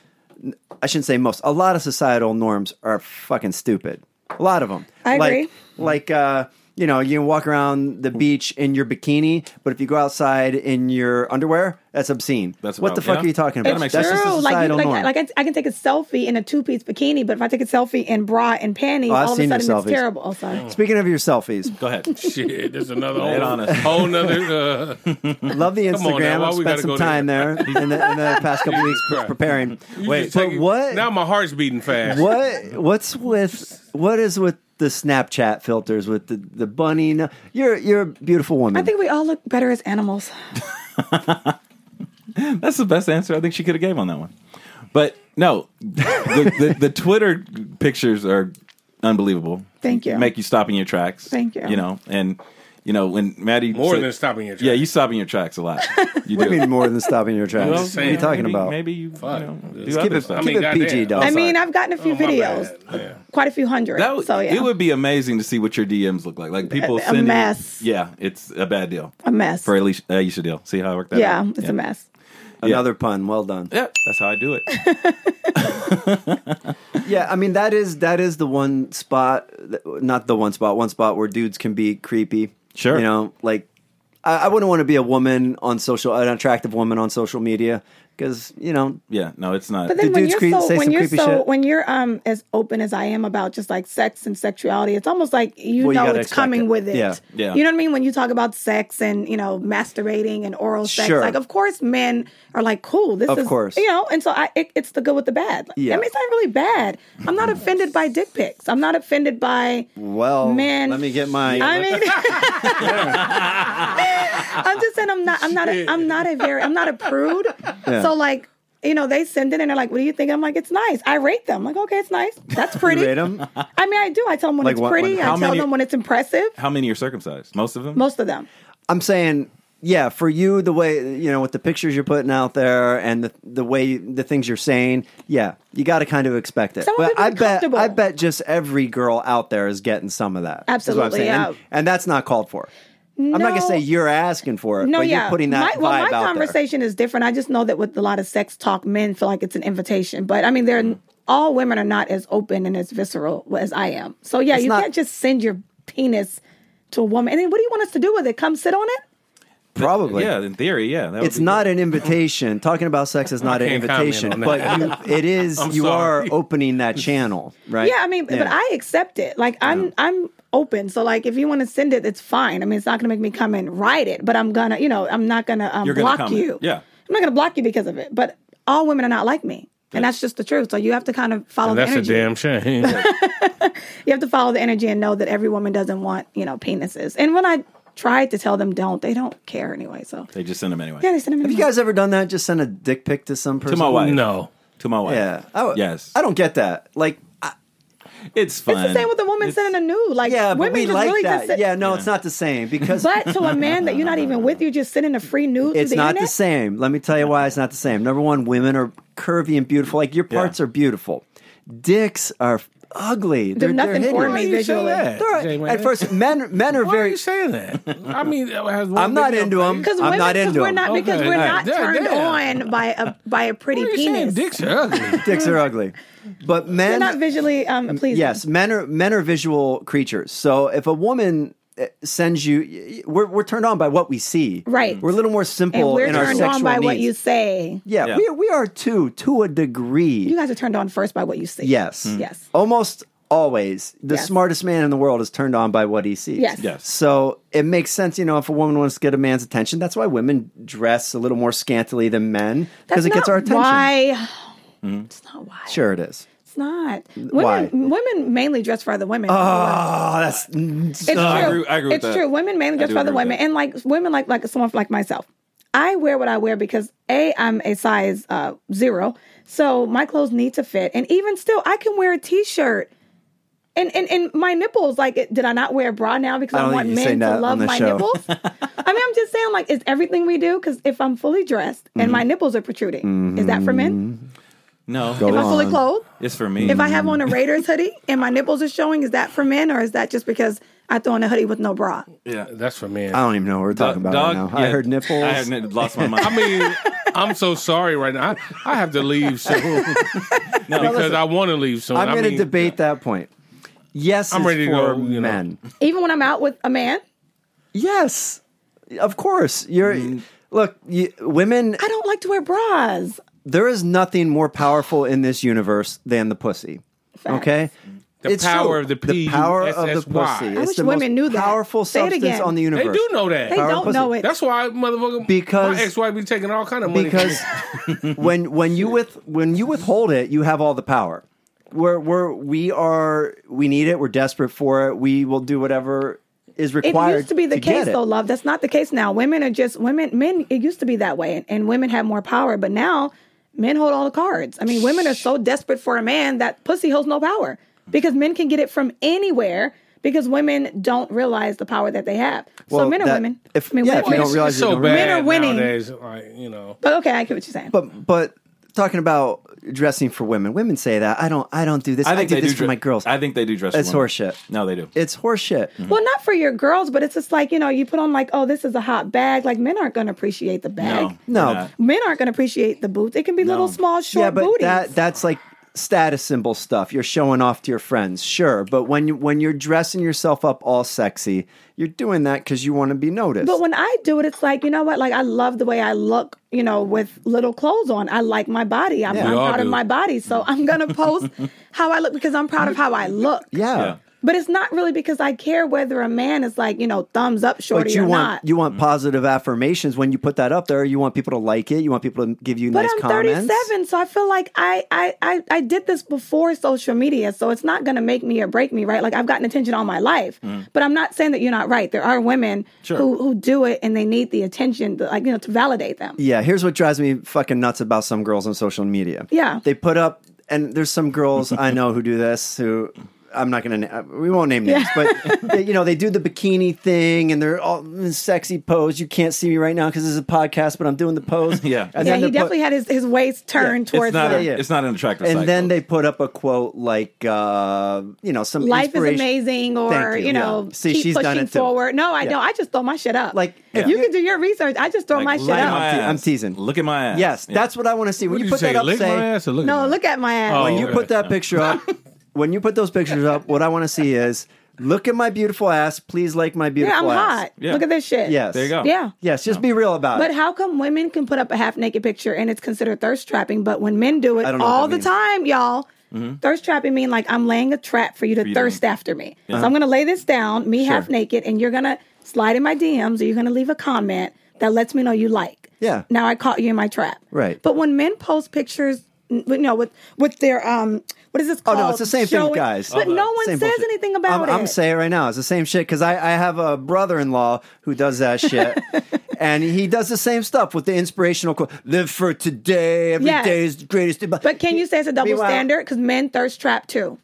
Speaker 4: I shouldn't say most, a lot of societal norms are fucking stupid. A lot of them.
Speaker 2: I
Speaker 4: like,
Speaker 2: agree.
Speaker 4: Like, uh, you know, you can walk around
Speaker 5: Mm.
Speaker 4: the beach in your bikini, but if you go outside in your underwear, that's obscene.
Speaker 5: That's a
Speaker 4: what the
Speaker 5: problem.
Speaker 4: fuck are
Speaker 5: Yeah.
Speaker 4: you talking about?
Speaker 5: That makes sense.
Speaker 2: It's
Speaker 4: that's
Speaker 2: true.
Speaker 4: just a
Speaker 2: like,
Speaker 4: societal
Speaker 2: you-
Speaker 4: norm.
Speaker 2: like, like I, I can take a selfie in a two piece bikini, but if I take a selfie in bra and panties,
Speaker 4: Oh, I've
Speaker 2: all of a
Speaker 4: seen your
Speaker 2: sudden it's
Speaker 4: selfies.
Speaker 2: terrible. Oh, sorry.
Speaker 4: Speaking of your selfies,
Speaker 5: Go ahead.
Speaker 3: Shit, there's another
Speaker 5: Lay it
Speaker 3: whole,
Speaker 5: on us.
Speaker 3: whole nother. Uh,
Speaker 4: love the
Speaker 3: Come on now,
Speaker 4: Instagram.
Speaker 3: why
Speaker 4: I've
Speaker 3: we
Speaker 4: spent
Speaker 3: gotta
Speaker 4: some
Speaker 3: go
Speaker 4: time there in the, in the past couple weeks
Speaker 3: Christ.
Speaker 4: preparing.
Speaker 3: you
Speaker 4: Wait,
Speaker 3: just
Speaker 4: but
Speaker 3: take it-
Speaker 4: what?
Speaker 3: Now my heart's beating fast.
Speaker 4: what what's with what is with the Snapchat filters with the the bunny? No, you're you're a beautiful woman.
Speaker 2: I think we all look better as animals.
Speaker 5: That's the best answer I think she could have gave on that one. But no, the, the, the Twitter pictures are unbelievable.
Speaker 2: Thank you.
Speaker 5: Make you stop in your tracks.
Speaker 2: Thank you.
Speaker 5: You know, and you know when Maddie
Speaker 3: More
Speaker 5: said-
Speaker 3: than stopping your tracks.
Speaker 5: Yeah, you stop in your tracks a lot. You
Speaker 4: What do you
Speaker 5: do.
Speaker 4: mean more than stopping your tracks.
Speaker 5: Well,
Speaker 4: what are you talking
Speaker 5: maybe,
Speaker 4: about?
Speaker 5: Maybe you, you know, do
Speaker 3: Just
Speaker 5: other
Speaker 4: keep it,
Speaker 5: stuff.
Speaker 4: keep
Speaker 3: mean,
Speaker 4: it PG,
Speaker 3: goddamn.
Speaker 4: though.
Speaker 2: I
Speaker 4: Sorry.
Speaker 2: mean, I've gotten a few
Speaker 3: Oh, my
Speaker 2: videos,
Speaker 3: bad. Yeah.
Speaker 2: quite a few hundred.
Speaker 5: That would,
Speaker 2: so yeah,
Speaker 5: It would be amazing to see what your DMs look like. Like people
Speaker 2: A
Speaker 5: sending,
Speaker 2: mess.
Speaker 5: Yeah, it's a bad deal
Speaker 2: a mess.
Speaker 5: for Alicia, Alicia deal. See how I worked that.
Speaker 2: yeah,
Speaker 5: out?
Speaker 2: it's a mess.
Speaker 4: another pun. Well done.
Speaker 5: Yeah, that's how I do it.
Speaker 4: Yeah, I mean that is that is the one spot, not the one spot, one spot where dudes can be creepy.
Speaker 5: Sure.
Speaker 4: you know, like I, I wouldn't want to be a woman on social, an attractive woman on social media, because you know,
Speaker 5: Yeah, no, it's not.
Speaker 2: But then
Speaker 4: The
Speaker 2: when
Speaker 4: dudes
Speaker 2: you're
Speaker 4: cre-
Speaker 2: so
Speaker 4: say
Speaker 2: when
Speaker 4: some
Speaker 2: you're
Speaker 4: creepy
Speaker 2: so
Speaker 4: shit.
Speaker 2: when you're um as open as I am about just like sex and sexuality, it's almost like you
Speaker 4: Well, you
Speaker 2: know
Speaker 4: gotta
Speaker 2: it's
Speaker 4: expect
Speaker 2: coming
Speaker 4: it.
Speaker 2: with it.
Speaker 4: Yeah.
Speaker 5: Yeah.
Speaker 2: You know what I mean? When you talk about sex and you know masturbating and oral sex,
Speaker 4: Sure.
Speaker 2: like of course men are like, cool, this
Speaker 4: Of
Speaker 2: is
Speaker 4: course.
Speaker 2: you know. And so I, it, it's the good with the bad. Like,
Speaker 4: Yeah.
Speaker 2: I mean, it's not really bad. I'm not offended by dick pics. I'm not offended by.
Speaker 4: well,
Speaker 2: Man.
Speaker 4: let me get my.
Speaker 2: I mean, I'm just saying I'm not I'm not a, I'm not a very I'm not a prude. So like you know they send it and they're like, "What do you think?" I'm like, "It's nice." I rate them. like, okay, it's nice. That's pretty.
Speaker 4: rate 'em?
Speaker 2: I mean, I do. I tell them when
Speaker 4: Like
Speaker 2: it's
Speaker 4: what-
Speaker 2: pretty.
Speaker 4: when-
Speaker 2: I
Speaker 5: how
Speaker 2: tell
Speaker 5: many-
Speaker 2: them when it's impressive.
Speaker 5: How many are circumcised? Most of them.
Speaker 2: Most of them.
Speaker 4: I'm saying, yeah, for you, the way you know, with the pictures you're putting out there and the the way the things you're saying, yeah, you got to kind of expect it.
Speaker 2: Some of
Speaker 4: But
Speaker 2: it is
Speaker 4: I bet,
Speaker 2: comfortable.
Speaker 4: I bet, just every girl out there is getting some of that. is what I'm
Speaker 2: Absolutely,
Speaker 4: saying.
Speaker 2: yeah.
Speaker 4: and, and that's not called for. I'm not gonna
Speaker 2: No.
Speaker 4: say you're asking for it,
Speaker 2: No,
Speaker 4: but
Speaker 2: yeah.
Speaker 4: you're putting
Speaker 2: my,
Speaker 4: that
Speaker 2: well,
Speaker 4: vibe
Speaker 2: my
Speaker 4: out there.
Speaker 2: conversation is different. I just know that with a lot of sex talk, men feel like it's an invitation. But I mean, they're all women are not as open and as visceral as I am. So yeah,
Speaker 4: It's
Speaker 2: you
Speaker 4: not-
Speaker 2: can't just send your penis to a woman. And then what do you want us to do with it? Come sit on it?
Speaker 4: Probably,
Speaker 5: yeah, in theory, yeah. that would
Speaker 4: It's
Speaker 5: be
Speaker 4: not an invitation. Talking about sex is not an
Speaker 3: can't comment
Speaker 4: invitation,
Speaker 3: on
Speaker 4: but you,
Speaker 3: that.
Speaker 4: it is.
Speaker 3: I'm
Speaker 4: you
Speaker 3: sorry.
Speaker 4: are opening that channel, right?
Speaker 2: Yeah, I mean, but I accept it. Like I'm I'm open. So like if you want to send it, it's fine. I mean, it's not gonna make me come and write it, but I'm gonna, you know, I'm not gonna um,
Speaker 5: You're gonna
Speaker 2: block
Speaker 5: comment.
Speaker 2: you.
Speaker 5: Yeah.
Speaker 2: I'm not gonna block you because of it. But all women are not like me. And that's just the truth. So you have to kind of follow
Speaker 3: And
Speaker 2: the
Speaker 3: that's a
Speaker 2: energy.
Speaker 3: damn shame.
Speaker 2: you have to follow the energy and know that every woman doesn't want, you know, penises. And when I tried to tell them don't, they don't care anyway. So
Speaker 5: They just send them anyway.
Speaker 2: yeah, they send them.
Speaker 4: Have you
Speaker 2: anyway.
Speaker 4: guys ever done that? Just send a dick pic to some person
Speaker 5: my wife.
Speaker 3: no.
Speaker 5: to my wife.
Speaker 4: Yeah. I w-
Speaker 5: yes.
Speaker 4: I don't get that. Like, I,
Speaker 5: It's fun.
Speaker 2: it's the same with a woman sending a nude. Like
Speaker 4: yeah,
Speaker 2: women
Speaker 4: but we
Speaker 2: just
Speaker 4: like
Speaker 2: really
Speaker 4: that.
Speaker 2: just sit-
Speaker 4: yeah, no, it's not the same because
Speaker 2: But to a man that you're not even with, you just sending a free nude.
Speaker 4: it's
Speaker 2: to the
Speaker 4: not the
Speaker 2: internet?
Speaker 4: same. Let me tell you why it's not the same. Number one, women are curvy and beautiful. Like, your parts are beautiful. Dicks are ugly. They're,
Speaker 2: They're nothing
Speaker 4: they're
Speaker 2: for
Speaker 4: hideous.
Speaker 3: Why
Speaker 2: me.
Speaker 3: you say
Speaker 2: visually.
Speaker 3: that?
Speaker 4: They're all right.
Speaker 3: Jay Wayne?
Speaker 4: At first, men men are
Speaker 3: why are
Speaker 4: very.
Speaker 3: you saying that? I mean,
Speaker 4: I'm not into them.
Speaker 2: Because
Speaker 4: I'm
Speaker 2: women,
Speaker 4: not into
Speaker 2: because we're
Speaker 4: them.
Speaker 2: not because
Speaker 3: Okay.
Speaker 2: we're
Speaker 3: All
Speaker 2: not
Speaker 3: right. Yeah,
Speaker 2: turned
Speaker 3: yeah.
Speaker 2: on by a by a pretty
Speaker 3: Why are you saying
Speaker 2: penis.
Speaker 3: dicks are ugly?
Speaker 4: Dicks are ugly, but men Mm,
Speaker 2: They're not visually um pleasing.
Speaker 4: Yes, men are men are visual creatures. So if a woman eh, sends you. We're, we're turned on by what we see.
Speaker 2: Right.
Speaker 4: We're a little more simple
Speaker 2: and we're
Speaker 4: in our
Speaker 2: turned
Speaker 4: sexual
Speaker 2: on by
Speaker 4: needs.
Speaker 2: what you say.
Speaker 4: yeah,
Speaker 5: Yeah.
Speaker 4: We, we are too, to a degree.
Speaker 2: You guys are turned on first by what you see.
Speaker 4: Yes.
Speaker 3: Hmm.
Speaker 2: Yes.
Speaker 4: Almost always, the
Speaker 2: Yes.
Speaker 4: smartest man in the world is turned on by what he sees.
Speaker 2: Yes.
Speaker 5: Yes.
Speaker 4: So it makes sense, you know, if a woman wants to get a man's attention, that's why women dress a little more scantily than men because
Speaker 2: That's
Speaker 4: it gets
Speaker 2: not
Speaker 4: our attention. Mm-hmm.
Speaker 2: Why? It's not why.
Speaker 4: Sure, it is.
Speaker 2: It's not. Women,
Speaker 4: Why?
Speaker 2: women mainly dress for other women.
Speaker 3: Ah,
Speaker 4: Oh, that's
Speaker 2: it's true.
Speaker 5: Ah, I agree- I agree with
Speaker 2: it's
Speaker 5: that.
Speaker 2: true. Women mainly dress
Speaker 5: do
Speaker 2: for other
Speaker 5: agree with
Speaker 2: women,
Speaker 5: that.
Speaker 2: and like women, like like someone like myself, I wear what I wear because a I'm a size uh, zero, so my clothes need to fit, and even still, I can wear a t-shirt. And, and and my nipples, like, it- did I not wear a bra now because
Speaker 4: I
Speaker 2: I,
Speaker 4: don't
Speaker 2: want
Speaker 4: think you say
Speaker 2: men to
Speaker 4: that on
Speaker 2: love
Speaker 4: the
Speaker 2: my
Speaker 4: show.
Speaker 2: nipples? I mean, I'm just saying, like, is everything we do because if I'm fully dressed and
Speaker 5: Mm-hmm.
Speaker 2: my nipples are protruding, is that for men?
Speaker 5: No,
Speaker 4: Go
Speaker 2: If I'm fully
Speaker 4: on.
Speaker 2: clothed,
Speaker 5: it's for me.
Speaker 2: if I have on a Raiders hoodie and my nipples are showing, is that for men or is that just because I throw on a hoodie with no bra?
Speaker 5: yeah.
Speaker 3: That's for men.
Speaker 4: I don't even know what we're talking about
Speaker 5: Dog-
Speaker 4: right now. I
Speaker 5: yeah,
Speaker 4: heard nipples.
Speaker 5: I had n- lost my mind.
Speaker 3: I mean, I'm so sorry right now. I, I have to leave soon because I want to leave soon.
Speaker 4: I'm
Speaker 3: I
Speaker 4: going to
Speaker 3: mean,
Speaker 4: debate that point. Yes,
Speaker 3: I'm
Speaker 4: it's
Speaker 3: ready to
Speaker 4: for
Speaker 3: go, you know.
Speaker 4: men.
Speaker 2: Even when I'm out with a man,
Speaker 4: Yes, of course. You're
Speaker 3: Mm.
Speaker 4: look, you, women.
Speaker 2: I don't like to wear bras.
Speaker 4: There is nothing more powerful in this universe than the pussy.
Speaker 2: Facts.
Speaker 4: Okay.
Speaker 3: The power of the
Speaker 4: the power of the
Speaker 3: P-U-S-S-Y.
Speaker 4: pussy.
Speaker 3: I
Speaker 4: It's
Speaker 2: wish
Speaker 4: the
Speaker 2: women
Speaker 4: most
Speaker 2: knew that.
Speaker 4: powerful
Speaker 2: Say it
Speaker 4: substance
Speaker 2: again.
Speaker 4: on the
Speaker 3: They
Speaker 4: universe.
Speaker 3: do know that.
Speaker 2: They
Speaker 4: Power
Speaker 2: don't
Speaker 4: pussy.
Speaker 2: know it.
Speaker 3: That's why, motherfucker,
Speaker 4: Because-
Speaker 3: my ex-wife be taking all kind of money.
Speaker 4: because when when you with when you withhold it, you have all the power. We're we're we are we need it. We're desperate for it. We will do whatever is
Speaker 2: It
Speaker 4: required.
Speaker 2: used to be the
Speaker 4: get
Speaker 2: case
Speaker 4: it.
Speaker 2: though, love. That's not the case now. Women are just women. Men. It used to be that way, and, and women have more power. But now, men hold all the cards. I mean, women are so desperate for a man that pussy holds no power because men can get it from anywhere. Because women don't realize the power that they have.
Speaker 4: Well,
Speaker 2: so men and
Speaker 4: that-
Speaker 2: women.
Speaker 4: if-
Speaker 2: I mean,
Speaker 4: yeah, if
Speaker 2: women,
Speaker 4: you don't
Speaker 3: It's-
Speaker 4: realize
Speaker 3: it's
Speaker 4: it,
Speaker 3: so
Speaker 4: don't realize
Speaker 3: bad
Speaker 2: it. Men are winning.
Speaker 3: nowadays. Like you know,
Speaker 2: But okay, I get what you're saying.
Speaker 4: But but talking about dressing for women, women say that I don't I don't do this. I,
Speaker 5: I think
Speaker 4: do
Speaker 5: they
Speaker 4: this
Speaker 5: do
Speaker 4: for
Speaker 5: dre-
Speaker 4: my girls.
Speaker 5: I think they do dress.
Speaker 4: It's
Speaker 5: for women.
Speaker 4: horseshit.
Speaker 5: No, they do.
Speaker 4: it's horseshit.
Speaker 2: Well, not for your girls, but it's just like, you know, you put on like, oh, this is a hot bag. Like men aren't going to appreciate the bag.
Speaker 5: no,
Speaker 4: No.
Speaker 5: they're not.
Speaker 2: Men aren't going to appreciate the boots. It can be little small short
Speaker 4: yeah, but
Speaker 2: booties.
Speaker 4: that that's like status symbol stuff. You're showing off to your friends, sure. But when you, when you're dressing yourself up all sexy, you're doing that because you want to be noticed.
Speaker 2: but when I do it, it's like, you know what? Like I love the way I look, you know, with little clothes on. I like my body. I'm,
Speaker 4: Yeah.
Speaker 2: I'm
Speaker 4: We
Speaker 3: all
Speaker 2: proud of
Speaker 3: do.
Speaker 2: my body. So I'm going to post how I look because I'm proud of how I look.
Speaker 4: yeah.
Speaker 5: Yeah.
Speaker 2: But it's not really because I care whether a man is like, you know, thumbs up shorty
Speaker 4: But you
Speaker 2: or
Speaker 4: want
Speaker 2: not.
Speaker 4: you want positive affirmations when you put that up there. You want people to like it. You want people to give you
Speaker 2: But
Speaker 4: nice
Speaker 2: I'm
Speaker 4: comments.
Speaker 2: 37, so I feel like I, I I I did this before social media, so it's not gonna make me or break me, right? Like I've gotten attention all my life,
Speaker 4: Mm.
Speaker 2: but I'm not saying that you're not right. There are women who who do it and they need the attention, to, like you know, to validate them.
Speaker 4: Yeah, here's what drives me fucking nuts about some girls on social media.
Speaker 2: Yeah.
Speaker 4: They put up, and there's some girls I know who do this who. I'm not gonna. na- We won't name names, but they, you know they do the bikini thing, and they're all in sexy pose. You can't see me right now because this is a podcast, but I'm doing the pose.
Speaker 5: Yeah.
Speaker 2: Yeah,
Speaker 4: and then
Speaker 2: he
Speaker 4: they put-
Speaker 2: definitely had his, his waist turned
Speaker 5: It's
Speaker 2: towards
Speaker 5: not.
Speaker 2: her.
Speaker 5: a-
Speaker 4: yeah.
Speaker 5: It's not an attractive.
Speaker 4: and
Speaker 5: side,
Speaker 4: then
Speaker 5: though.
Speaker 4: they put up a quote like, uh, you know, some
Speaker 2: Life is
Speaker 4: inspiration-
Speaker 2: amazing, or
Speaker 4: Thank
Speaker 2: you, know,
Speaker 4: yeah. see,
Speaker 2: keep
Speaker 4: she's
Speaker 2: pushing
Speaker 4: done it too.
Speaker 2: forward. No, I
Speaker 4: Yeah.
Speaker 2: don't. I just throw my shit up.
Speaker 4: Like,
Speaker 2: if
Speaker 4: if
Speaker 2: you
Speaker 4: you-
Speaker 2: can do your research, I just throw
Speaker 5: Like,
Speaker 2: Oh, my shit
Speaker 5: look at
Speaker 2: up.
Speaker 5: my ass.
Speaker 4: I'm teasing.
Speaker 5: Look at my ass.
Speaker 4: Yes,
Speaker 5: Yeah.
Speaker 4: that's what I want to see. When
Speaker 3: What
Speaker 4: you
Speaker 3: did
Speaker 4: put
Speaker 3: say?
Speaker 4: that up,
Speaker 3: Lick
Speaker 4: say,
Speaker 3: my ass or look
Speaker 2: no,
Speaker 3: at my
Speaker 2: look at my ass.
Speaker 3: Oh,
Speaker 4: when you
Speaker 3: okay.
Speaker 4: put that picture up, when you put those pictures up, what I want to see is look at my beautiful ass. Please like my
Speaker 2: yeah, I'm
Speaker 4: beautiful ass.
Speaker 2: hot.
Speaker 5: Yeah.
Speaker 2: Look at this shit.
Speaker 4: Yes.
Speaker 5: There you go.
Speaker 2: Yeah.
Speaker 4: Yes, just be real about
Speaker 2: But
Speaker 4: it.
Speaker 2: how come women can put up a half naked picture and it's considered thirst trapping, but when men do it
Speaker 4: I don't know what
Speaker 2: all the
Speaker 4: that Mm-hmm.
Speaker 2: time, y'all, thirst trapping mean like I'm laying a trap for you to
Speaker 5: you to-
Speaker 2: thirst after me. So I'm gonna lay this down, me half naked, and you're gonna slide in my DMs or you're gonna leave a comment that lets me know you like.
Speaker 4: Yeah.
Speaker 2: Now I caught you in my trap.
Speaker 4: Right.
Speaker 2: But when men post pictures, n- you know, with with their um, what is this
Speaker 4: Oh
Speaker 2: called?
Speaker 4: no, it's the same
Speaker 2: Showing-
Speaker 4: thing, guys.
Speaker 2: But no one
Speaker 4: Same
Speaker 2: says
Speaker 4: bullshit.
Speaker 2: anything about
Speaker 4: I'm,
Speaker 2: it.
Speaker 4: I'm saying it right now. It's the same shit because I, I have a brother-in-law who does that shit, and he does the same stuff with the inspirational quote: "Live for today. Every day
Speaker 2: Yes.
Speaker 4: is the greatest." day."
Speaker 2: But can you say it's a double
Speaker 4: Meanwhile-
Speaker 2: standard? Because men thirst trap too.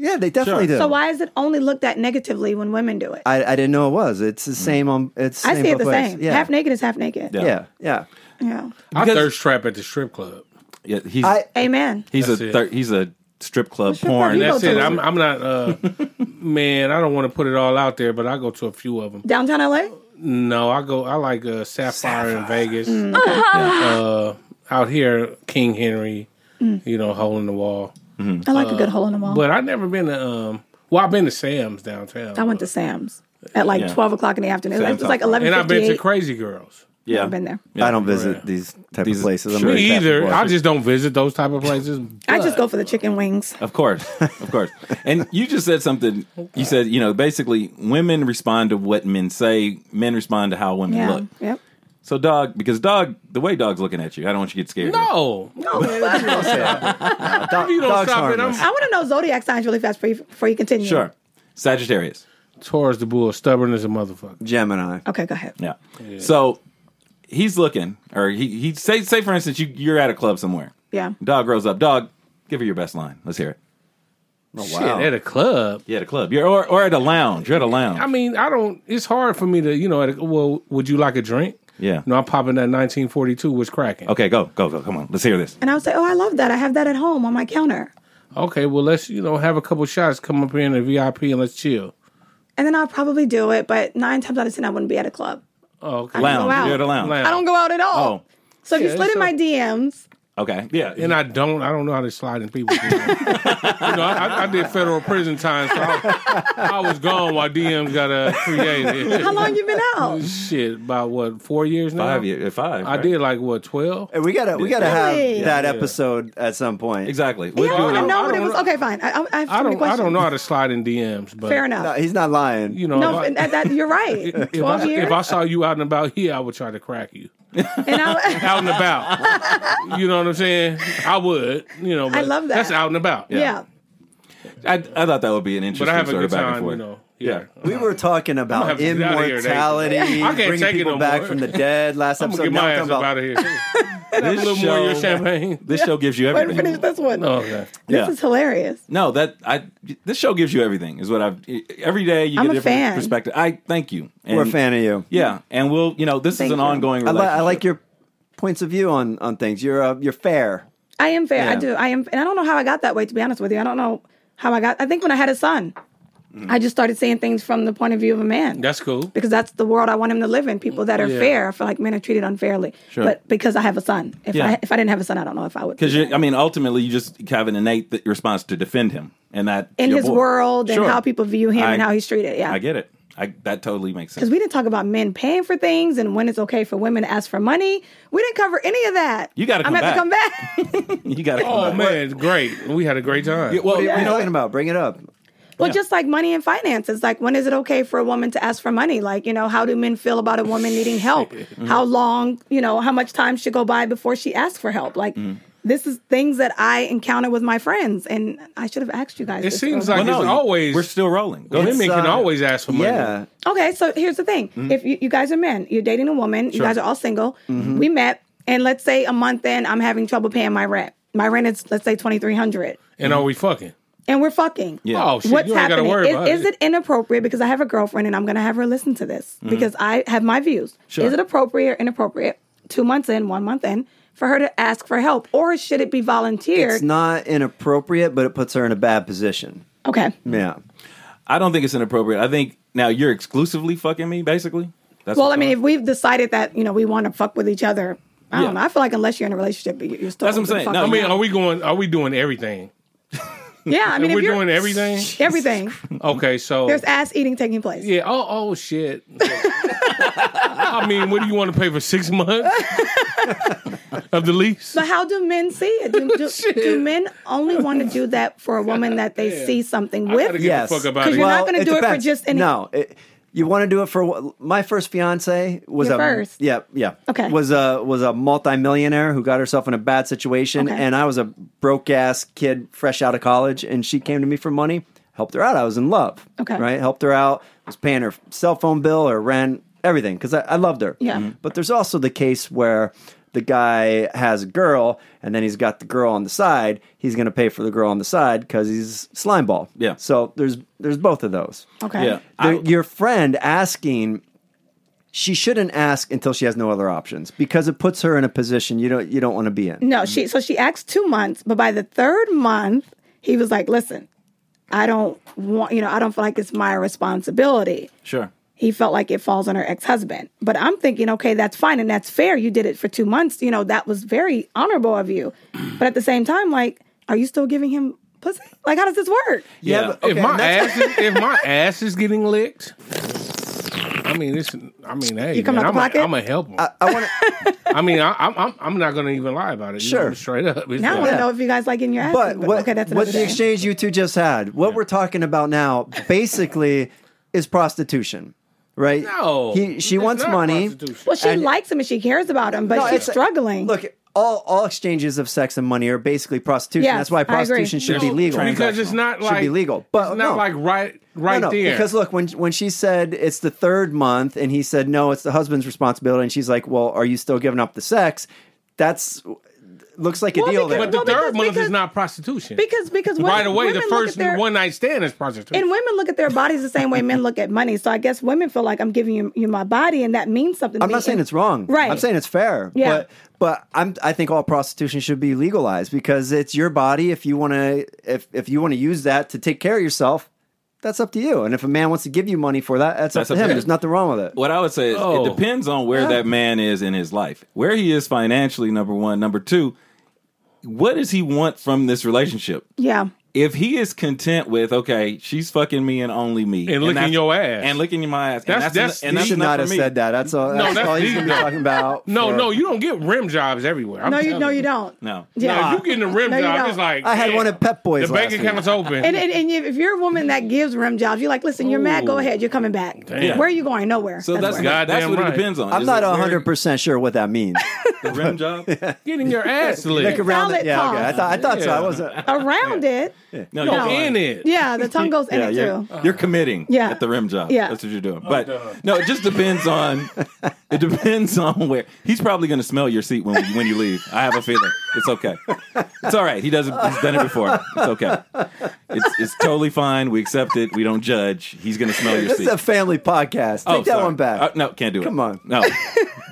Speaker 4: Yeah, they definitely
Speaker 5: Sure.
Speaker 4: do.
Speaker 2: So why is it only looked at negatively when women do it?
Speaker 4: I, I didn't know it was. It's
Speaker 5: Mm.
Speaker 4: the same. On it's.
Speaker 2: I
Speaker 4: same
Speaker 2: see it
Speaker 4: both
Speaker 2: the
Speaker 4: ways.
Speaker 2: same.
Speaker 4: Yeah.
Speaker 2: Half naked is half naked.
Speaker 5: Yeah.
Speaker 4: Yeah, yeah.
Speaker 2: Yeah.
Speaker 3: I thirst trap at the strip club.
Speaker 5: Yeah, he's
Speaker 4: I
Speaker 2: Amen.
Speaker 5: he's a
Speaker 3: That's it.
Speaker 5: thir- he's a strip club
Speaker 2: strip club
Speaker 5: porn.
Speaker 2: you go
Speaker 3: That's
Speaker 2: to?
Speaker 3: it. I'm, I'm not. Uh, man, I don't want to put it all out there, but I go to a few of them.
Speaker 2: Downtown LA?
Speaker 3: No, I go. I like uh, Sapphire, in Vegas.
Speaker 5: Yeah.
Speaker 3: Uh, out here, King Henry. You know, hole in the wall. Oh.
Speaker 2: I like a good hole in the wall.
Speaker 3: But I never been to. Um, well, I've been to Sam's downtown.
Speaker 2: I went to Sam's. at like
Speaker 5: Yeah.
Speaker 2: 12 o'clock in the afternoon.
Speaker 5: Same
Speaker 2: It was like
Speaker 5: time.
Speaker 2: 11
Speaker 3: And I've been to Crazy Girls.
Speaker 5: Yeah,
Speaker 2: I've been there.
Speaker 4: I don't visit these type
Speaker 5: These-
Speaker 4: of places. I'm
Speaker 5: Sure.
Speaker 4: not a
Speaker 3: Me
Speaker 4: type of
Speaker 3: either.
Speaker 4: boy.
Speaker 3: I just don't visit those type of places.
Speaker 2: I just go for the chicken wings.
Speaker 5: Of course, of course. And you just said something. You said you know basically women respond to what men say. Men respond to how women
Speaker 2: Yeah.
Speaker 5: look.
Speaker 2: Yep.
Speaker 5: So dog, because dog, the way dog's looking at you, I don't want you to get scared.
Speaker 3: No,
Speaker 4: Dog-
Speaker 3: you don't
Speaker 4: dog's
Speaker 3: stop it,
Speaker 4: harmless.
Speaker 2: I want to know zodiac signs really fast before you, before you continue.
Speaker 5: sure. Sagittarius.
Speaker 3: Taurus the bull, stubborn as a motherfucker.
Speaker 4: Gemini.
Speaker 2: Okay, go ahead.
Speaker 5: Yeah. So he's looking, or he he say say for instance you you're at a club somewhere.
Speaker 2: Yeah.
Speaker 5: Dog grows up. Dog, give her your best line. Let's hear it.
Speaker 4: Oh,
Speaker 3: Shit, at a club.
Speaker 5: Yeah, at a club. You're or, or at a lounge. You're at a lounge.
Speaker 3: I mean, I don't. It's hard for me to, you know. At a, well, would you like a drink?
Speaker 5: yeah.
Speaker 3: No, I'm popping that 1942 was cracking.
Speaker 5: Okay, go go go. Come on, let's hear this.
Speaker 2: And I would say, oh, I love that. I have that at home on my counter.
Speaker 3: Okay, well let's you know have a couple shots. Come up here in the VIP and let's chill.
Speaker 2: And then I'll probably do it, but nine times out of 10, I wouldn't be at a club.
Speaker 3: Oh, okay.
Speaker 2: Wow.
Speaker 5: Lounge.
Speaker 2: out.
Speaker 5: You're at a lounge.
Speaker 3: Lounge.
Speaker 2: I don't go out at all.
Speaker 5: Oh,
Speaker 2: so if you
Speaker 3: yeah,
Speaker 2: slid in
Speaker 3: so-
Speaker 2: my DMs,
Speaker 5: okay. Yeah.
Speaker 3: And I don't. I don't know how to slide in people. you know, I, I did federal prison time, so I, I was gone while DMs got uh, created.
Speaker 2: how long you been out?
Speaker 3: Shit, about what four years now?
Speaker 5: five year five.
Speaker 3: I
Speaker 5: right?
Speaker 3: did like what twelve.
Speaker 4: Hey, Uh, we gotta we gotta have
Speaker 2: Really?
Speaker 4: that episode at some point.
Speaker 5: Exactly.
Speaker 2: Yeah,
Speaker 5: We're
Speaker 2: I want to
Speaker 5: doing-
Speaker 2: know
Speaker 3: I
Speaker 2: what it
Speaker 3: don't
Speaker 2: was.
Speaker 3: know.
Speaker 2: Okay, fine. I, I have so
Speaker 3: I
Speaker 2: many
Speaker 3: don't. I
Speaker 2: questions.
Speaker 3: don't know how to slide in DMs, but
Speaker 2: Fair enough.
Speaker 4: No, he's not lying.
Speaker 3: You know,
Speaker 2: no,
Speaker 3: if, I,
Speaker 2: that, that, you're right.
Speaker 3: if, I,
Speaker 2: 12 years.
Speaker 3: if I saw you out and about here, I would try to crack you
Speaker 2: and I,
Speaker 3: out and about. you know what I'm saying? I would. You know, but
Speaker 2: love that.
Speaker 3: That's out and about.
Speaker 2: yeah.
Speaker 5: I, I thought that would be an interesting
Speaker 3: but I have a
Speaker 5: sort
Speaker 3: good
Speaker 5: of back and
Speaker 3: time.
Speaker 5: forth.
Speaker 3: You know,
Speaker 5: Yeah.
Speaker 4: we were talking
Speaker 3: have
Speaker 4: about
Speaker 3: to get outta here, Dave.
Speaker 4: immortality,
Speaker 3: can't
Speaker 4: bringing
Speaker 3: take it
Speaker 4: people
Speaker 3: no
Speaker 4: back
Speaker 3: more.
Speaker 4: from the dead. Last
Speaker 3: I'm gonna
Speaker 4: episode,
Speaker 3: get
Speaker 4: now
Speaker 3: my
Speaker 4: we're
Speaker 3: ass
Speaker 4: talking
Speaker 3: up
Speaker 4: about
Speaker 3: out of here. Have a
Speaker 5: This
Speaker 3: little more of your
Speaker 5: show-
Speaker 3: champagne.
Speaker 5: This show gives you
Speaker 2: Wait to
Speaker 5: everything.
Speaker 2: finish this one.
Speaker 3: Oh, okay.
Speaker 5: yeah.
Speaker 2: This is hilarious.
Speaker 5: no, that I this show gives you everything. Is what I've every day you
Speaker 2: I'm
Speaker 5: get
Speaker 2: a
Speaker 5: a different
Speaker 2: fan.
Speaker 5: perspective. I thank you. And,
Speaker 4: We're a fan of you.
Speaker 5: Yeah, and we'll you know this
Speaker 2: Thank
Speaker 5: is an
Speaker 2: you.
Speaker 5: ongoing.
Speaker 4: I, li-
Speaker 5: Relationship.
Speaker 4: I like your points of view on on things. You're uh, you're fair.
Speaker 2: I am fair. I
Speaker 4: Yeah.
Speaker 2: do. I am, and I don't know how I got that way. To be honest with you, I don't know how I got. I think when I had a son, I just started seeing things from the point of view of a man.
Speaker 3: That's cool.
Speaker 2: because that's the world I want him to live in. People that are
Speaker 3: Yeah.
Speaker 2: fair. I feel like men are treated unfairly.
Speaker 5: Sure.
Speaker 2: But because I have a son, if
Speaker 5: Yeah.
Speaker 2: I if I didn't have a son, I don't know if I would.
Speaker 5: because
Speaker 2: do
Speaker 5: you.
Speaker 2: that.
Speaker 5: I mean, ultimately, you just have an innate th- response to defend him, and that
Speaker 2: in
Speaker 5: your
Speaker 2: his
Speaker 5: boy.
Speaker 2: world and
Speaker 5: Sure.
Speaker 2: how people view him
Speaker 5: I-
Speaker 2: and how he's treated. Yeah,
Speaker 5: I get it. I that totally makes sense.
Speaker 2: because we didn't talk about men paying for things and when it's okay for women to ask for money. We didn't cover any of that.
Speaker 5: You gotta
Speaker 2: I'm
Speaker 5: come
Speaker 2: gonna have to come back.
Speaker 5: you got to.
Speaker 3: Oh man, great. We had a great time.
Speaker 5: Well,
Speaker 4: What are you, what are you
Speaker 5: you know,
Speaker 4: talking about? Bring it up.
Speaker 2: well, just like money and finances. Like, when is it okay for a woman to ask for money? Like, you know, how do men feel about a woman needing help?
Speaker 5: Mm-hmm.
Speaker 2: How long, you know, how much time should go by before she asks for help? Like,
Speaker 5: Mm.
Speaker 2: this is things that I encounter with my friends, and I should have asked you guys.
Speaker 3: It
Speaker 2: this
Speaker 3: seems
Speaker 2: earlier.
Speaker 3: like
Speaker 5: no,
Speaker 3: it's
Speaker 5: you-
Speaker 3: always
Speaker 5: we're still rolling. Go ahead.
Speaker 3: women
Speaker 4: It's,
Speaker 3: can
Speaker 4: uh,
Speaker 3: always ask for money.
Speaker 4: Yeah,
Speaker 2: Okay, so here's the thing.
Speaker 5: Mm-hmm.
Speaker 2: If you, you guys are men, you're dating a woman, you guys are all single,
Speaker 5: Mm-hmm.
Speaker 2: we met, and let's say a month in, I'm having trouble paying my rent. My rent is, let's say, 2300
Speaker 3: And are we fucking?
Speaker 2: and we're fucking.
Speaker 5: Yeah.
Speaker 3: Oh shit,
Speaker 2: What's
Speaker 3: you ain't
Speaker 2: happening?
Speaker 3: gotta worry
Speaker 2: is,
Speaker 3: about
Speaker 2: is it inappropriate? Because I have a girlfriend and I'm going to have her listen to this because I have my views.
Speaker 5: Mm-hmm. Sure.
Speaker 2: Is it appropriate or inappropriate, two months in, one month in, for her to ask for help? Or should it be volunteered?
Speaker 4: it's not inappropriate, but it puts her in a bad position.
Speaker 2: okay.
Speaker 4: Yeah,
Speaker 5: I don't think it's inappropriate. I think now you're exclusively fucking me, basically. That's
Speaker 2: Well,
Speaker 5: what-
Speaker 2: I mean, if we've decided that, you know, we want to fuck with each other, I
Speaker 5: Yeah.
Speaker 2: don't know. I feel like unless you're in a relationship, you- you're still.
Speaker 5: That's what I'm
Speaker 2: open to
Speaker 5: saying.
Speaker 2: fuck
Speaker 5: No, I
Speaker 2: with
Speaker 3: I mean,
Speaker 2: them.
Speaker 3: are we going? Are we doing everything?
Speaker 2: yeah, I mean,
Speaker 3: we're
Speaker 2: if you're
Speaker 3: doing everything.
Speaker 2: everything.
Speaker 3: Okay, so
Speaker 2: There's ass eating taking place.
Speaker 3: yeah. Oh, oh shit. I mean, what do you want to pay for six months of the lease?
Speaker 2: But how do men see it? Do, do, do men only want to do that for a woman that they see something
Speaker 3: I gotta
Speaker 2: with?
Speaker 3: give
Speaker 4: yes.
Speaker 3: a fuck about
Speaker 2: 'Cause
Speaker 3: it.
Speaker 2: you're not gonna
Speaker 4: it
Speaker 2: do it for just any-
Speaker 4: No, it, you want to do it for what- my first fiance was
Speaker 2: Your
Speaker 4: a
Speaker 2: first?
Speaker 4: yeah yeah
Speaker 2: Okay.
Speaker 4: was a was a multimillionaire who got herself in a bad situation,
Speaker 2: Okay.
Speaker 4: and I was a broke ass kid fresh out of college, and she came to me for money, helped her out. I was in love.
Speaker 2: Okay.
Speaker 4: right, helped her out, was paying her cell phone bill, her rent, everything because I, I loved her. Mm-hmm.
Speaker 2: Yeah. Mhm.
Speaker 4: but there's also the case where. The guy has a girl, and then he's got the girl on the side. He's going to pay for the girl on the side because he's slimeball.
Speaker 5: Yeah.
Speaker 4: So there's there's both of those.
Speaker 2: Okay.
Speaker 5: yeah. I-
Speaker 4: The- your friend asking, she shouldn't ask until she has no other options because it puts her in a position you don't you don't want to be in.
Speaker 2: No, she so she asked two months, but by the third month, he was like, Listen, I don't want you know, I don't feel like it's my responsibility.
Speaker 5: sure.
Speaker 2: He felt like it falls on her ex husband. But I'm thinking, okay, that's fine and that's fair. You did it for two months, you know, that was very honorable of you. But at the same time, like, are you still giving him pussy? Like, how does this work?
Speaker 5: Yeah.
Speaker 4: but-
Speaker 3: If
Speaker 4: okay,
Speaker 3: my
Speaker 4: and that's-
Speaker 3: ass, is, if my ass is getting licked, I mean, it's. I mean, hey,
Speaker 2: You come
Speaker 3: man,
Speaker 2: out the
Speaker 3: I'm,
Speaker 2: pocket? Uh,
Speaker 3: a, I'm a help 'em. I,
Speaker 4: I want to.
Speaker 3: mean, I, I'm, I'm I'm not gonna even lie about it. you
Speaker 4: Sure.
Speaker 3: know, straight up. It's
Speaker 2: Now I
Speaker 3: like-
Speaker 2: want to know if you guys like in your ass.
Speaker 4: but what,
Speaker 2: okay, that's
Speaker 4: what
Speaker 2: another
Speaker 4: the
Speaker 2: day.
Speaker 4: exchange you two just had, what we're talking about now, basically, is prostitution, right?
Speaker 3: No,
Speaker 4: he, she
Speaker 3: it's
Speaker 4: wants
Speaker 3: not
Speaker 4: money.
Speaker 3: prostitution.
Speaker 2: Well, she
Speaker 4: and-
Speaker 2: likes him and she cares about him, but
Speaker 4: No,
Speaker 2: she's
Speaker 4: it's-
Speaker 2: struggling.
Speaker 4: Look, all all exchanges of sex and money are basically prostitution.
Speaker 2: Yes,
Speaker 4: That's why
Speaker 2: I agree.
Speaker 4: prostitution should be
Speaker 3: No,
Speaker 4: legal
Speaker 3: because it's not like
Speaker 4: should be legal, but
Speaker 3: it's
Speaker 4: no.
Speaker 3: not like right right
Speaker 4: no, no,
Speaker 3: there.
Speaker 4: Because look, when when she said it's the third month, and he said no, it's the husband's responsibility, and she's like, well, are you still giving up the sex? That's looks like a
Speaker 2: Well,
Speaker 4: deal
Speaker 2: because-
Speaker 4: there.
Speaker 3: but the
Speaker 2: Well,
Speaker 3: third month
Speaker 2: because-
Speaker 3: is not prostitution.
Speaker 2: because because women,
Speaker 3: right away,
Speaker 2: women
Speaker 3: the
Speaker 2: look at
Speaker 3: first
Speaker 2: their-
Speaker 3: one night stand is prostitution.
Speaker 2: and women look at their bodies the same way men look at money. So I guess women feel like I'm giving you, you my body, and that means something. to
Speaker 4: I'm
Speaker 2: me.
Speaker 4: not saying
Speaker 2: And-
Speaker 4: it's wrong.
Speaker 2: Right.
Speaker 4: I'm saying it's fair.
Speaker 2: Yeah.
Speaker 4: But but I'm I think all prostitution should be legalized because it's your body. If you want to if if you want to use that to take care of yourself, that's up to you. And if a man wants to give you money for that, that's,
Speaker 5: That's
Speaker 4: up
Speaker 5: up
Speaker 4: to him.
Speaker 5: to him.
Speaker 4: There's nothing wrong with it.
Speaker 5: What I would say is
Speaker 3: Oh.
Speaker 5: it depends on where that man is in his life, where he is financially. Number one, number two, what does he want from this relationship?
Speaker 2: yeah.
Speaker 5: If he is content with okay, she's fucking me and only me,
Speaker 3: And licking
Speaker 5: that's-
Speaker 3: your ass.
Speaker 5: and licking my ass,
Speaker 3: That's-
Speaker 5: and that's,
Speaker 3: that's-
Speaker 5: en-
Speaker 4: You
Speaker 5: and that's
Speaker 4: should
Speaker 5: enough
Speaker 4: not
Speaker 5: for
Speaker 4: have
Speaker 5: me.
Speaker 4: said that. That's all. That's,
Speaker 3: that's
Speaker 4: all he's
Speaker 3: the-
Speaker 4: going to be talking about.
Speaker 3: no,
Speaker 4: for-
Speaker 3: no, you don't get rim jobs everywhere. I'm
Speaker 2: No, you
Speaker 3: telling
Speaker 2: no, you don't.
Speaker 5: No.
Speaker 3: No,
Speaker 2: Yeah.
Speaker 3: you getting a rim
Speaker 2: No, you
Speaker 3: job?
Speaker 2: don't.
Speaker 3: It's like
Speaker 4: I had
Speaker 3: yeah,
Speaker 4: one at Pep Boys.
Speaker 3: The
Speaker 4: last
Speaker 3: bank
Speaker 4: week.
Speaker 3: account's open.
Speaker 2: And, and, and if you're a woman that gives rim jobs, you're like, listen, you're mad. Go ahead. You're coming back.
Speaker 3: Damn.
Speaker 2: Where are you going? Nowhere.
Speaker 5: So that's
Speaker 2: where.
Speaker 3: God
Speaker 5: that's
Speaker 3: damn
Speaker 5: what
Speaker 3: right.
Speaker 5: it depends on.
Speaker 4: I'm
Speaker 5: Is
Speaker 4: not
Speaker 5: it where-
Speaker 4: 100 percent sure what that means.
Speaker 5: the rim job.
Speaker 3: getting your ass
Speaker 4: Like
Speaker 3: licked.
Speaker 4: around
Speaker 2: Solid
Speaker 4: it. Yeah, okay. I
Speaker 2: cost.
Speaker 4: thought I thought so.
Speaker 3: Yeah.
Speaker 4: I wasn't.
Speaker 2: around it.
Speaker 5: No,
Speaker 3: No,
Speaker 5: you're
Speaker 3: in
Speaker 5: fine.
Speaker 3: it.
Speaker 2: Yeah, the tongue goes in
Speaker 5: Yeah,
Speaker 2: it
Speaker 5: you're,
Speaker 2: too.
Speaker 5: you're committing
Speaker 2: Yeah.
Speaker 5: at the rim job.
Speaker 2: Yeah.
Speaker 5: That's what you're doing. But no, it just depends on it depends on where he's probably going to smell your seat when when you leave. I have a feeling it's okay. It's all right. He doesn't. He's done it before. It's okay. It's it's totally fine. We accept it. We don't judge. He's going to smell your
Speaker 4: This
Speaker 5: seat.
Speaker 4: is a family podcast. Take
Speaker 5: Oh,
Speaker 4: that
Speaker 5: sorry.
Speaker 4: one back.
Speaker 5: Uh, no, can't do it.
Speaker 4: Come on.
Speaker 5: No.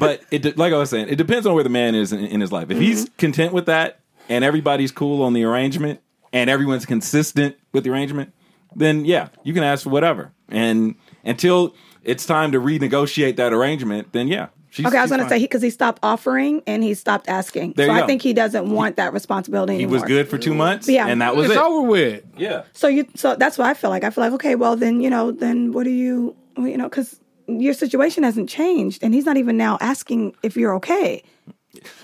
Speaker 5: but it de- like I was saying, it depends on where the man is in, in his life. If he's
Speaker 4: Mm-hmm.
Speaker 5: content with that and everybody's cool on the arrangement and everyone's consistent with the arrangement, then yeah, you can ask for whatever. And until it's time to renegotiate that arrangement, then yeah. She's,
Speaker 2: Okay, I was
Speaker 5: she's
Speaker 2: going to
Speaker 5: fine.
Speaker 2: say because he, stopped offering and he stopped asking.
Speaker 5: There
Speaker 2: so
Speaker 5: you
Speaker 2: I
Speaker 5: go.
Speaker 2: think he doesn't want that responsibility
Speaker 5: he was
Speaker 2: anymore.
Speaker 5: good for two months,
Speaker 2: Yeah.
Speaker 5: and that was
Speaker 3: It's
Speaker 5: it.
Speaker 3: over with.
Speaker 5: Yeah.
Speaker 2: So you, so that's what I feel like. I feel like okay, well then you know, then what do you, well, you know, because your situation hasn't changed, and he's not even now asking if you're okay.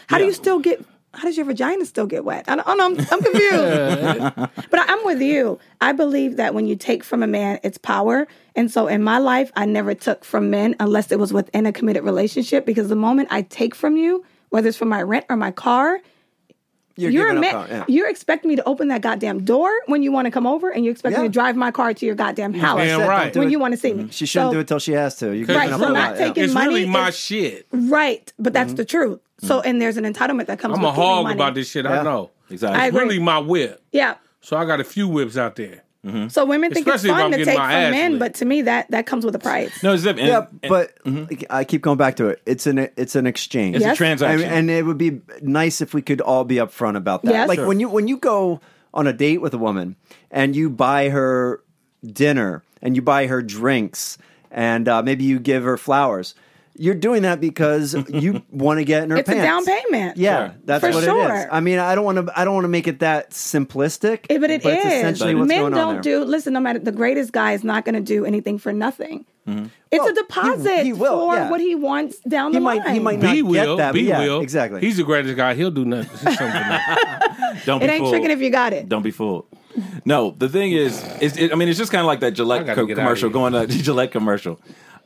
Speaker 2: How do
Speaker 5: Yeah.
Speaker 2: you still get? How does your vagina still get wet? I don't, I don't know. I'm, I'm confused. but I, I'm with you. I believe that when you take from a man, it's power. And so in my life, I never took from men unless it was within a committed relationship. Because the moment I take from you, whether it's from my rent or my car,
Speaker 4: You're,
Speaker 2: you're a
Speaker 4: giving
Speaker 2: man.
Speaker 4: up. power, yeah.
Speaker 2: You're expecting me to open that goddamn door when you want to come over, and you're expecting me
Speaker 4: Yeah.
Speaker 2: to drive my car to your goddamn house
Speaker 3: damn
Speaker 4: Don't
Speaker 3: right.
Speaker 4: do
Speaker 2: when
Speaker 4: it. Mm-hmm.
Speaker 2: you want to see me.
Speaker 4: She shouldn't
Speaker 2: So-
Speaker 4: do it till she has to. You're
Speaker 2: Right,
Speaker 4: giving up
Speaker 2: so not
Speaker 4: a lot. yeah.
Speaker 2: taking
Speaker 3: it's really
Speaker 2: money
Speaker 3: my
Speaker 2: is-
Speaker 3: shit.
Speaker 2: Right, but
Speaker 4: Mm-hmm.
Speaker 2: that's the truth. So, and there's an entitlement that comes.
Speaker 3: I'm
Speaker 2: with
Speaker 3: a
Speaker 2: getting
Speaker 3: hog
Speaker 2: money.
Speaker 3: about this shit.
Speaker 4: Yeah.
Speaker 3: I know.
Speaker 5: Exactly.
Speaker 2: I
Speaker 3: It's
Speaker 2: agree.
Speaker 3: really my whip.
Speaker 2: Yeah.
Speaker 3: So I got a few whips out there.
Speaker 4: Mm-hmm.
Speaker 2: So women think
Speaker 3: Especially if
Speaker 2: it's
Speaker 3: I'm
Speaker 2: fun to
Speaker 3: getting
Speaker 2: take
Speaker 3: my
Speaker 2: from
Speaker 3: ass
Speaker 2: men,
Speaker 3: licked.
Speaker 2: but to me that that comes with a price.
Speaker 5: No, it's different.
Speaker 4: Yeah,
Speaker 5: And- and
Speaker 4: but I keep going back to it. It's an it's an exchange.
Speaker 5: It's a Yes. transaction.
Speaker 4: and, and it would be nice if we could all be upfront about that.
Speaker 2: Yes.
Speaker 4: Like
Speaker 2: Sure.
Speaker 4: when you when you go on a date with a woman and you buy her dinner and you buy her drinks and uh, maybe you give her flowers. You're doing that because you want to get in her
Speaker 2: It's a
Speaker 4: pants.
Speaker 2: down payment.
Speaker 4: Yeah,
Speaker 5: Sure.
Speaker 4: that's
Speaker 2: For
Speaker 4: what it is.
Speaker 2: sure.
Speaker 4: I mean, I don't want to. I don't want to make it that simplistic.
Speaker 2: Eh, but it is.
Speaker 4: it's essentially what's
Speaker 2: men
Speaker 4: going
Speaker 2: don't
Speaker 4: on there.
Speaker 2: do. Listen, no matter the greatest guy is not going to do anything for nothing. It's
Speaker 4: Mm-hmm. Well,
Speaker 2: a deposit
Speaker 4: he- he will,
Speaker 2: for
Speaker 4: yeah.
Speaker 2: what he wants down
Speaker 4: He
Speaker 2: the
Speaker 4: might-
Speaker 2: line.
Speaker 4: he might not
Speaker 3: B
Speaker 4: get
Speaker 3: will.
Speaker 4: that, but
Speaker 3: B
Speaker 4: yeah,
Speaker 3: will.
Speaker 4: exactly.
Speaker 3: He's the greatest guy. He'll do nothing. He's something else.
Speaker 5: don't be
Speaker 2: It ain't
Speaker 5: fooled.
Speaker 2: tricking if you got it.
Speaker 5: Don't be fooled. No, the thing is, is it, I mean, it's just kind of like that
Speaker 3: I
Speaker 5: Gillette
Speaker 3: gotta
Speaker 5: co-
Speaker 3: get outta
Speaker 5: commercial
Speaker 3: here.
Speaker 5: going to Gillette commercial.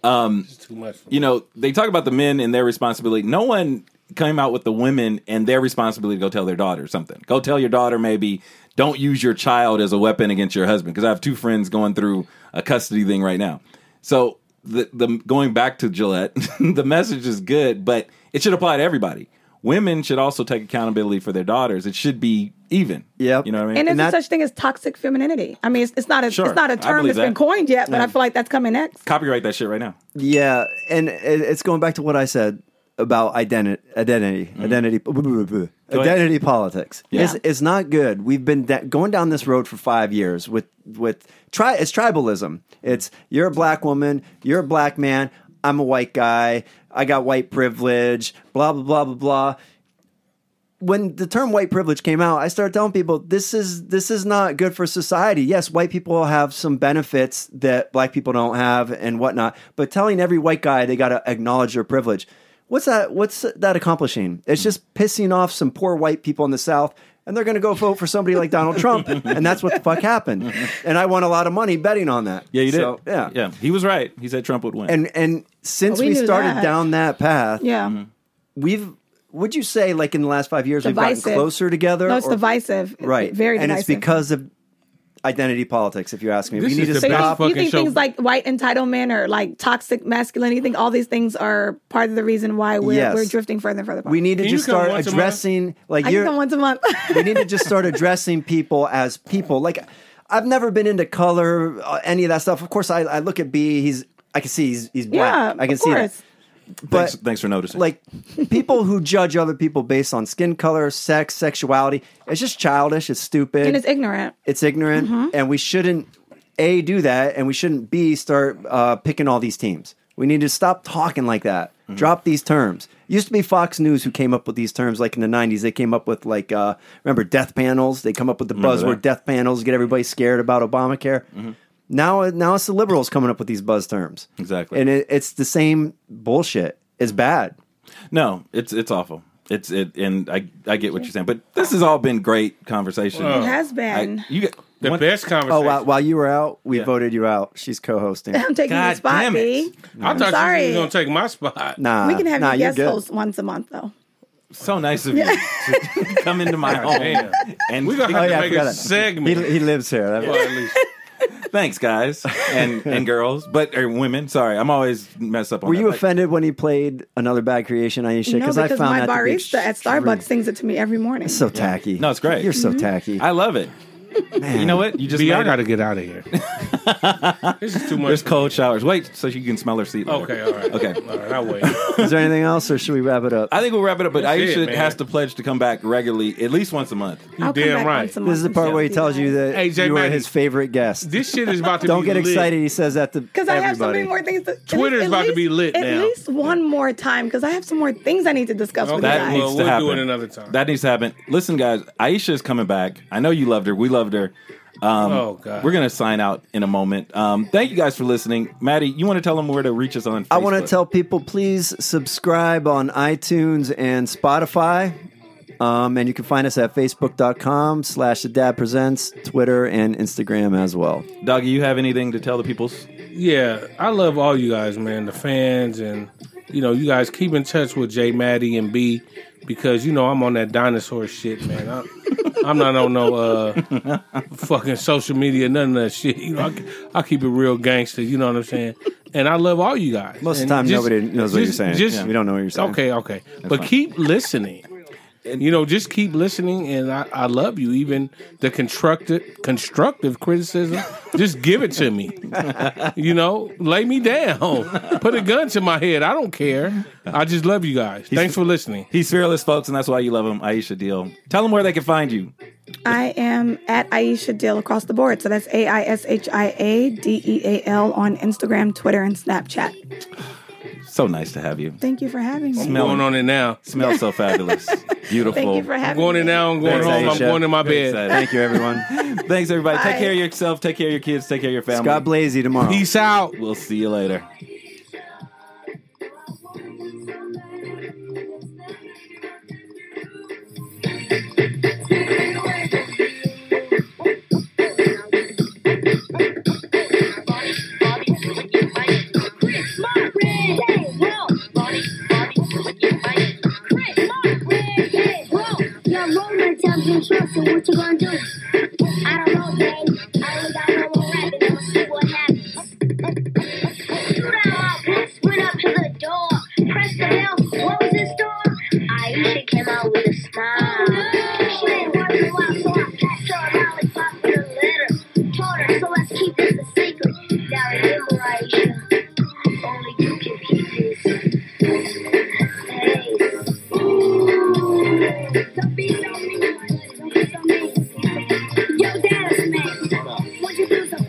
Speaker 3: It's too much. For
Speaker 5: You
Speaker 3: me.
Speaker 5: know, they talk about the men and their responsibility. No one came out with the women and their responsibility to go tell their daughter something. Go tell your daughter maybe don't use your child as a weapon against your husband because I have two friends going through a custody thing right now. So the the going back to Gillette, the message is good, but it should apply to everybody. Women should also take accountability for their daughters. It should be even.
Speaker 4: Yep.
Speaker 5: You know what I mean?
Speaker 2: And
Speaker 4: And
Speaker 2: there's
Speaker 4: that-
Speaker 2: a such thing as toxic femininity. I mean, it's, it's not a
Speaker 5: Sure.
Speaker 2: it's not
Speaker 5: I
Speaker 2: a term
Speaker 5: believe
Speaker 2: that's been
Speaker 5: that.
Speaker 2: coined yet,
Speaker 4: Mm-hmm.
Speaker 2: but I feel like that's coming next.
Speaker 5: Copyright that shit right now.
Speaker 4: Yeah, and it- it's going back to what I said about identi- identity, identity, identity,
Speaker 5: Mm-hmm. ahead.
Speaker 4: identity politics.
Speaker 5: Yeah.
Speaker 4: It's, it's not good. We've been da- going down this road for five years with with tri- It's tribalism. It's you're a black woman, you're a black man. I'm a white guy. I got white privilege. Blah blah blah blah blah. when the term white privilege came out, I started telling people this is this is not good for society. Yes, white people have some benefits that black people don't have and whatnot, but telling every white guy they got to acknowledge their privilege, what's that? What's that accomplishing? It's just pissing off some poor white people in the South, and they're going to go vote for somebody like Donald Trump, and that's what the fuck happened. And I won a lot of money betting on that.
Speaker 5: Yeah, you did.
Speaker 4: So, yeah,
Speaker 5: yeah. He was right. He said Trump would win.
Speaker 4: And and since
Speaker 2: We
Speaker 4: we,
Speaker 2: knew
Speaker 4: started
Speaker 2: that.
Speaker 4: down that path,
Speaker 2: Yeah.
Speaker 4: we've would you say like in the last five years we've
Speaker 2: Divisive.
Speaker 4: gotten closer together?
Speaker 2: No, it's
Speaker 4: or-
Speaker 2: divisive.
Speaker 4: right?
Speaker 2: Very
Speaker 4: and
Speaker 2: divisive.
Speaker 4: it's because of identity politics. If you ask me,
Speaker 3: This
Speaker 4: we need
Speaker 3: is the
Speaker 4: to
Speaker 2: So you,
Speaker 4: stop.
Speaker 3: best
Speaker 2: you
Speaker 3: fucking
Speaker 2: think
Speaker 3: show.
Speaker 2: things like white entitlement or like toxic masculinity, you think all these things are part of the reason why we're,
Speaker 4: Yes.
Speaker 2: we're drifting further and further apart?
Speaker 4: We need to
Speaker 3: Can you
Speaker 4: just
Speaker 3: come
Speaker 4: start
Speaker 3: once a month?
Speaker 4: addressing like
Speaker 2: I can come
Speaker 4: you're.
Speaker 2: once a month.
Speaker 4: we need to just start addressing people as people. Like I've never been into color, uh, any of that stuff. Of course, I, I look at B. He's I can see he's he's
Speaker 2: yeah,
Speaker 4: black. I can
Speaker 2: of
Speaker 4: see that.
Speaker 2: course.
Speaker 4: But
Speaker 5: thanks, thanks for noticing.
Speaker 4: like people who judge other people based on skin color, sex, sexuality, it's just childish. It's stupid.
Speaker 2: And it's ignorant.
Speaker 4: it's ignorant
Speaker 2: Mm-hmm.
Speaker 4: and we shouldn't a do that and we shouldn't b start uh, picking all these teams we need to stop talking like that
Speaker 5: Mm-hmm.
Speaker 4: drop these terms it used to be fox news who came up with these terms like in the 90s they came up with like uh, remember death panels they come up with the buzzword
Speaker 5: that. Mm-hmm.
Speaker 4: death panels get everybody scared about obamacare now now it's the liberals coming up with these buzz terms
Speaker 5: Exactly. Mm-hmm.
Speaker 4: and it, it's the same bullshit it's bad
Speaker 5: No, it's it's awful. It's it, and I I get what you're saying, but this has all been great conversation.
Speaker 2: It has been.
Speaker 5: I- you get
Speaker 3: The
Speaker 5: one-
Speaker 3: best
Speaker 4: oh
Speaker 3: conversation.
Speaker 4: while, while you were out we
Speaker 5: Yeah.
Speaker 4: voted you out she's co-hosting
Speaker 2: I'm taking your
Speaker 5: God
Speaker 2: spot,
Speaker 5: damn it.
Speaker 2: B.
Speaker 3: I thought
Speaker 2: sorry.
Speaker 3: you were going to take my spot.
Speaker 4: nah
Speaker 2: we can have
Speaker 4: Uh, nah,
Speaker 2: you
Speaker 4: you're
Speaker 2: guest
Speaker 4: good.
Speaker 2: host once a month, though.
Speaker 5: So nice of you to come into my home.
Speaker 3: damn.
Speaker 5: And
Speaker 3: We're going to have
Speaker 4: yeah, I
Speaker 3: to make a
Speaker 4: forgot that. he,
Speaker 3: segment.
Speaker 4: he lives here That-
Speaker 3: Well, at least.
Speaker 5: thanks, guys and and girls, but or women. Sorry, I'm always mess up. on
Speaker 4: Were
Speaker 5: that.
Speaker 4: you
Speaker 5: Like,
Speaker 4: offended when he played another bad creation, Aisha?
Speaker 2: no, because
Speaker 4: I found
Speaker 2: my
Speaker 4: that to be
Speaker 2: barista at Starbucks Mm-hmm.
Speaker 4: extreme-
Speaker 2: sings it to me every morning.
Speaker 4: So tacky.
Speaker 5: No, it's great.
Speaker 4: You're so tacky.
Speaker 5: I love it. You know what? You just
Speaker 3: B, I
Speaker 5: made-
Speaker 3: got to get out of here. this is too much.
Speaker 5: there's
Speaker 3: for
Speaker 5: cold showers. Wait, so you can smell her seat. later.
Speaker 3: Okay, all right.
Speaker 5: Okay.
Speaker 3: All right, I'll wait.
Speaker 4: Is there anything else, or should we wrap it up?
Speaker 5: I think we'll wrap it up. But
Speaker 3: That's it,
Speaker 5: Aisha
Speaker 3: man.
Speaker 5: has to pledge to come back regularly, at least once a month.
Speaker 2: I'll come
Speaker 3: damn
Speaker 2: back
Speaker 3: right.
Speaker 2: once a month.
Speaker 4: this is the part where he tells you that
Speaker 3: Hey, Jay
Speaker 4: you were
Speaker 3: Mackey.
Speaker 4: his favorite guest.
Speaker 3: This shit is about to
Speaker 4: Don't
Speaker 3: be
Speaker 4: get
Speaker 3: lit.
Speaker 4: excited. He says that to
Speaker 2: Because I have so
Speaker 4: everybody.
Speaker 2: many more things. To,
Speaker 3: Twitter's
Speaker 2: at
Speaker 3: about to be lit
Speaker 2: At
Speaker 3: now.
Speaker 2: least one more time, because I have some more things I need to discuss with you
Speaker 3: Okay.
Speaker 5: That
Speaker 2: guys.
Speaker 5: needs
Speaker 3: Well,
Speaker 5: to
Speaker 3: we'll do
Speaker 5: happen.
Speaker 3: it another time.
Speaker 5: That needs to happen. Listen, guys, Aisha is coming back. I know you loved her. We loved her. Um,
Speaker 3: Oh, God.
Speaker 5: We're gonna sign out in a moment. Um, thank you guys for listening. Maddie, you want to tell them where to reach us on? Facebook?
Speaker 4: I want to tell people please subscribe on iTunes and Spotify. Um, and you can find us at facebook.com slash the dad presents, Twitter, and Instagram as well.
Speaker 5: Doggy. You have anything to tell the peoples?
Speaker 3: Yeah, I love all you guys, man. The fans and you know, you guys keep in touch with Jay Maddie and B because you know I'm on that dinosaur shit, man. I, I'm not on no uh, fucking social media, none of that shit. You know, I, I keep it real gangster. You know what I'm saying? And I love all you guys.
Speaker 4: Most of
Speaker 3: And
Speaker 4: the time,
Speaker 3: just-
Speaker 4: nobody knows what you're
Speaker 3: just-
Speaker 4: saying.
Speaker 3: just-
Speaker 4: we don't know what you're saying.
Speaker 3: Okay, okay. but keep listening. you know, just keep listening, and I, I love you. Even the constructive constructive criticism, just give it to me. you know, lay me down, put a gun to my head. I don't care. I just love you guys. Thanks for listening.
Speaker 5: He's fearless, folks, and that's why you love him. Aisha Deal. Tell them where they can find you.
Speaker 2: I am at Aisha Dill across the board. So that's A I S H I A D E A L on Instagram, Twitter, and Snapchat.
Speaker 5: So nice to have you.
Speaker 2: Thank you for having me.
Speaker 5: Smell
Speaker 3: Going
Speaker 5: me.
Speaker 3: on it now.
Speaker 5: Smells so fabulous, beautiful.
Speaker 2: Thank you for
Speaker 3: I'm
Speaker 2: having
Speaker 3: going
Speaker 2: me.
Speaker 3: in now. I'm going
Speaker 4: Thanks,
Speaker 3: home. I'm
Speaker 4: Aisha.
Speaker 3: going in my
Speaker 5: Very
Speaker 3: bed.
Speaker 5: excited.
Speaker 4: Thank you, everyone.
Speaker 5: Thanks, everybody. Take
Speaker 2: Bye.
Speaker 5: care of yourself. Take care of your kids. Take care of your family.
Speaker 4: Scott Blazy tomorrow.
Speaker 3: Peace out.
Speaker 5: We'll see you later.
Speaker 6: So what you gonna do? I don't know, man. I only got no more rapping. We'll see what happens. Shoot out my pants, went up to the door. Pressed the bell, closed the store. Aisha came out with a smile. She ain't worried a while, so I packed her a lollipop with a letter. Told her, so let's keep this a secret. Now remember, Aisha, only you can keep this. Hey. Don't be so mean. Don't be so mean. Yo, Dallas man.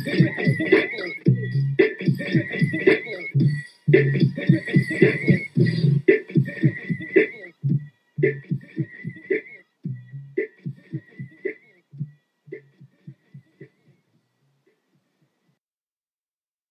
Speaker 6: Thank you.